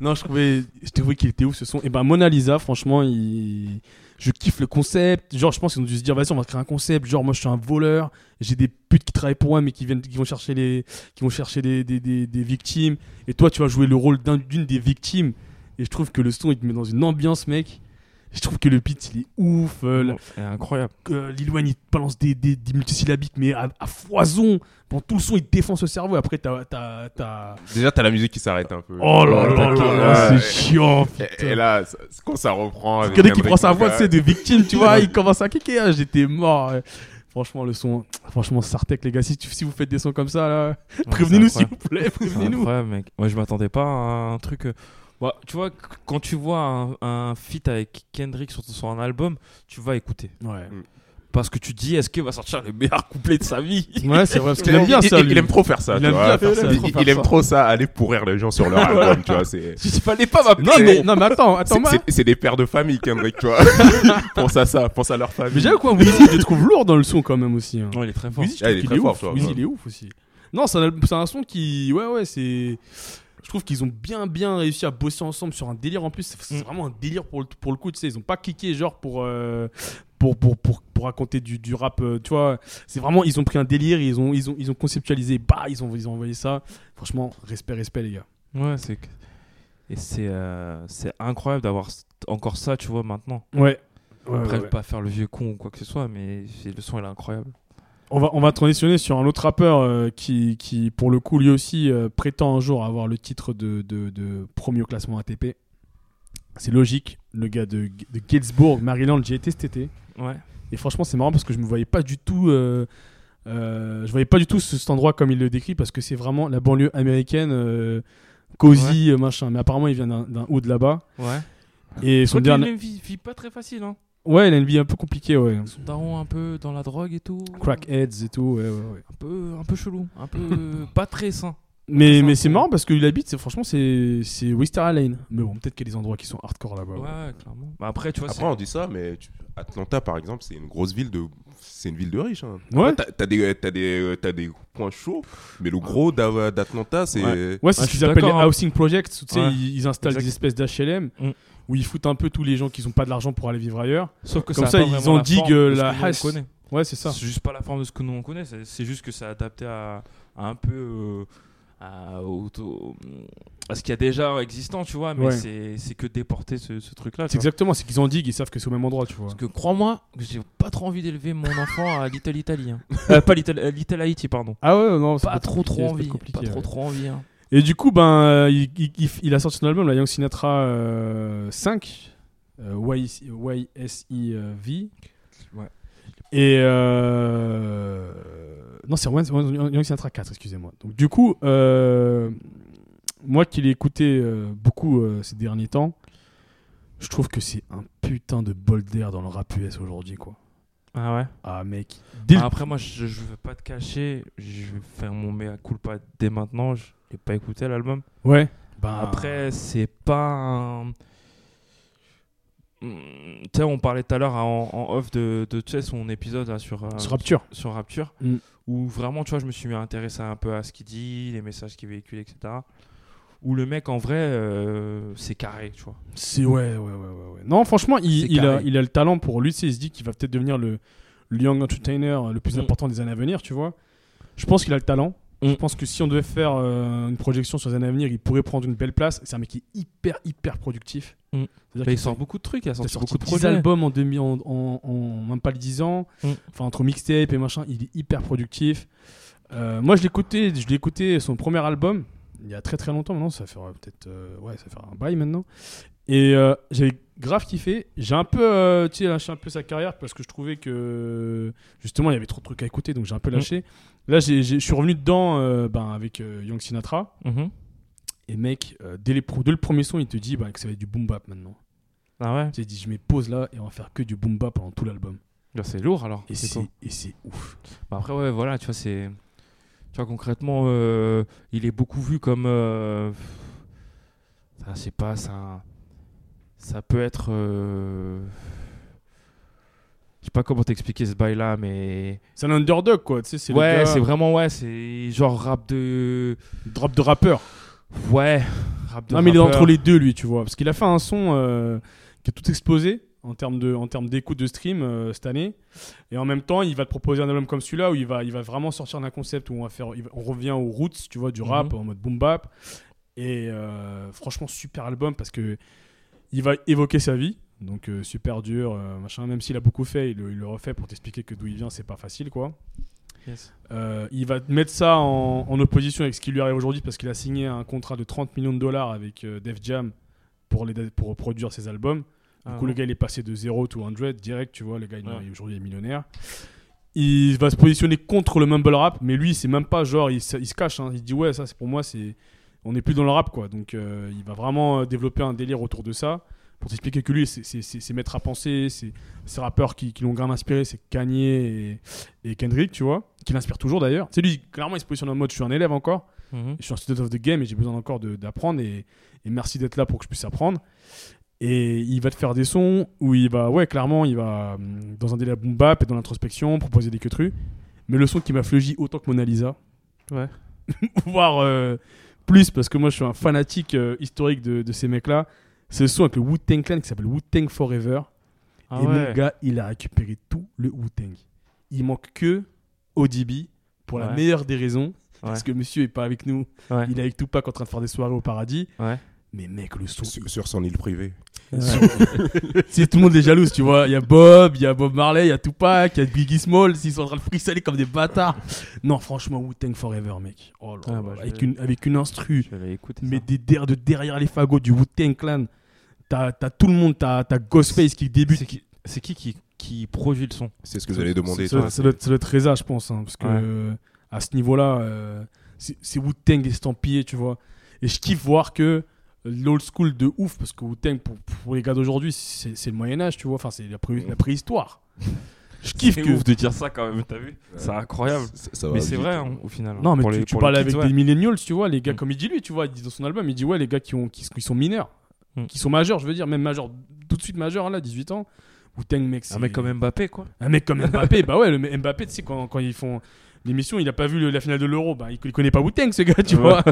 [SPEAKER 4] Non, je trouvais je trouvais qu'il était ouf ce son. Et ben Mona Lisa franchement, il je kiffe le concept. Genre je pense qu'ils ont dû se dire vas-y, on va créer un concept, genre moi je suis un voleur, j'ai des putes qui travaillent pour moi mais qui viennent qui vont chercher les qui vont chercher des des, des, des victimes et toi tu vas jouer le rôle d'un- d'une des victimes et je trouve que le son il te met dans une ambiance mec. Je trouve que le beat il est ouf, euh, la-
[SPEAKER 5] C'est incroyable.
[SPEAKER 4] euh, Lil Wayne il te balance des, des, des multisyllabiques mais à, à foison pendant tout le son il te défonce le cerveau après t'as t'as t'as
[SPEAKER 3] Déjà, t'as la musique qui s'arrête un peu.
[SPEAKER 4] oh là là là là,
[SPEAKER 3] Ouais.
[SPEAKER 4] c'est chiant
[SPEAKER 3] Et, et là, ça- quand ça reprend.
[SPEAKER 4] parce
[SPEAKER 3] avec
[SPEAKER 4] que dès qu'il
[SPEAKER 3] Kendrick,
[SPEAKER 4] prend sa
[SPEAKER 3] mon
[SPEAKER 4] voix
[SPEAKER 3] gars,
[SPEAKER 4] tu sais de victime tu vois il commence à kicker hein, j'étais mort ouais. Franchement, le son, franchement, Sartek, les gars, si, tu- si vous faites des sons comme ça, là, prévenez-nous s'il vous plaît,
[SPEAKER 5] C'est
[SPEAKER 4] prévenez-nous.
[SPEAKER 5] incroyable, mec. Moi, je m'attendais pas à un truc. euh, bah, tu vois, c- quand tu vois un, un feat avec Kendrick sur, sur un album, tu vas écouter.
[SPEAKER 4] Ouais,
[SPEAKER 5] Parce que tu te dis, est-ce qu'il va sortir le meilleur couplet de sa vie
[SPEAKER 4] ouais c'est vrai, parce qu'il
[SPEAKER 3] Il-
[SPEAKER 4] aime bien
[SPEAKER 3] il-
[SPEAKER 4] ça.
[SPEAKER 3] il,
[SPEAKER 4] lui.
[SPEAKER 3] aime trop faire ça.
[SPEAKER 4] Il
[SPEAKER 3] tu
[SPEAKER 4] aime
[SPEAKER 3] vois.
[SPEAKER 4] bien faire ça.
[SPEAKER 3] Il- il aime trop ça, aller pourrir les gens sur leur album, tu vois. C'est
[SPEAKER 5] Il fallait pas m'appeler.
[SPEAKER 4] Non, mais, non, mais attends, attends,
[SPEAKER 3] c'est-
[SPEAKER 4] moi.
[SPEAKER 3] c'est- c'est des pères de famille, Kendrick, tu vois. pense à ça, pense à leur famille.
[SPEAKER 4] Mais déjà, quoi, Wheezy, je le trouve lourd dans le son quand même aussi. hein.
[SPEAKER 5] Non, il est très fort.
[SPEAKER 4] Wheezy, je
[SPEAKER 3] Ah,
[SPEAKER 4] trouve
[SPEAKER 3] il est
[SPEAKER 4] qu'il
[SPEAKER 3] très
[SPEAKER 4] est
[SPEAKER 3] fort,
[SPEAKER 4] ouf.
[SPEAKER 3] toi,
[SPEAKER 4] Wheezy,
[SPEAKER 3] ouais.
[SPEAKER 4] il est ouf aussi. Non, c'est un, al- c'est un son qui. Ouais, ouais, c'est. Je trouve qu'ils ont bien, bien réussi à bosser ensemble sur un délire. En plus, c'est c'est
[SPEAKER 5] Mm.
[SPEAKER 4] vraiment un délire pour le, pour le coup. Tu sais, ils ont pas kické genre pour. euh, Pour, pour, pour, pour raconter du, du rap, euh, tu vois, c'est vraiment, ils ont pris un délire, ils ont, ils ont, ils ont conceptualisé, bah, ils ont, ils ont envoyé ça. Franchement, respect, respect, les gars.
[SPEAKER 5] Ouais, c'est. que- Et c'est euh, c'est incroyable d'avoir s- encore ça, tu vois, maintenant.
[SPEAKER 4] Ouais.
[SPEAKER 5] Après, je vais pas faire le vieux con ou quoi que ce soit, mais c'est- le son, il est incroyable.
[SPEAKER 4] On va, on va transitionner sur un autre rappeur euh, qui, qui, pour le coup, lui aussi euh, prétend un jour avoir le titre de, de, de premier au classement ATP. C'est logique, le gars de, de Gatesburg, Maryland, j'y ai été cet été.
[SPEAKER 5] Ouais.
[SPEAKER 4] Et franchement, c'est marrant parce que je me voyais pas du tout. euh, euh, je voyais pas du tout ce- cet endroit comme il le décrit parce que c'est vraiment la banlieue américaine, euh, cosy, euh, machin. Mais apparemment, il vient d'un d'un hood là-bas.
[SPEAKER 5] Ouais.
[SPEAKER 4] Et son dernier.
[SPEAKER 5] vit, pas très facile, hein.
[SPEAKER 4] Ouais, il a une vie un peu compliquée, ouais.
[SPEAKER 5] Son daron un peu dans la drogue et tout.
[SPEAKER 4] Crackheads et tout, ouais, ouais, ouais.
[SPEAKER 5] Un peu, un peu chelou. Un peu pas très sain.
[SPEAKER 4] Mais,
[SPEAKER 5] Ça,
[SPEAKER 4] mais
[SPEAKER 5] c'est-
[SPEAKER 4] c'est marrant parce qu'il habite, c'est- franchement, c'est c'est Wisteria Lane. Mais bon, peut-être qu'il y a des endroits qui sont hardcore là-bas. ouais.
[SPEAKER 5] Ouais, clairement. Bah après, tu vois,
[SPEAKER 3] Après, on dit ça, mais tu- Atlanta, par exemple, c'est une grosse ville de. C'est une ville de riches. Hein.
[SPEAKER 4] Ouais.
[SPEAKER 3] T'as t'as des, t'as des, euh, t'as des points chauds, mais le gros d'A- d'Atlanta, c'est.
[SPEAKER 4] Ouais, c'est
[SPEAKER 5] Ouais,
[SPEAKER 4] ce
[SPEAKER 5] je suis
[SPEAKER 4] qu'ils appellent les
[SPEAKER 5] d'accord, hein.
[SPEAKER 4] housing projects. Tu sais,
[SPEAKER 5] Ouais.
[SPEAKER 4] ils, ils installent
[SPEAKER 5] Exact.
[SPEAKER 4] des espèces d'HLM
[SPEAKER 5] Mm.
[SPEAKER 4] où ils foutent un peu tous les gens qui n'ont pas de l'argent pour aller vivre ailleurs.
[SPEAKER 5] c'est- sauf que
[SPEAKER 4] comme
[SPEAKER 5] a
[SPEAKER 4] ça,
[SPEAKER 5] pas
[SPEAKER 4] ils
[SPEAKER 5] vraiment la
[SPEAKER 4] endiguent,
[SPEAKER 5] forme
[SPEAKER 4] euh,
[SPEAKER 5] de ce
[SPEAKER 4] la
[SPEAKER 5] que nous, on
[SPEAKER 4] hache.
[SPEAKER 5] connaît.
[SPEAKER 4] Ouais, c'est ça.
[SPEAKER 5] C'est juste pas la forme de ce que nous on connaît, c'est c'est juste que c'est adapté à, à un peu euh, à, au- au- à ce qu'il y a déjà existant, tu vois, mais
[SPEAKER 4] Ouais.
[SPEAKER 5] c'est c'est que déporter ce, ce truc-là. tu
[SPEAKER 4] C'est exactement, c'est qu'ils endiguent, ils savent que c'est au même endroit, tu vois.
[SPEAKER 5] Parce que crois-moi, que j'ai pas trop envie d'élever mon enfant à Little Italy. hein. Euh, pas Little, euh, Little Haiti, pardon.
[SPEAKER 4] Ah ouais, non, c'est
[SPEAKER 5] Pas trop trop
[SPEAKER 4] compliqué,
[SPEAKER 5] envie.
[SPEAKER 4] c'est compliqué,
[SPEAKER 5] Pas trop
[SPEAKER 4] ouais.
[SPEAKER 5] trop envie. hein.
[SPEAKER 4] Et du coup, ben, euh, il, il- il- il a sorti son album, la Young Sinatra euh, 5, euh, Y- YSIV.
[SPEAKER 5] Ouais.
[SPEAKER 4] Et. euh, non, c'est One- One- Young Sinatra 4, excusez-moi. Donc, du coup, euh, moi qui l'ai écouté euh, beaucoup euh, ces derniers temps, je trouve que c'est un putain de bol d'air dans le rap US aujourd'hui, quoi.
[SPEAKER 5] Ah ouais.
[SPEAKER 4] Ah, mec. Dès le-
[SPEAKER 5] Ah, après, moi, je, je veux pas te cacher, je vais faire mon mea culpa dès maintenant. Je l'ai pas écouté l'album.
[SPEAKER 4] Ouais. Ben,
[SPEAKER 5] Bah, Après, c'est pas un. Mm, Tu sais, on parlait tout à l'heure en, en off de, de tu sais, son épisode là, sur, euh,
[SPEAKER 4] Ce rapture.
[SPEAKER 5] sur Rapture,
[SPEAKER 4] Mm.
[SPEAKER 5] où vraiment, tu vois, je me suis mis à intéresser un peu à ce qu'il dit, les messages qu'il véhicule, etc. Où le mec, en vrai, euh, c'est carré, tu vois.
[SPEAKER 4] C'est ouais, ouais, ouais, ouais, ouais. Non, franchement,
[SPEAKER 5] C'est
[SPEAKER 4] il, il a,
[SPEAKER 5] carré.
[SPEAKER 4] il a le talent pour lui. tu sais, Il se dit qu'il va peut-être devenir le, le young entertainer euh, le plus
[SPEAKER 5] Mm.
[SPEAKER 4] important des années à venir, tu vois. Je pense qu'il a le talent. Je
[SPEAKER 5] Mm.
[SPEAKER 4] pense que si on devait faire euh, une projection sur les années à venir, il pourrait prendre une belle place. C'est un mec qui est hyper, hyper productif.
[SPEAKER 5] Mm.
[SPEAKER 4] C'est-à-dire
[SPEAKER 5] Bah, il
[SPEAKER 4] qu'il
[SPEAKER 5] sort beaucoup de trucs, il a
[SPEAKER 4] il a
[SPEAKER 5] sorti,
[SPEAKER 4] sorti
[SPEAKER 5] beaucoup de
[SPEAKER 4] 10
[SPEAKER 5] projets.
[SPEAKER 4] albums en, demi, en, en- en même pas les 10 ans.
[SPEAKER 5] Mm.
[SPEAKER 4] Enfin, entre mixtape et machin, il est hyper productif. Euh, moi, je l'écoutais, je l'ai écouté son premier album il y a très très longtemps maintenant, ça fait euh, peut-être euh, ouais, ça fait un bail maintenant. Et euh, j'avais grave kiffé. J'ai un peu euh, tu sais, lâché un peu sa carrière parce que je trouvais que justement il y avait trop de trucs à écouter, donc j'ai
[SPEAKER 5] Mm.
[SPEAKER 4] un peu lâché. Là, j'ai- j'ai- je suis revenu dedans euh, ben, avec euh, Young Sinatra.
[SPEAKER 5] Mhm.
[SPEAKER 4] Et mec, euh, dès, les pro- dès le premier son, il te dit ben, que ça va être du boom bap maintenant.
[SPEAKER 5] Ah ouais
[SPEAKER 4] J'ai dit, je mets pause là et on va faire que du boom bap pendant tout l'album.
[SPEAKER 5] Bah, C'est lourd alors.
[SPEAKER 4] Et
[SPEAKER 5] du
[SPEAKER 4] c'est
[SPEAKER 5] coup.
[SPEAKER 4] et c'est ouf.
[SPEAKER 5] Bah après, ouais, voilà, tu vois, c'est. Tu vois, concrètement, euh, il est beaucoup vu comme. euh, Ça, je sais pas, ça. Ça peut être. euh, Je sais pas comment t'expliquer ce bail-là, mais.
[SPEAKER 4] C'est un underdog quoi, tu sais, c'est le
[SPEAKER 5] Ouais,
[SPEAKER 4] gars-
[SPEAKER 5] c'est vraiment, ouais, c'est genre rap de.
[SPEAKER 4] drop de rappeur.
[SPEAKER 5] Ouais, rap de.
[SPEAKER 4] non mais il est
[SPEAKER 5] rappeur.
[SPEAKER 4] entre les deux lui, tu vois, parce qu'il a fait un son euh, qui a tout explosé en termes de en termes d'écoute de stream euh, cette année. Et en même temps, il va te proposer un album comme celui-là où il va il va vraiment sortir d'un concept où on va faire il va- on revient aux roots, tu vois, du rap
[SPEAKER 5] Mhm.
[SPEAKER 4] en mode boom bap. Et euh, franchement, super album parce que il va évoquer sa vie. Donc euh, super dur, euh, machin. Même s'il a beaucoup fait, il, le- il le refait pour t'expliquer que d'où il vient, c'est pas facile, quoi.
[SPEAKER 5] Yes.
[SPEAKER 4] Euh, il va mettre ça en, en opposition avec ce qui lui arrive aujourd'hui parce qu'il a signé un contrat de 30 millions de dollars avec euh, Def Jam pour, les, pour produire ses albums. Du
[SPEAKER 5] Ah
[SPEAKER 4] coup, le
[SPEAKER 5] ouais.
[SPEAKER 4] gars, il est passé de 0 to 100 direct, tu vois. Le gars, il est-
[SPEAKER 5] Ouais.
[SPEAKER 4] aujourd'hui, il est millionnaire. il va se positionner contre le mumble rap, mais lui, c'est même pas genre, il, se- il se cache, hein. il dit ouais, ça c'est pour moi, c'est on n'est plus dans le rap quoi. Donc euh, il va vraiment euh, développer un délire autour de ça pour t'expliquer que lui, c'est- c'est c'est- c'est maître à penser, c'est ces rappeurs qui, qui l'ont grave inspiré, c'est Kanye et, et Kendrick, tu vois, qui l'inspire toujours d'ailleurs. C'est lui, clairement, il se positionne en mode je suis un élève encore,
[SPEAKER 5] Mhm.
[SPEAKER 4] je suis un student of the game et j'ai besoin encore de- d'apprendre et, et merci d'être là pour que je puisse apprendre. Et il va te faire des sons où il va, ouais, clairement, il va hum, dans un délai boom bap et dans l'introspection proposer des queutrus. Mais le son qui m'a flégi autant que Mona Lisa,
[SPEAKER 5] Ouais.
[SPEAKER 4] voire euh, plus, parce que moi je suis un fanatique euh, historique de, de ces mecs-là, c'est le son avec le Wu-Tang Clan qui s'appelle Wu-Tang Forever.
[SPEAKER 5] Ah
[SPEAKER 4] et
[SPEAKER 5] ouais.
[SPEAKER 4] mon gars, il a récupéré tout le Wu-Tang. Il manque que ODB pour la
[SPEAKER 5] Ouais.
[SPEAKER 4] meilleure des raisons, parce
[SPEAKER 5] Ouais.
[SPEAKER 4] que monsieur est pas avec nous.
[SPEAKER 5] Ouais.
[SPEAKER 4] Il est avec Tupac en train de faire des soirées au paradis.
[SPEAKER 5] Ouais.
[SPEAKER 4] Mais mec, le son.
[SPEAKER 3] Sur, sur son île privée.
[SPEAKER 4] c'est tout le monde est jaloux, tu vois. Il y a Bob, il y a Bob Marley, il y a Tupac, il y a Biggie Smalls. Ils sont en train de freestyler comme des bâtards. Non, franchement, Wu-Tang Forever, mec. Oh là
[SPEAKER 5] Ah
[SPEAKER 4] là,
[SPEAKER 5] bah, je
[SPEAKER 4] avec,
[SPEAKER 5] vais-
[SPEAKER 4] une, avec une instru.
[SPEAKER 5] Je vais écouter
[SPEAKER 4] Mais des der- de derrière les fagots du Wu-Tang Clan. T'as t'as tout le monde, t'as t'as Ghostface qui débute.
[SPEAKER 5] C'est qui, c'est qui, qui qui produit le son
[SPEAKER 3] C'est ce que j'allais demander.
[SPEAKER 4] Ça, doit-
[SPEAKER 3] toi.
[SPEAKER 4] ça doit être- ça doit être Reza, je pense, hein, parce que
[SPEAKER 5] Ouais.
[SPEAKER 4] euh, à ce niveau-là, euh, c'est c'est Wu-Tang estampillé, tu vois. Et je kiffe voir que l'old school de ouf, parce que Wu-Tang, pour, pour les gars d'aujourd'hui, c'est c'est le Moyen-Âge, tu vois. Enfin, c'est la, pré- la préhistoire. Je kiffe
[SPEAKER 5] C'est
[SPEAKER 4] que.
[SPEAKER 5] ouf de dire ça quand même, t'as vu C'est incroyable.
[SPEAKER 3] Ça- ça va
[SPEAKER 5] Mais c'est
[SPEAKER 3] vite.
[SPEAKER 5] vrai hein, au final.
[SPEAKER 4] Non, mais
[SPEAKER 5] Pour
[SPEAKER 4] tu,
[SPEAKER 5] les-
[SPEAKER 4] tu
[SPEAKER 5] pour les
[SPEAKER 4] parles
[SPEAKER 5] kids,
[SPEAKER 4] avec
[SPEAKER 5] ouais.
[SPEAKER 4] des millennials, tu vois, les gars,
[SPEAKER 5] Mm.
[SPEAKER 4] comme il dit lui, tu vois, il dit dans son album, il dit, ouais, les gars qui, ont, qui, qui sont mineurs,
[SPEAKER 5] Mm.
[SPEAKER 4] qui sont majeurs, je veux dire, même majeurs, tout de suite majeurs, hein, là, 18 ans. Wu-Tang, mec, c'est.
[SPEAKER 5] Un mec comme Mbappé, quoi.
[SPEAKER 4] Un mec comme Mbappé, bah ouais, le M- Mbappé, tu sais, quand, quand ils font l'émission, il a pas vu le- la finale de l'Euro, bah il, il connaît pas Wu-Tang, ce gars, tu
[SPEAKER 5] Ouais.
[SPEAKER 4] vois.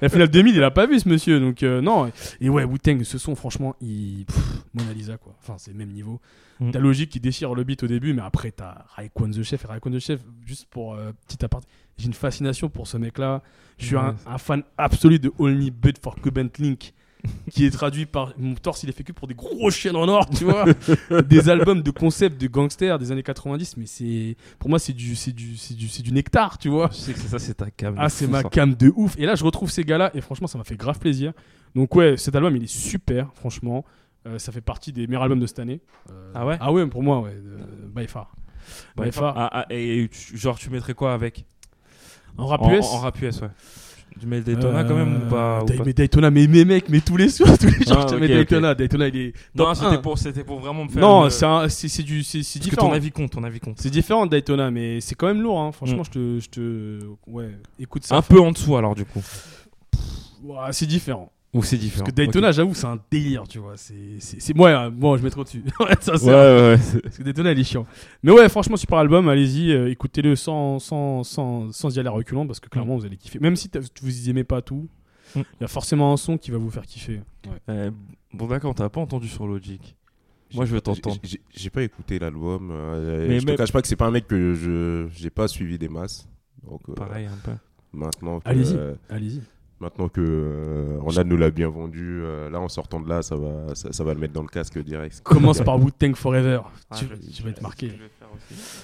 [SPEAKER 4] La finale 2000, il a pas vu ce monsieur, donc euh, non. Et ouais, Wu-Tang, ce son, franchement, il. pff, Mona Lisa, quoi. Enfin, c'est le même niveau.
[SPEAKER 5] Mm.
[SPEAKER 4] T'as Logique qui déchire le beat au début, mais après, t'as Raekwon the Chef. Et Raekwon the Chef, juste pour euh, petit aparté, j'ai une fascination pour ce mec-là. Je suis un,
[SPEAKER 5] Ouais.
[SPEAKER 4] un fan absolu de Only But for Cubent Link. qui est traduit par mon torse, il est fait que pour des gros chiens en or, tu vois des albums de concepts de gangsters des années 90, mais c'est pour moi c'est du c'est du c'est du c'est du nectar, tu vois.
[SPEAKER 5] Je sais que c'est ça, c'est ta cam.
[SPEAKER 4] Ah, c'est ma cam de ouf. Et là, je retrouve ces gars-là et franchement, ça m'a fait grave plaisir. Donc ouais, cet album, il est super, franchement. Euh, ça fait partie des meilleurs albums de cette année. Euh,
[SPEAKER 5] Ah ouais
[SPEAKER 4] Ah ouais, pour moi, ouais, euh, by far. By far.
[SPEAKER 5] Ah, ah, et tu- genre, tu mettrais quoi avec
[SPEAKER 4] En rap
[SPEAKER 5] en,
[SPEAKER 4] US.
[SPEAKER 5] en rap US, ouais. Tu mets le Daytona quand même ou pas,
[SPEAKER 4] Euh,
[SPEAKER 5] ou
[SPEAKER 4] Day-
[SPEAKER 5] pas
[SPEAKER 4] Mais Daytona, mais mes mecs, mais tous les soirs, tous les jours,
[SPEAKER 5] Ah,
[SPEAKER 4] je te
[SPEAKER 5] ok,
[SPEAKER 4] mets
[SPEAKER 5] ok.
[SPEAKER 4] Daytona. Daytona, il est.
[SPEAKER 5] Non,
[SPEAKER 4] top
[SPEAKER 5] c'était
[SPEAKER 4] 1.
[SPEAKER 5] pour, c'était pour vraiment me faire.
[SPEAKER 4] Non,
[SPEAKER 5] une-
[SPEAKER 4] c'est un- c'est c'est du c'est c'est
[SPEAKER 5] Parce que
[SPEAKER 4] différent.
[SPEAKER 5] ton avis compte, ton avis compte.
[SPEAKER 4] C'est différent de Daytona, mais c'est quand même lourd. hein. Franchement,
[SPEAKER 5] Mm.
[SPEAKER 4] je te, je te, ouais, écoute ça.
[SPEAKER 5] Un peu en dessous alors, du coup.
[SPEAKER 4] Ouah, c'est différent.
[SPEAKER 5] Ou c'est différent.
[SPEAKER 4] Parce que Daytona, j'avoue, c'est un délire, tu vois. C'est, c'est, c'est- ouais, euh, bon, je mettrai au-dessus. Ouais, ça,
[SPEAKER 5] ok.
[SPEAKER 4] c'est-
[SPEAKER 5] Ouais, ouais, ouais. c'est-
[SPEAKER 4] Parce que Daytona, il est chiant. Mais ouais, franchement, super album. Allez-y, euh, écoutez-le sans, sans, sans, sans y aller à reculant parce que clairement, vous allez kiffer. Même si t'as- vous y aimez pas tout,
[SPEAKER 5] Mm.
[SPEAKER 4] il y a forcément un son qui va vous faire kiffer.
[SPEAKER 5] Euh, Bon, d'accord, t'as pas entendu sur Logic. Moi, je veux
[SPEAKER 3] J'ai-
[SPEAKER 5] t'entendre.
[SPEAKER 3] j'ai- J'ai pas écouté l'album. euh,
[SPEAKER 5] Mais
[SPEAKER 3] je
[SPEAKER 5] même-
[SPEAKER 3] te cache pas que c'est pas un mec que je j'ai pas suivi des masses. Donc euh,
[SPEAKER 5] Pareil, un peu.
[SPEAKER 3] maintenant que
[SPEAKER 4] Allez-y.
[SPEAKER 3] euh,
[SPEAKER 4] Allez-y.
[SPEAKER 3] maintenant que euh, Ronald nous l'a bien vendu, euh, là en sortant de là, ça va ça, ça va le mettre dans le casque direct.
[SPEAKER 4] Commence par Wu-Tang Forever.
[SPEAKER 5] Ah,
[SPEAKER 4] tu,
[SPEAKER 5] je-
[SPEAKER 4] tu vas être marqué.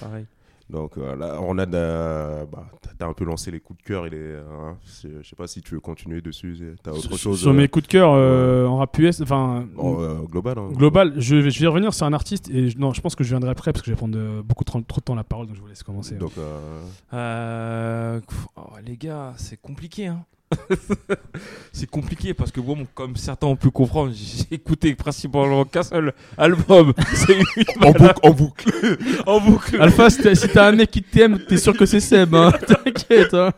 [SPEAKER 5] Pareil.
[SPEAKER 3] Donc euh, là Ronald a bah, t'as- t'as un peu lancé les coups de cœur. Il est euh, hein, c'est- je sais pas si tu veux continuer dessus. T'as autre
[SPEAKER 4] Sur-
[SPEAKER 3] chose
[SPEAKER 4] Sur
[SPEAKER 3] euh,
[SPEAKER 4] mes coups de cœur euh, en rap US, enfin,
[SPEAKER 3] en, euh, global. hein.
[SPEAKER 4] Global, je vais, je vais y revenir, c'est un artiste et je, non, je pense que je viendrai après parce que je vais prendre euh, beaucoup trop, trop de temps la parole donc je vous laisse commencer.
[SPEAKER 3] Donc euh,
[SPEAKER 5] Euh, pff, oh, les gars, c'est compliqué. Hein. c'est compliqué parce que bon, comme certains ont pu comprendre, j'ai écouté principalement qu'un seul album. C'est une
[SPEAKER 3] en boucle, en boucle.
[SPEAKER 5] en boucle.
[SPEAKER 4] Alpha, si t'as si t'as un mec qui t'aime, t'es sûr que c'est Seb, hein. t'inquiète. Hein.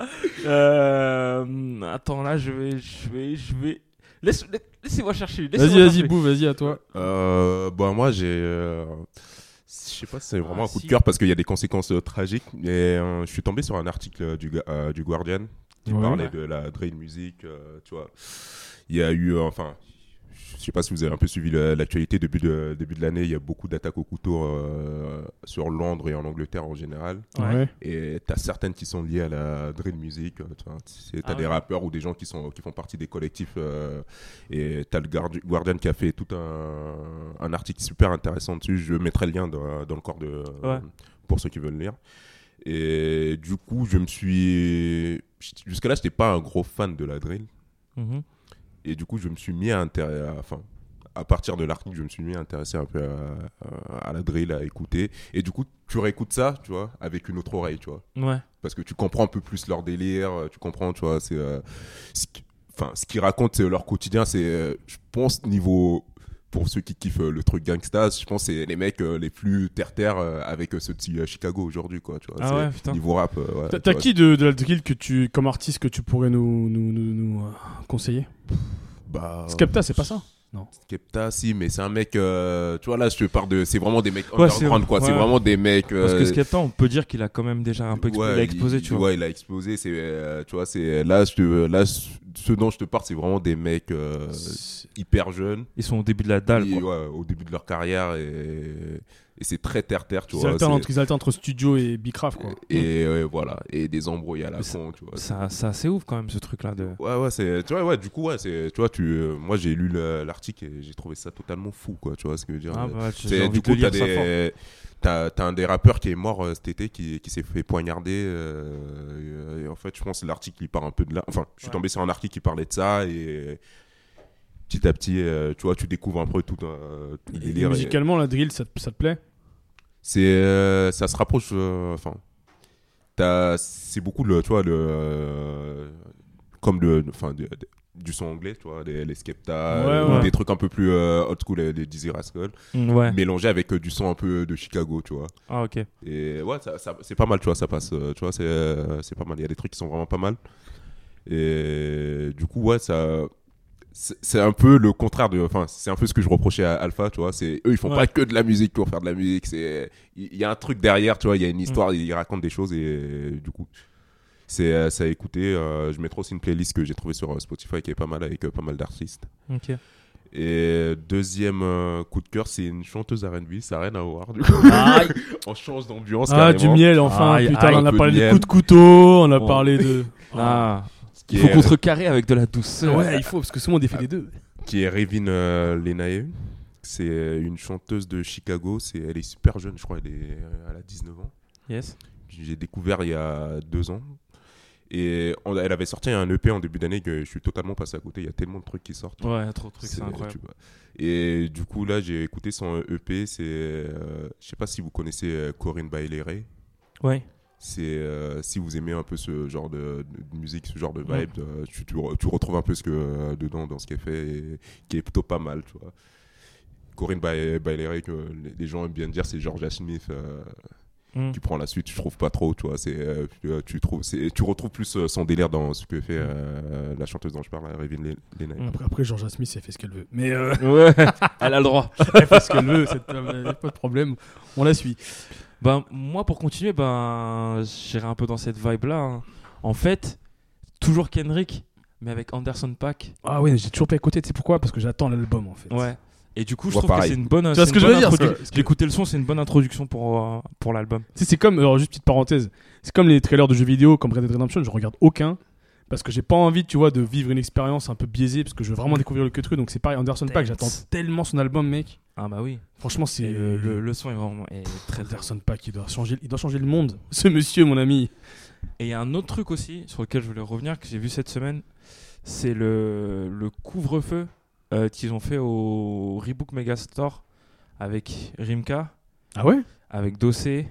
[SPEAKER 5] Euh, attends, là, je vais, je vais, je vais. Laisse, laissez-moi chercher.
[SPEAKER 4] Vas-y,
[SPEAKER 5] laissez-moi
[SPEAKER 4] vas-y,
[SPEAKER 5] chercher.
[SPEAKER 4] Bou, vas-y à toi.
[SPEAKER 3] Euh, bah moi j'ai euh, je sais pas si c'est vraiment
[SPEAKER 5] Ah,
[SPEAKER 3] un coup
[SPEAKER 5] si.
[SPEAKER 3] de cœur parce qu'il y a des conséquences euh, tragiques mais euh, je suis tombé sur un article euh, du, Gu- euh, du Guardian qui
[SPEAKER 4] Ouais.
[SPEAKER 3] parlait de la drill music euh, tu vois il y a eu euh, enfin je sais pas si vous avez un peu suivi le- l'actualité début de début de l'année il y a beaucoup d'attaques au couteau euh, sur Londres et en Angleterre en général
[SPEAKER 4] Ouais.
[SPEAKER 3] et t'as certaines qui sont liées à la drill music. euh, tu vois, c'est- T'as
[SPEAKER 5] Ah
[SPEAKER 3] des
[SPEAKER 5] ouais.
[SPEAKER 3] rappeurs ou des gens qui, sont, qui font partie des collectifs. euh, et t'as le Guardi- Guardian qui a fait tout un, un article super intéressant dessus. Je mettrai le lien dans, dans le corps de.
[SPEAKER 5] Ouais.
[SPEAKER 3] pour ceux qui veulent lire. Et du coup, je me suis. Jusque-là, j'étais pas un gros fan de la drill.
[SPEAKER 5] Mhm.
[SPEAKER 3] Et du coup, je me suis mis à, intér- à- enfin, à à partir de l'article, je me suis mis à intéresser un peu à, à- à la drill, à écouter. Et du coup, tu réécoutes ça, tu vois, avec une autre oreille, tu vois.
[SPEAKER 5] Ouais.
[SPEAKER 3] Parce que tu comprends un peu plus leur délire, euh, tu comprends, tu vois, c'est. euh, ce qui- Enfin, ce qu'ils racontent, c'est leur quotidien, c'est. euh, je pense, niveau. Pour ceux qui kiffent euh, le truc gangsta, je pense que c'est les mecs euh, les plus terre-terre euh, avec euh, ceux de euh, Chicago aujourd'hui, quoi, tu vois.
[SPEAKER 5] Ah
[SPEAKER 3] c'est-
[SPEAKER 5] ouais, putain.
[SPEAKER 3] Niveau rap, euh, ouais,
[SPEAKER 4] T'as-
[SPEAKER 3] tu
[SPEAKER 4] T'as
[SPEAKER 3] vois,
[SPEAKER 4] qui de, de la drill que tu, comme artiste que tu pourrais nous, nous, nous, nous, euh, conseiller
[SPEAKER 3] Bah,
[SPEAKER 4] Skepta, c'est pas ça
[SPEAKER 3] Skepta, si, mais c'est un mec. euh, tu vois, là, je te parle de. C'est vraiment des mecs
[SPEAKER 5] Ouais,
[SPEAKER 3] underground,
[SPEAKER 5] c'est-
[SPEAKER 3] quoi. C'est
[SPEAKER 5] ouais.
[SPEAKER 3] vraiment des mecs.
[SPEAKER 5] Parce
[SPEAKER 3] euh,
[SPEAKER 5] que Skepta, on peut dire qu'il a quand même déjà un peu expo-
[SPEAKER 3] ouais,
[SPEAKER 5] il a explosé,
[SPEAKER 3] il-
[SPEAKER 5] tu vois.
[SPEAKER 3] Ouais, il a explosé. C'est, euh, tu vois, c'est là, je te- là, ce ce dont je te parle, c'est vraiment des mecs euh, hyper jeunes,
[SPEAKER 5] Ils sont au début de la dalle,
[SPEAKER 3] qui, ouais,
[SPEAKER 5] quoi.
[SPEAKER 3] au début de leur carrière, et, et c'est très terre terre, tu
[SPEAKER 4] Ils
[SPEAKER 3] vois.
[SPEAKER 4] alternent,
[SPEAKER 3] c'est-
[SPEAKER 4] entre, ils alternent entre studio et Bicraft, quoi.
[SPEAKER 3] Et euh, voilà, et des embrouilles à la
[SPEAKER 5] Mais ça-
[SPEAKER 3] con, tu vois.
[SPEAKER 5] Ça, ça, c'est assez ouf quand même ce truc-là. De...
[SPEAKER 3] Ouais, ouais, c'est, tu vois, ouais, du coup, ouais, c'est, tu vois, tu, euh, moi, j'ai lu le- l'article et j'ai trouvé ça totalement fou, quoi, tu vois ce que je veux dire.
[SPEAKER 5] Ah, bah, j'ai
[SPEAKER 3] C'est-
[SPEAKER 5] envie
[SPEAKER 3] du
[SPEAKER 5] de
[SPEAKER 3] coup,
[SPEAKER 5] lire
[SPEAKER 3] t'as
[SPEAKER 5] ça fort.
[SPEAKER 3] des, t'as, t'as un des rappeurs qui est mort euh, cet été, qui, qui s'est fait poignarder. euh, et, euh, en fait, je pense que l'article, il part un peu de là. Enfin, je suis
[SPEAKER 5] Ouais.
[SPEAKER 3] tombé sur un article qui parlait de ça et petit à petit, euh, tu vois, tu découvres un peu tout, euh, tout le
[SPEAKER 4] Et
[SPEAKER 3] délire. et-
[SPEAKER 4] musicalement, la drill, ça, te- ça te plaît
[SPEAKER 3] c'est euh, ça se rapproche euh, enfin t'as- c'est beaucoup le tu vois le euh, comme le enfin de- de- du son anglais tu vois les, les Skepta
[SPEAKER 4] Ouais,
[SPEAKER 3] euh,
[SPEAKER 5] ouais.
[SPEAKER 3] des trucs un peu plus euh, old school les, les Dizzy Rascal
[SPEAKER 5] Mm, Ouais.
[SPEAKER 3] mélangé avec euh, du son un peu de Chicago tu vois
[SPEAKER 5] Ah, ok.
[SPEAKER 3] et ouais ça, ça- c'est pas mal tu vois ça passe euh, tu vois c'est euh, c'est pas mal il y a des trucs qui sont vraiment pas mal et du coup ouais ça c'est c'est un peu le contraire de enfin c'est un peu ce que je reprochais à Alpha tu vois c'est eux ils font
[SPEAKER 5] Ouais.
[SPEAKER 3] pas que de la musique pour faire de la musique c'est il il y a un truc derrière tu vois il y a une histoire ils racontent des choses et euh, du coup c'est euh, ça à écouter euh, je mettrai aussi une playlist que j'ai trouvée sur euh, Spotify qui est pas mal avec euh, pas mal d'artistes
[SPEAKER 5] Ok.
[SPEAKER 3] et deuxième euh, coup de cœur c'est une chanteuse R&B ça a rien à voir du coup
[SPEAKER 5] Ah.
[SPEAKER 3] on change d'ambiance
[SPEAKER 4] Ah, du
[SPEAKER 3] carrément.
[SPEAKER 4] miel, enfin,
[SPEAKER 5] Aïe,
[SPEAKER 4] putain,
[SPEAKER 5] aïe,
[SPEAKER 4] on
[SPEAKER 3] un
[SPEAKER 4] a
[SPEAKER 3] peu
[SPEAKER 4] parlé
[SPEAKER 3] de
[SPEAKER 4] des
[SPEAKER 3] miel.
[SPEAKER 4] coups de couteau, on a
[SPEAKER 5] Oh.
[SPEAKER 4] parlé de...
[SPEAKER 5] Ah.
[SPEAKER 3] qui
[SPEAKER 5] Il faut
[SPEAKER 3] est-
[SPEAKER 5] contrecarrer avec de la douceur.
[SPEAKER 4] Ouais, il faut, parce que souvent on défait les deux.
[SPEAKER 3] qui est Revin euh, Lenae. C'est euh, une chanteuse de Chicago. C'est, elle est super jeune, je crois. Elle, est, euh, elle a 19 ans.
[SPEAKER 5] Yes.
[SPEAKER 3] J'ai découvert il y a deux ans. Et on- elle avait sorti un EP en début d'année que je suis totalement passé à côté. Il y a tellement de trucs qui sortent.
[SPEAKER 5] Ouais, trop de trucs, c'est
[SPEAKER 3] C'est-
[SPEAKER 5] incroyable.
[SPEAKER 3] tu vois. Et du coup, là, j'ai écouté son EP. C'est, euh, je sais pas si vous connaissez euh, Corinne Bailey
[SPEAKER 5] Ouais.
[SPEAKER 3] c'est euh, si vous aimez un peu ce genre de, de musique, ce genre de vibe,
[SPEAKER 5] Ouais.
[SPEAKER 3] euh, tu, tu re- tu retrouves un peu ce que euh, dedans dans ce qu'elle fait, et qui est plutôt pas mal, tu vois. Corinne Bail- Bailey, que les- les gens aiment bien dire, c'est Georgia Smith euh,
[SPEAKER 5] Mm.
[SPEAKER 3] qui prend la suite. Je trouve pas trop, tu vois. C'est euh, tu, euh, tu trouves, c'est tu retrouves plus euh, son délire dans ce que fait euh, la chanteuse dont je parle, Revin Lena.
[SPEAKER 5] Mm.
[SPEAKER 4] Après, après, Georgia Smith, elle fait ce qu'elle veut. Mais euh,
[SPEAKER 5] Ouais, elle a le droit.
[SPEAKER 4] elle fait ce qu'elle veut, cette femme, elle a pas de problème. On la suit.
[SPEAKER 5] Ben, moi, pour continuer, ben, j'irai un peu dans cette vibe-là. hein. En fait, toujours Kendrick, mais avec Anderson Pack.
[SPEAKER 4] Ah oui, j'ai toujours pas écouté, tu sais pourquoi Parce que j'attends l'album, en fait.
[SPEAKER 5] Ouais. Et du coup, je
[SPEAKER 3] Ouais,
[SPEAKER 5] trouve que
[SPEAKER 3] pareil.
[SPEAKER 5] c'est une bonne.
[SPEAKER 4] Tu vois
[SPEAKER 5] c'est
[SPEAKER 4] ce que
[SPEAKER 5] une
[SPEAKER 4] je veux
[SPEAKER 5] bonne
[SPEAKER 4] dire,
[SPEAKER 5] introdu-
[SPEAKER 4] parce que-
[SPEAKER 5] J'ai écouté le son, c'est une bonne introduction pour, euh, pour l'album.
[SPEAKER 4] Tu sais, c'est comme, alors juste petite parenthèse, c'est comme les trailers de jeux vidéo, comme Red Dead Redemption, je regarde aucun. Parce que j'ai pas envie, tu vois, de vivre une expérience un peu biaisée, parce que je veux vraiment découvrir le que truc. Donc c'est pareil, Anderson Pack, j'attends tellement son album, mec.
[SPEAKER 5] Ah, bah oui.
[SPEAKER 4] Franchement, c'est. euh,
[SPEAKER 5] Et le, le, le son est vraiment est très très
[SPEAKER 4] Anderson Pack, il doit, changer, il doit changer le monde. Ce monsieur, mon ami.
[SPEAKER 5] Et il y a un autre truc aussi sur lequel je voulais revenir que j'ai vu cette semaine, c'est le, le couvre-feu euh, qu'ils ont fait au Rebook Megastore avec Rimka,
[SPEAKER 4] Ah ouais
[SPEAKER 5] avec Dossé,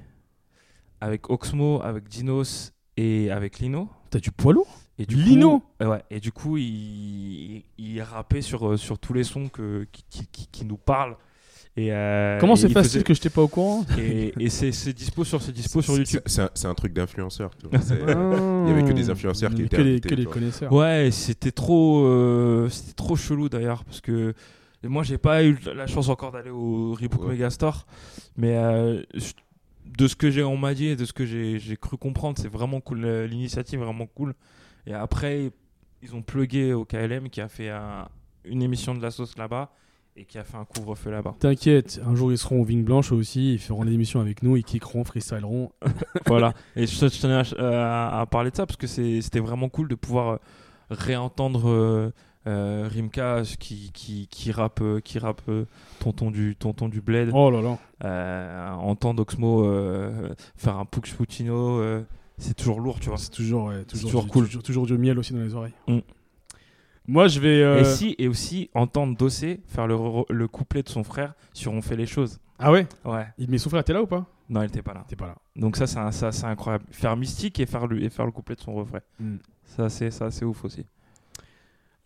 [SPEAKER 5] avec Oxmo, avec Dinos et avec Lino.
[SPEAKER 4] T'as du poids lourd
[SPEAKER 5] Et du
[SPEAKER 4] Lino
[SPEAKER 5] coup, euh, ouais, Et du coup, il, il rappait sur, euh, sur tous les sons que, qui, qui- qui- qui nous parlent. Et, euh,
[SPEAKER 4] Comment
[SPEAKER 5] et
[SPEAKER 4] c'est
[SPEAKER 5] il
[SPEAKER 4] facile
[SPEAKER 5] faisait-
[SPEAKER 4] que je t'ai pas au courant
[SPEAKER 5] Et, et c'est c'est dispo sur, c'est dispo sur
[SPEAKER 3] C'est-
[SPEAKER 5] YouTube.
[SPEAKER 3] c'est un- c'est un, truc d'influenceur. tu vois. C'est- euh,
[SPEAKER 4] Il
[SPEAKER 3] y avait que des influenceurs qui étaient
[SPEAKER 4] Ah. Que les,
[SPEAKER 3] invités,
[SPEAKER 4] que les
[SPEAKER 3] tu vois.
[SPEAKER 4] connaisseurs.
[SPEAKER 5] Ouais, c'était trop, euh, c'était trop chelou d'ailleurs parce que moi j'ai pas eu la chance encore d'aller au Rebook
[SPEAKER 3] Ouais.
[SPEAKER 5] Megastore, mais euh, je- de ce que j'ai on m'a dit et de ce que j'ai j'ai cru comprendre, c'est vraiment cool, euh, l'initiative est vraiment cool. Et après ils ont plugué au KLM qui a fait un- une émission de la sauce là-bas et qui a fait un couvre-feu là-bas.
[SPEAKER 4] T'inquiète, un jour ils seront aux Vignes Blanches eux aussi, ils feront des émissions avec nous, ils kickeront, freestyleront.
[SPEAKER 5] voilà. Et je, je tenais à, à- à parler de ça parce que c'est- c'était vraiment cool de pouvoir euh, réentendre euh, euh, Rimka ce qui, qui, qui rappe, euh, qui rappe euh, tonton, du, tonton du Bled,
[SPEAKER 4] Oh là là.
[SPEAKER 5] euh, entendre Oxmo euh, faire un Pux Puccino. euh, c'est toujours lourd, tu vois.
[SPEAKER 4] C'est toujours, ouais,
[SPEAKER 5] C'est
[SPEAKER 4] toujours,
[SPEAKER 5] toujours
[SPEAKER 4] du-
[SPEAKER 5] cool.
[SPEAKER 4] Toujours, toujours du miel aussi dans les oreilles.
[SPEAKER 5] Mm.
[SPEAKER 4] Moi, je vais. euh,
[SPEAKER 5] Et, si, et aussi entendre Dossé faire le, re- le couplet de son frère sur On fait les choses.
[SPEAKER 4] Ah ouais
[SPEAKER 5] Ouais.
[SPEAKER 4] Il met son frère, t'es là ou pas
[SPEAKER 5] Non, il était pas là.
[SPEAKER 4] T'es pas là.
[SPEAKER 5] Donc ça, c'est un- ça, c'est incroyable. Faire mystique et faire le, et faire le couplet de son refrain.
[SPEAKER 4] Mm.
[SPEAKER 5] Ça, c'est ça, c'est ouf aussi.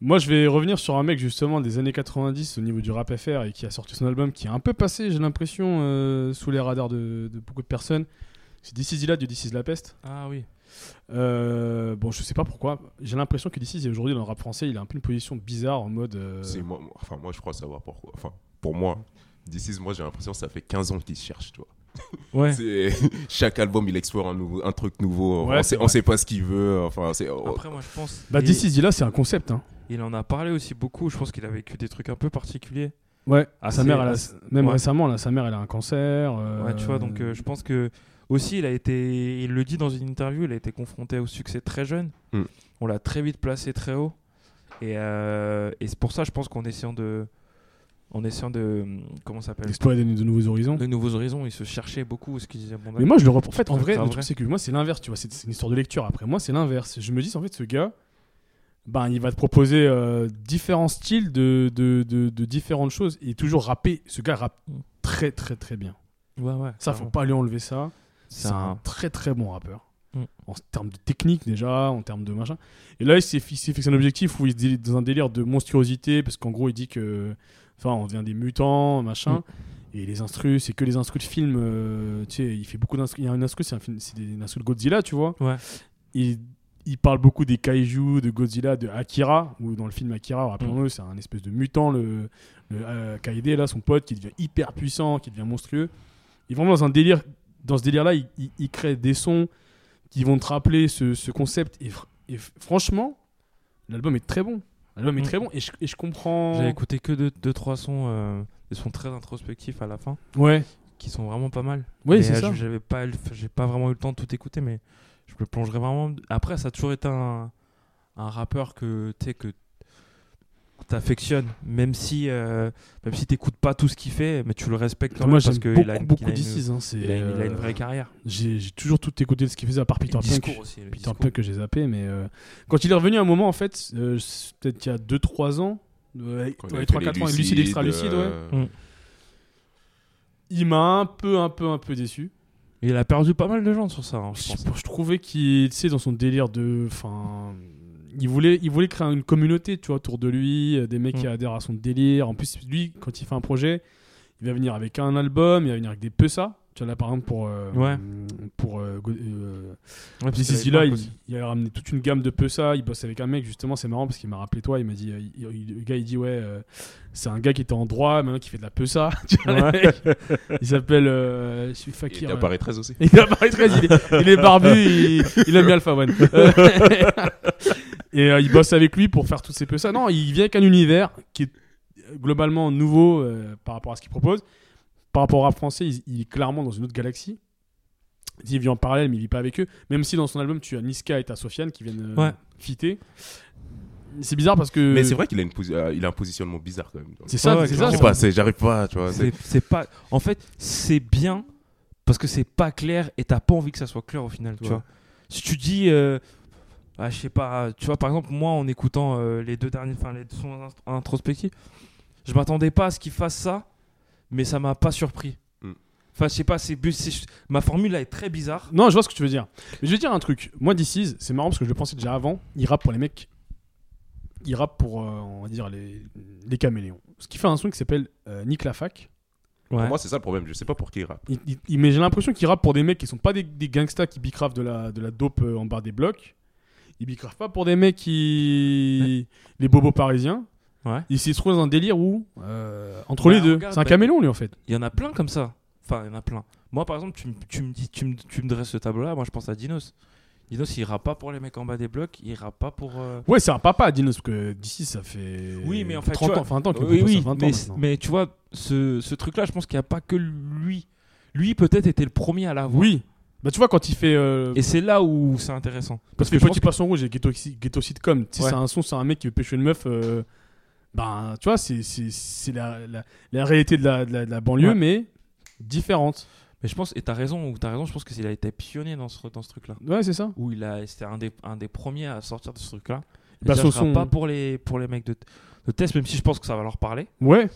[SPEAKER 4] Moi, je vais revenir sur un mec justement des années 90 au niveau du rap FR et qui a sorti son album qui est un peu passé, j'ai l'impression, euh, sous les radars de, de beaucoup de personnes. C'est This Is Illa de This Is La Peste.
[SPEAKER 5] Ah oui.
[SPEAKER 4] Euh, bon, je sais pas pourquoi. J'ai l'impression que This Is aujourd'hui dans le rap français, il a un peu une position bizarre en mode. euh,
[SPEAKER 3] C'est moi, moi- enfin, moi, je crois savoir pourquoi. Enfin, pour moi, d'ici, moi, j'ai l'impression que ça fait 15 ans qu'ils se cherchent, tu vois.
[SPEAKER 5] Ouais.
[SPEAKER 3] C'est- Chaque album, il explore un, nouveau, un truc nouveau.
[SPEAKER 4] Ouais,
[SPEAKER 3] on,
[SPEAKER 4] c'est
[SPEAKER 3] sait, on
[SPEAKER 4] vrai.
[SPEAKER 3] sait pas ce qu'il veut. Enfin, c'est.
[SPEAKER 5] Après, moi, je pense.
[SPEAKER 4] Bah,
[SPEAKER 5] il-
[SPEAKER 4] This Is Illa, c'est un concept. Hein.
[SPEAKER 5] Il en a parlé aussi beaucoup. Je pense qu'il a vécu des trucs un peu particuliers.
[SPEAKER 4] Ouais. Ah, sa
[SPEAKER 5] Assez-
[SPEAKER 4] mère, elle a-
[SPEAKER 5] Ah, assez-
[SPEAKER 4] même
[SPEAKER 5] ouais.
[SPEAKER 4] récemment, là, sa mère, elle a un cancer. euh,
[SPEAKER 5] Ouais, tu vois. Donc, euh, je pense que aussi, il a été. Il le dit dans une interview. Il a été confronté au succès très jeune.
[SPEAKER 3] Mm.
[SPEAKER 5] On l'a très vite placé très haut. Et, euh, et c'est pour ça, je pense qu'en essayant de, en essayant de, comment ça s'appelle,
[SPEAKER 4] Explorer de, de nouveaux horizons.
[SPEAKER 5] de nouveaux horizons, il se cherchait beaucoup. Ce qu'il disait. Bon,
[SPEAKER 4] Mais moi, je le reprends. En fait, en
[SPEAKER 5] Ouais,
[SPEAKER 4] vrai,
[SPEAKER 5] c'est un
[SPEAKER 4] le truc,
[SPEAKER 5] vrai.
[SPEAKER 4] c'est que moi, c'est l'inverse, tu vois. C'est c'est une histoire de lecture après. Moi, c'est l'inverse. Je me dis, en fait, ce gars, ben, il va te proposer euh, différents styles de, de, de- de différentes choses et toujours rapper. Ce gars rappe
[SPEAKER 5] Mm.
[SPEAKER 4] très, très, très bien.
[SPEAKER 5] ouais, ouais.
[SPEAKER 4] Ça, faut
[SPEAKER 5] clairement.
[SPEAKER 4] pas lui enlever ça.
[SPEAKER 5] C'est
[SPEAKER 4] C'est un
[SPEAKER 5] un-
[SPEAKER 4] très, très bon rappeur.
[SPEAKER 5] Mm.
[SPEAKER 4] En termes de technique, déjà, en termes de machin. Et là, il s'est fi- il s'est fixé un objectif où il est dans un délire de monstruosité, parce qu'en gros, il dit que. Enfin, on devient des mutants, machin.
[SPEAKER 5] Mm.
[SPEAKER 4] Et les instrus, c'est que les instrus de film. euh, tu sais, il fait beaucoup d'instrus. Il y a un instru, c'est un film, c'est des une instru de Godzilla, tu vois.
[SPEAKER 5] Ouais.
[SPEAKER 4] Il, il parle beaucoup des kaiju, de Godzilla, de Akira, ou dans le film Akira,
[SPEAKER 5] Mm.
[SPEAKER 4] rappelons-le, c'est un espèce de mutant, le, le euh, Kaede, là, son pote, qui devient hyper puissant, qui devient monstrueux. Et vraiment, dans un délire, dans ce délire-là, il, il- il crée des sons qui vont te rappeler ce, ce concept. Et, fr- et f- franchement, l'album est très bon. L'album est
[SPEAKER 5] Mm.
[SPEAKER 4] très bon. Et je, et je comprends.
[SPEAKER 5] J'ai écouté que 2-3 deux, deux, trois sons, euh, des sons très introspectifs à la fin,
[SPEAKER 4] Ouais.
[SPEAKER 5] qui sont vraiment pas mal.
[SPEAKER 4] Oui,
[SPEAKER 5] Mais,
[SPEAKER 4] c'est
[SPEAKER 5] euh,
[SPEAKER 4] ça.
[SPEAKER 5] J'avais pas, eu le- j'ai pas vraiment eu le temps de tout écouter, mais je me plongerai vraiment. Après, ça a toujours été un, un rappeur que tu sais, que t'affectionnes, même si euh, même si t'écoutes pas tout ce qu'il fait, mais tu le respectes quand
[SPEAKER 4] Moi,
[SPEAKER 5] même
[SPEAKER 4] j'aime
[SPEAKER 5] parce
[SPEAKER 4] beaucoup,
[SPEAKER 5] qu'il a, une-
[SPEAKER 4] beaucoup
[SPEAKER 5] il a une-
[SPEAKER 4] d'Isis. hein, c'est,
[SPEAKER 5] il a une- il a une
[SPEAKER 4] euh,
[SPEAKER 5] vraie carrière.
[SPEAKER 4] J'ai j'ai toujours tout écouté de ce qu'il faisait, à part Peter
[SPEAKER 5] Le
[SPEAKER 4] Punk.
[SPEAKER 5] discours aussi. le
[SPEAKER 4] Peter
[SPEAKER 5] discours.
[SPEAKER 4] Punk que j'ai zappé, mais euh, quand il est revenu à un moment, en fait, euh, c'est peut-être qu'il y a 2-3 ans, ouais,
[SPEAKER 3] Quand il avait fait
[SPEAKER 4] 3-4 ans, lucide, extra lucide, ouais.
[SPEAKER 3] euh,
[SPEAKER 4] Il m'a un peu, un peu, un peu déçu.
[SPEAKER 5] Il a perdu pas mal de gens sur ça, hein, je
[SPEAKER 4] Je,
[SPEAKER 5] pense.
[SPEAKER 4] je trouvais qu'il, tu sais, dans son délire de. Enfin. Il voulait, il voulait créer une communauté, tu vois, autour de lui, euh, des mecs qui
[SPEAKER 5] Mm.
[SPEAKER 4] adhèrent à son délire. En plus, lui, quand il fait un projet, il va venir avec un album, il va venir avec des ça Tu vois, là, par exemple, pour. euh,
[SPEAKER 5] Ouais.
[SPEAKER 4] Pour. euh, Go- euh,
[SPEAKER 5] Ouais, parce
[SPEAKER 4] Puis
[SPEAKER 5] qu'il
[SPEAKER 4] si
[SPEAKER 5] avait
[SPEAKER 4] là,
[SPEAKER 5] Punk
[SPEAKER 4] il,
[SPEAKER 5] aussi.
[SPEAKER 4] il a ramené toute une gamme de peu ça. Il bosse avec un mec, justement, c'est marrant parce qu'il m'a rappelé toi. Il m'a dit, euh, il- il- le gars, il dit, ouais, euh, c'est un gars qui était en droit, maintenant qui fait de la peu ça. Tu vois, le
[SPEAKER 5] Ouais.
[SPEAKER 4] mec. il s'appelle, euh, je suis
[SPEAKER 3] Il
[SPEAKER 4] fakir.
[SPEAKER 3] était à
[SPEAKER 4] euh.
[SPEAKER 3] Paris 13 aussi.
[SPEAKER 4] Il apparaît très, il est, il est barbu, il, il aime bien Alpha One. Euh, et euh, il bosse avec lui pour faire toutes ces peu ça. Non, il vient avec un univers qui est euh, globalement nouveau euh, par rapport à ce qu'il propose. Par rapport au rap français, il, il est clairement dans une autre galaxie. Il vit en parallèle, mais il vit pas avec eux. Même si dans son album, tu as Niska et t'as Sofiane qui viennent euh,
[SPEAKER 5] Ouais.
[SPEAKER 4] fitter. C'est bizarre parce que.
[SPEAKER 3] Mais c'est vrai qu'il a, une posi- euh, il a un positionnement bizarre quand même.
[SPEAKER 4] C'est ça,
[SPEAKER 5] Ouais,
[SPEAKER 4] c'est
[SPEAKER 5] ouais,
[SPEAKER 4] ça.
[SPEAKER 3] Je sais
[SPEAKER 5] clairement.
[SPEAKER 4] c'est-
[SPEAKER 3] pas, c'est- j'arrive pas, tu vois. c'est-
[SPEAKER 5] C'est- C'est pas. En fait, c'est bien parce que c'est pas clair et t'as pas envie que ça soit clair au final. Tu
[SPEAKER 3] Ouais.
[SPEAKER 5] vois. Si tu dis, euh, ah, je sais pas, tu vois, par exemple, moi en écoutant euh, les deux derniers, enfin les sons int- introspectifs, je m'attendais pas à ce qu'ils fassent ça, mais ça m'a pas surpris.
[SPEAKER 3] Mm.
[SPEAKER 5] Enfin, je sais pas, c'est bu- c'est- ma formule là est très bizarre.
[SPEAKER 4] Non, je vois ce que tu veux dire. Mais je vais dire un truc. Moi, This Is, c'est marrant parce que je le pensais déjà avant. Il rappe pour les mecs. Il rappe pour, euh, on va dire, les, les caméléons. Ce qui fait un son qui s'appelle euh, Nick Lafac.
[SPEAKER 3] Pour moi, c'est ça le problème. Je sais pas pour qui il rappe.
[SPEAKER 4] Il, il- il- mais j'ai l'impression qu'il rappe pour des mecs qui sont pas des, des gangsters qui bicravent de la, de la dope euh, en bas des blocs. Il bicrave pas pour des mecs qui. Les bobos parisiens.
[SPEAKER 5] Ouais.
[SPEAKER 4] Il s'est trouvé dans un délire où. euh, entre
[SPEAKER 5] Bah,
[SPEAKER 4] les deux.
[SPEAKER 5] regarde,
[SPEAKER 4] C'est un
[SPEAKER 5] bah,
[SPEAKER 4] caméléon, lui, en fait.
[SPEAKER 5] Il y en a plein comme ça. Enfin, il y en a plein. Moi, par exemple, tu, me- tu me dis, tu me, tu me dresses ce tableau-là. Moi, je pense à Dinos. Dinos, il ira pas pour les mecs en bas des blocs. Il ira pas pour. euh,
[SPEAKER 4] Ouais, c'est un papa, Dinos, parce que d'ici, ça fait.
[SPEAKER 5] Oui, mais en fait,
[SPEAKER 4] 30
[SPEAKER 5] tu
[SPEAKER 4] ans,
[SPEAKER 5] vois-
[SPEAKER 4] enfin, 20 ans qu'il
[SPEAKER 5] Euh, Oui,
[SPEAKER 4] propose ça,
[SPEAKER 5] oui,
[SPEAKER 4] 20 ans
[SPEAKER 5] mais,
[SPEAKER 4] maintenant.
[SPEAKER 5] mais tu vois, ce, ce truc-là, je pense qu'il n'y a pas que lui. Lui, peut-être, était le premier à l'avoir.
[SPEAKER 4] Oui. Bah, tu vois, quand il fait. euh,
[SPEAKER 5] Et c'est là où c'est intéressant.
[SPEAKER 4] Parce que
[SPEAKER 5] je pense
[SPEAKER 4] Petit Poisson Rouge et Ghetto, Ghetto Sitcom, tu sais,
[SPEAKER 5] Ouais.
[SPEAKER 4] c'est un son sur un mec qui veut pêcher une meuf. euh, ben, tu vois, c'est- c'est c'est la, la, la réalité de la, de la- de la banlieue,
[SPEAKER 5] Ouais.
[SPEAKER 4] mais différente.
[SPEAKER 5] Mais je pense, et t'as raison, ou t'as raison, je pense qu'il a été pionnier dans ce, dans ce truc-là.
[SPEAKER 4] Ouais, c'est ça.
[SPEAKER 5] Où il a, c'était un des, un des premiers à sortir de ce truc-là. Déjà,
[SPEAKER 4] Bah,
[SPEAKER 5] je
[SPEAKER 4] Sanson-
[SPEAKER 5] rappe pas pour les, pour les mecs de, de test, même si je pense que ça va leur parler.
[SPEAKER 4] Ouais,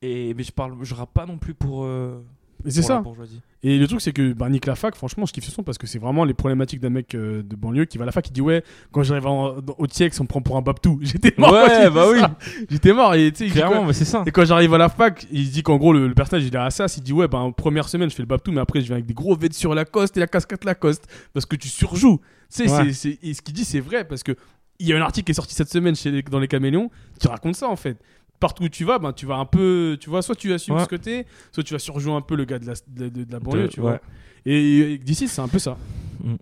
[SPEAKER 5] Et, mais je parle, je rappe pas non plus pour, euh,
[SPEAKER 4] et c'est
[SPEAKER 5] pour la
[SPEAKER 4] ça.
[SPEAKER 5] bourgeoisie.
[SPEAKER 4] Et le truc, c'est que bah, Nick Lafac, franchement, je kiffe ce son parce que c'est vraiment les problématiques d'un mec euh, de banlieue qui va à la fac, qui dit Ouais, quand j'arrive en- dans- au TIEX, on me prend pour un Babtou. J'étais mort.
[SPEAKER 5] Ouais,
[SPEAKER 4] quand il dit
[SPEAKER 5] bah oui.
[SPEAKER 4] ça. J'étais mort. Et tu sais, il dit
[SPEAKER 5] Clairement,
[SPEAKER 4] quoi
[SPEAKER 5] mais c'est ça.
[SPEAKER 4] Et quand j'arrive à la fac, il dit qu'en gros, le, le personnage, il est à ça. Il dit Ouais, ben, première semaine, je fais le Babtou, mais après, je viens avec des gros vêtements sur la coste et la casquette Lacoste parce que tu surjoues. Tu sais,
[SPEAKER 5] Ouais.
[SPEAKER 4] c'est- c'est- et ce qu'il dit, c'est vrai parce que il y a un article qui est sorti cette semaine chez les- dans les Caméléons qui raconte ça en fait. Partout où tu vas, ben, tu vas un peu. Tu vois, soit tu assumes
[SPEAKER 5] Ouais.
[SPEAKER 4] ce côté, soit tu vas surjouer un peu le gars de la, de, de- de la banlieue,
[SPEAKER 5] De-
[SPEAKER 4] tu
[SPEAKER 5] ouais.
[SPEAKER 4] vois. Et, et d'ici, c'est un peu ça.
[SPEAKER 5] Mm.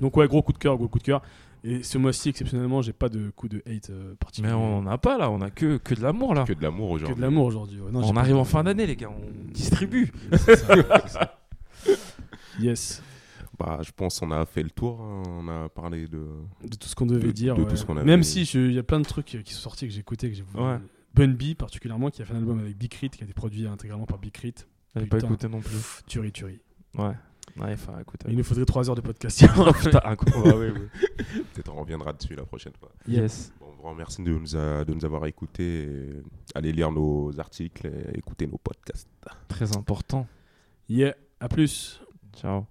[SPEAKER 4] Donc, ouais, gros coup de cœur, gros coup de cœur. Et ce mois-ci, exceptionnellement, j'ai pas de coup de hate euh, particulier.
[SPEAKER 5] Mais on en a pas là, on a que, que de l'amour là.
[SPEAKER 3] Que de l'amour
[SPEAKER 4] Que
[SPEAKER 3] aujourd'hui.
[SPEAKER 4] de l'amour aujourd'hui. ouais. Non, j'ai
[SPEAKER 5] on
[SPEAKER 4] pas-
[SPEAKER 5] arrive en fin d'année, les gars, on distribue.
[SPEAKER 4] Yes.
[SPEAKER 3] Bah, je pense qu'on a fait le tour. hein. On a parlé de.
[SPEAKER 4] De tout ce qu'on devait
[SPEAKER 3] De-
[SPEAKER 4] dire.
[SPEAKER 3] de
[SPEAKER 4] ouais.
[SPEAKER 3] tout ce qu'on avait-
[SPEAKER 4] Même si je- il y a plein de trucs euh, qui sont sortis que j'ai écoutés, que j'ai voulu.
[SPEAKER 5] Ouais.
[SPEAKER 4] Bun B, particulièrement, qui a fait un album avec Bicrit, qui a été produit intégralement par Bicrit.
[SPEAKER 5] J'avais pas
[SPEAKER 4] Putain.
[SPEAKER 5] écouté non plus.
[SPEAKER 4] Tuerie, tuerie.
[SPEAKER 5] Ouais. Ouais, enfin, écoute. euh,
[SPEAKER 4] Il nous faudrait 3 heures de podcast. hier.
[SPEAKER 5] Putain, un
[SPEAKER 4] Ah
[SPEAKER 5] coup.
[SPEAKER 3] Peut-être on reviendra dessus la prochaine fois.
[SPEAKER 5] Yes.
[SPEAKER 3] Bon, on vous remercie de nous, a- de nous avoir écoutés. et Allez lire nos articles et écouter nos podcasts.
[SPEAKER 5] Très important.
[SPEAKER 4] yeah, à plus.
[SPEAKER 5] Ciao.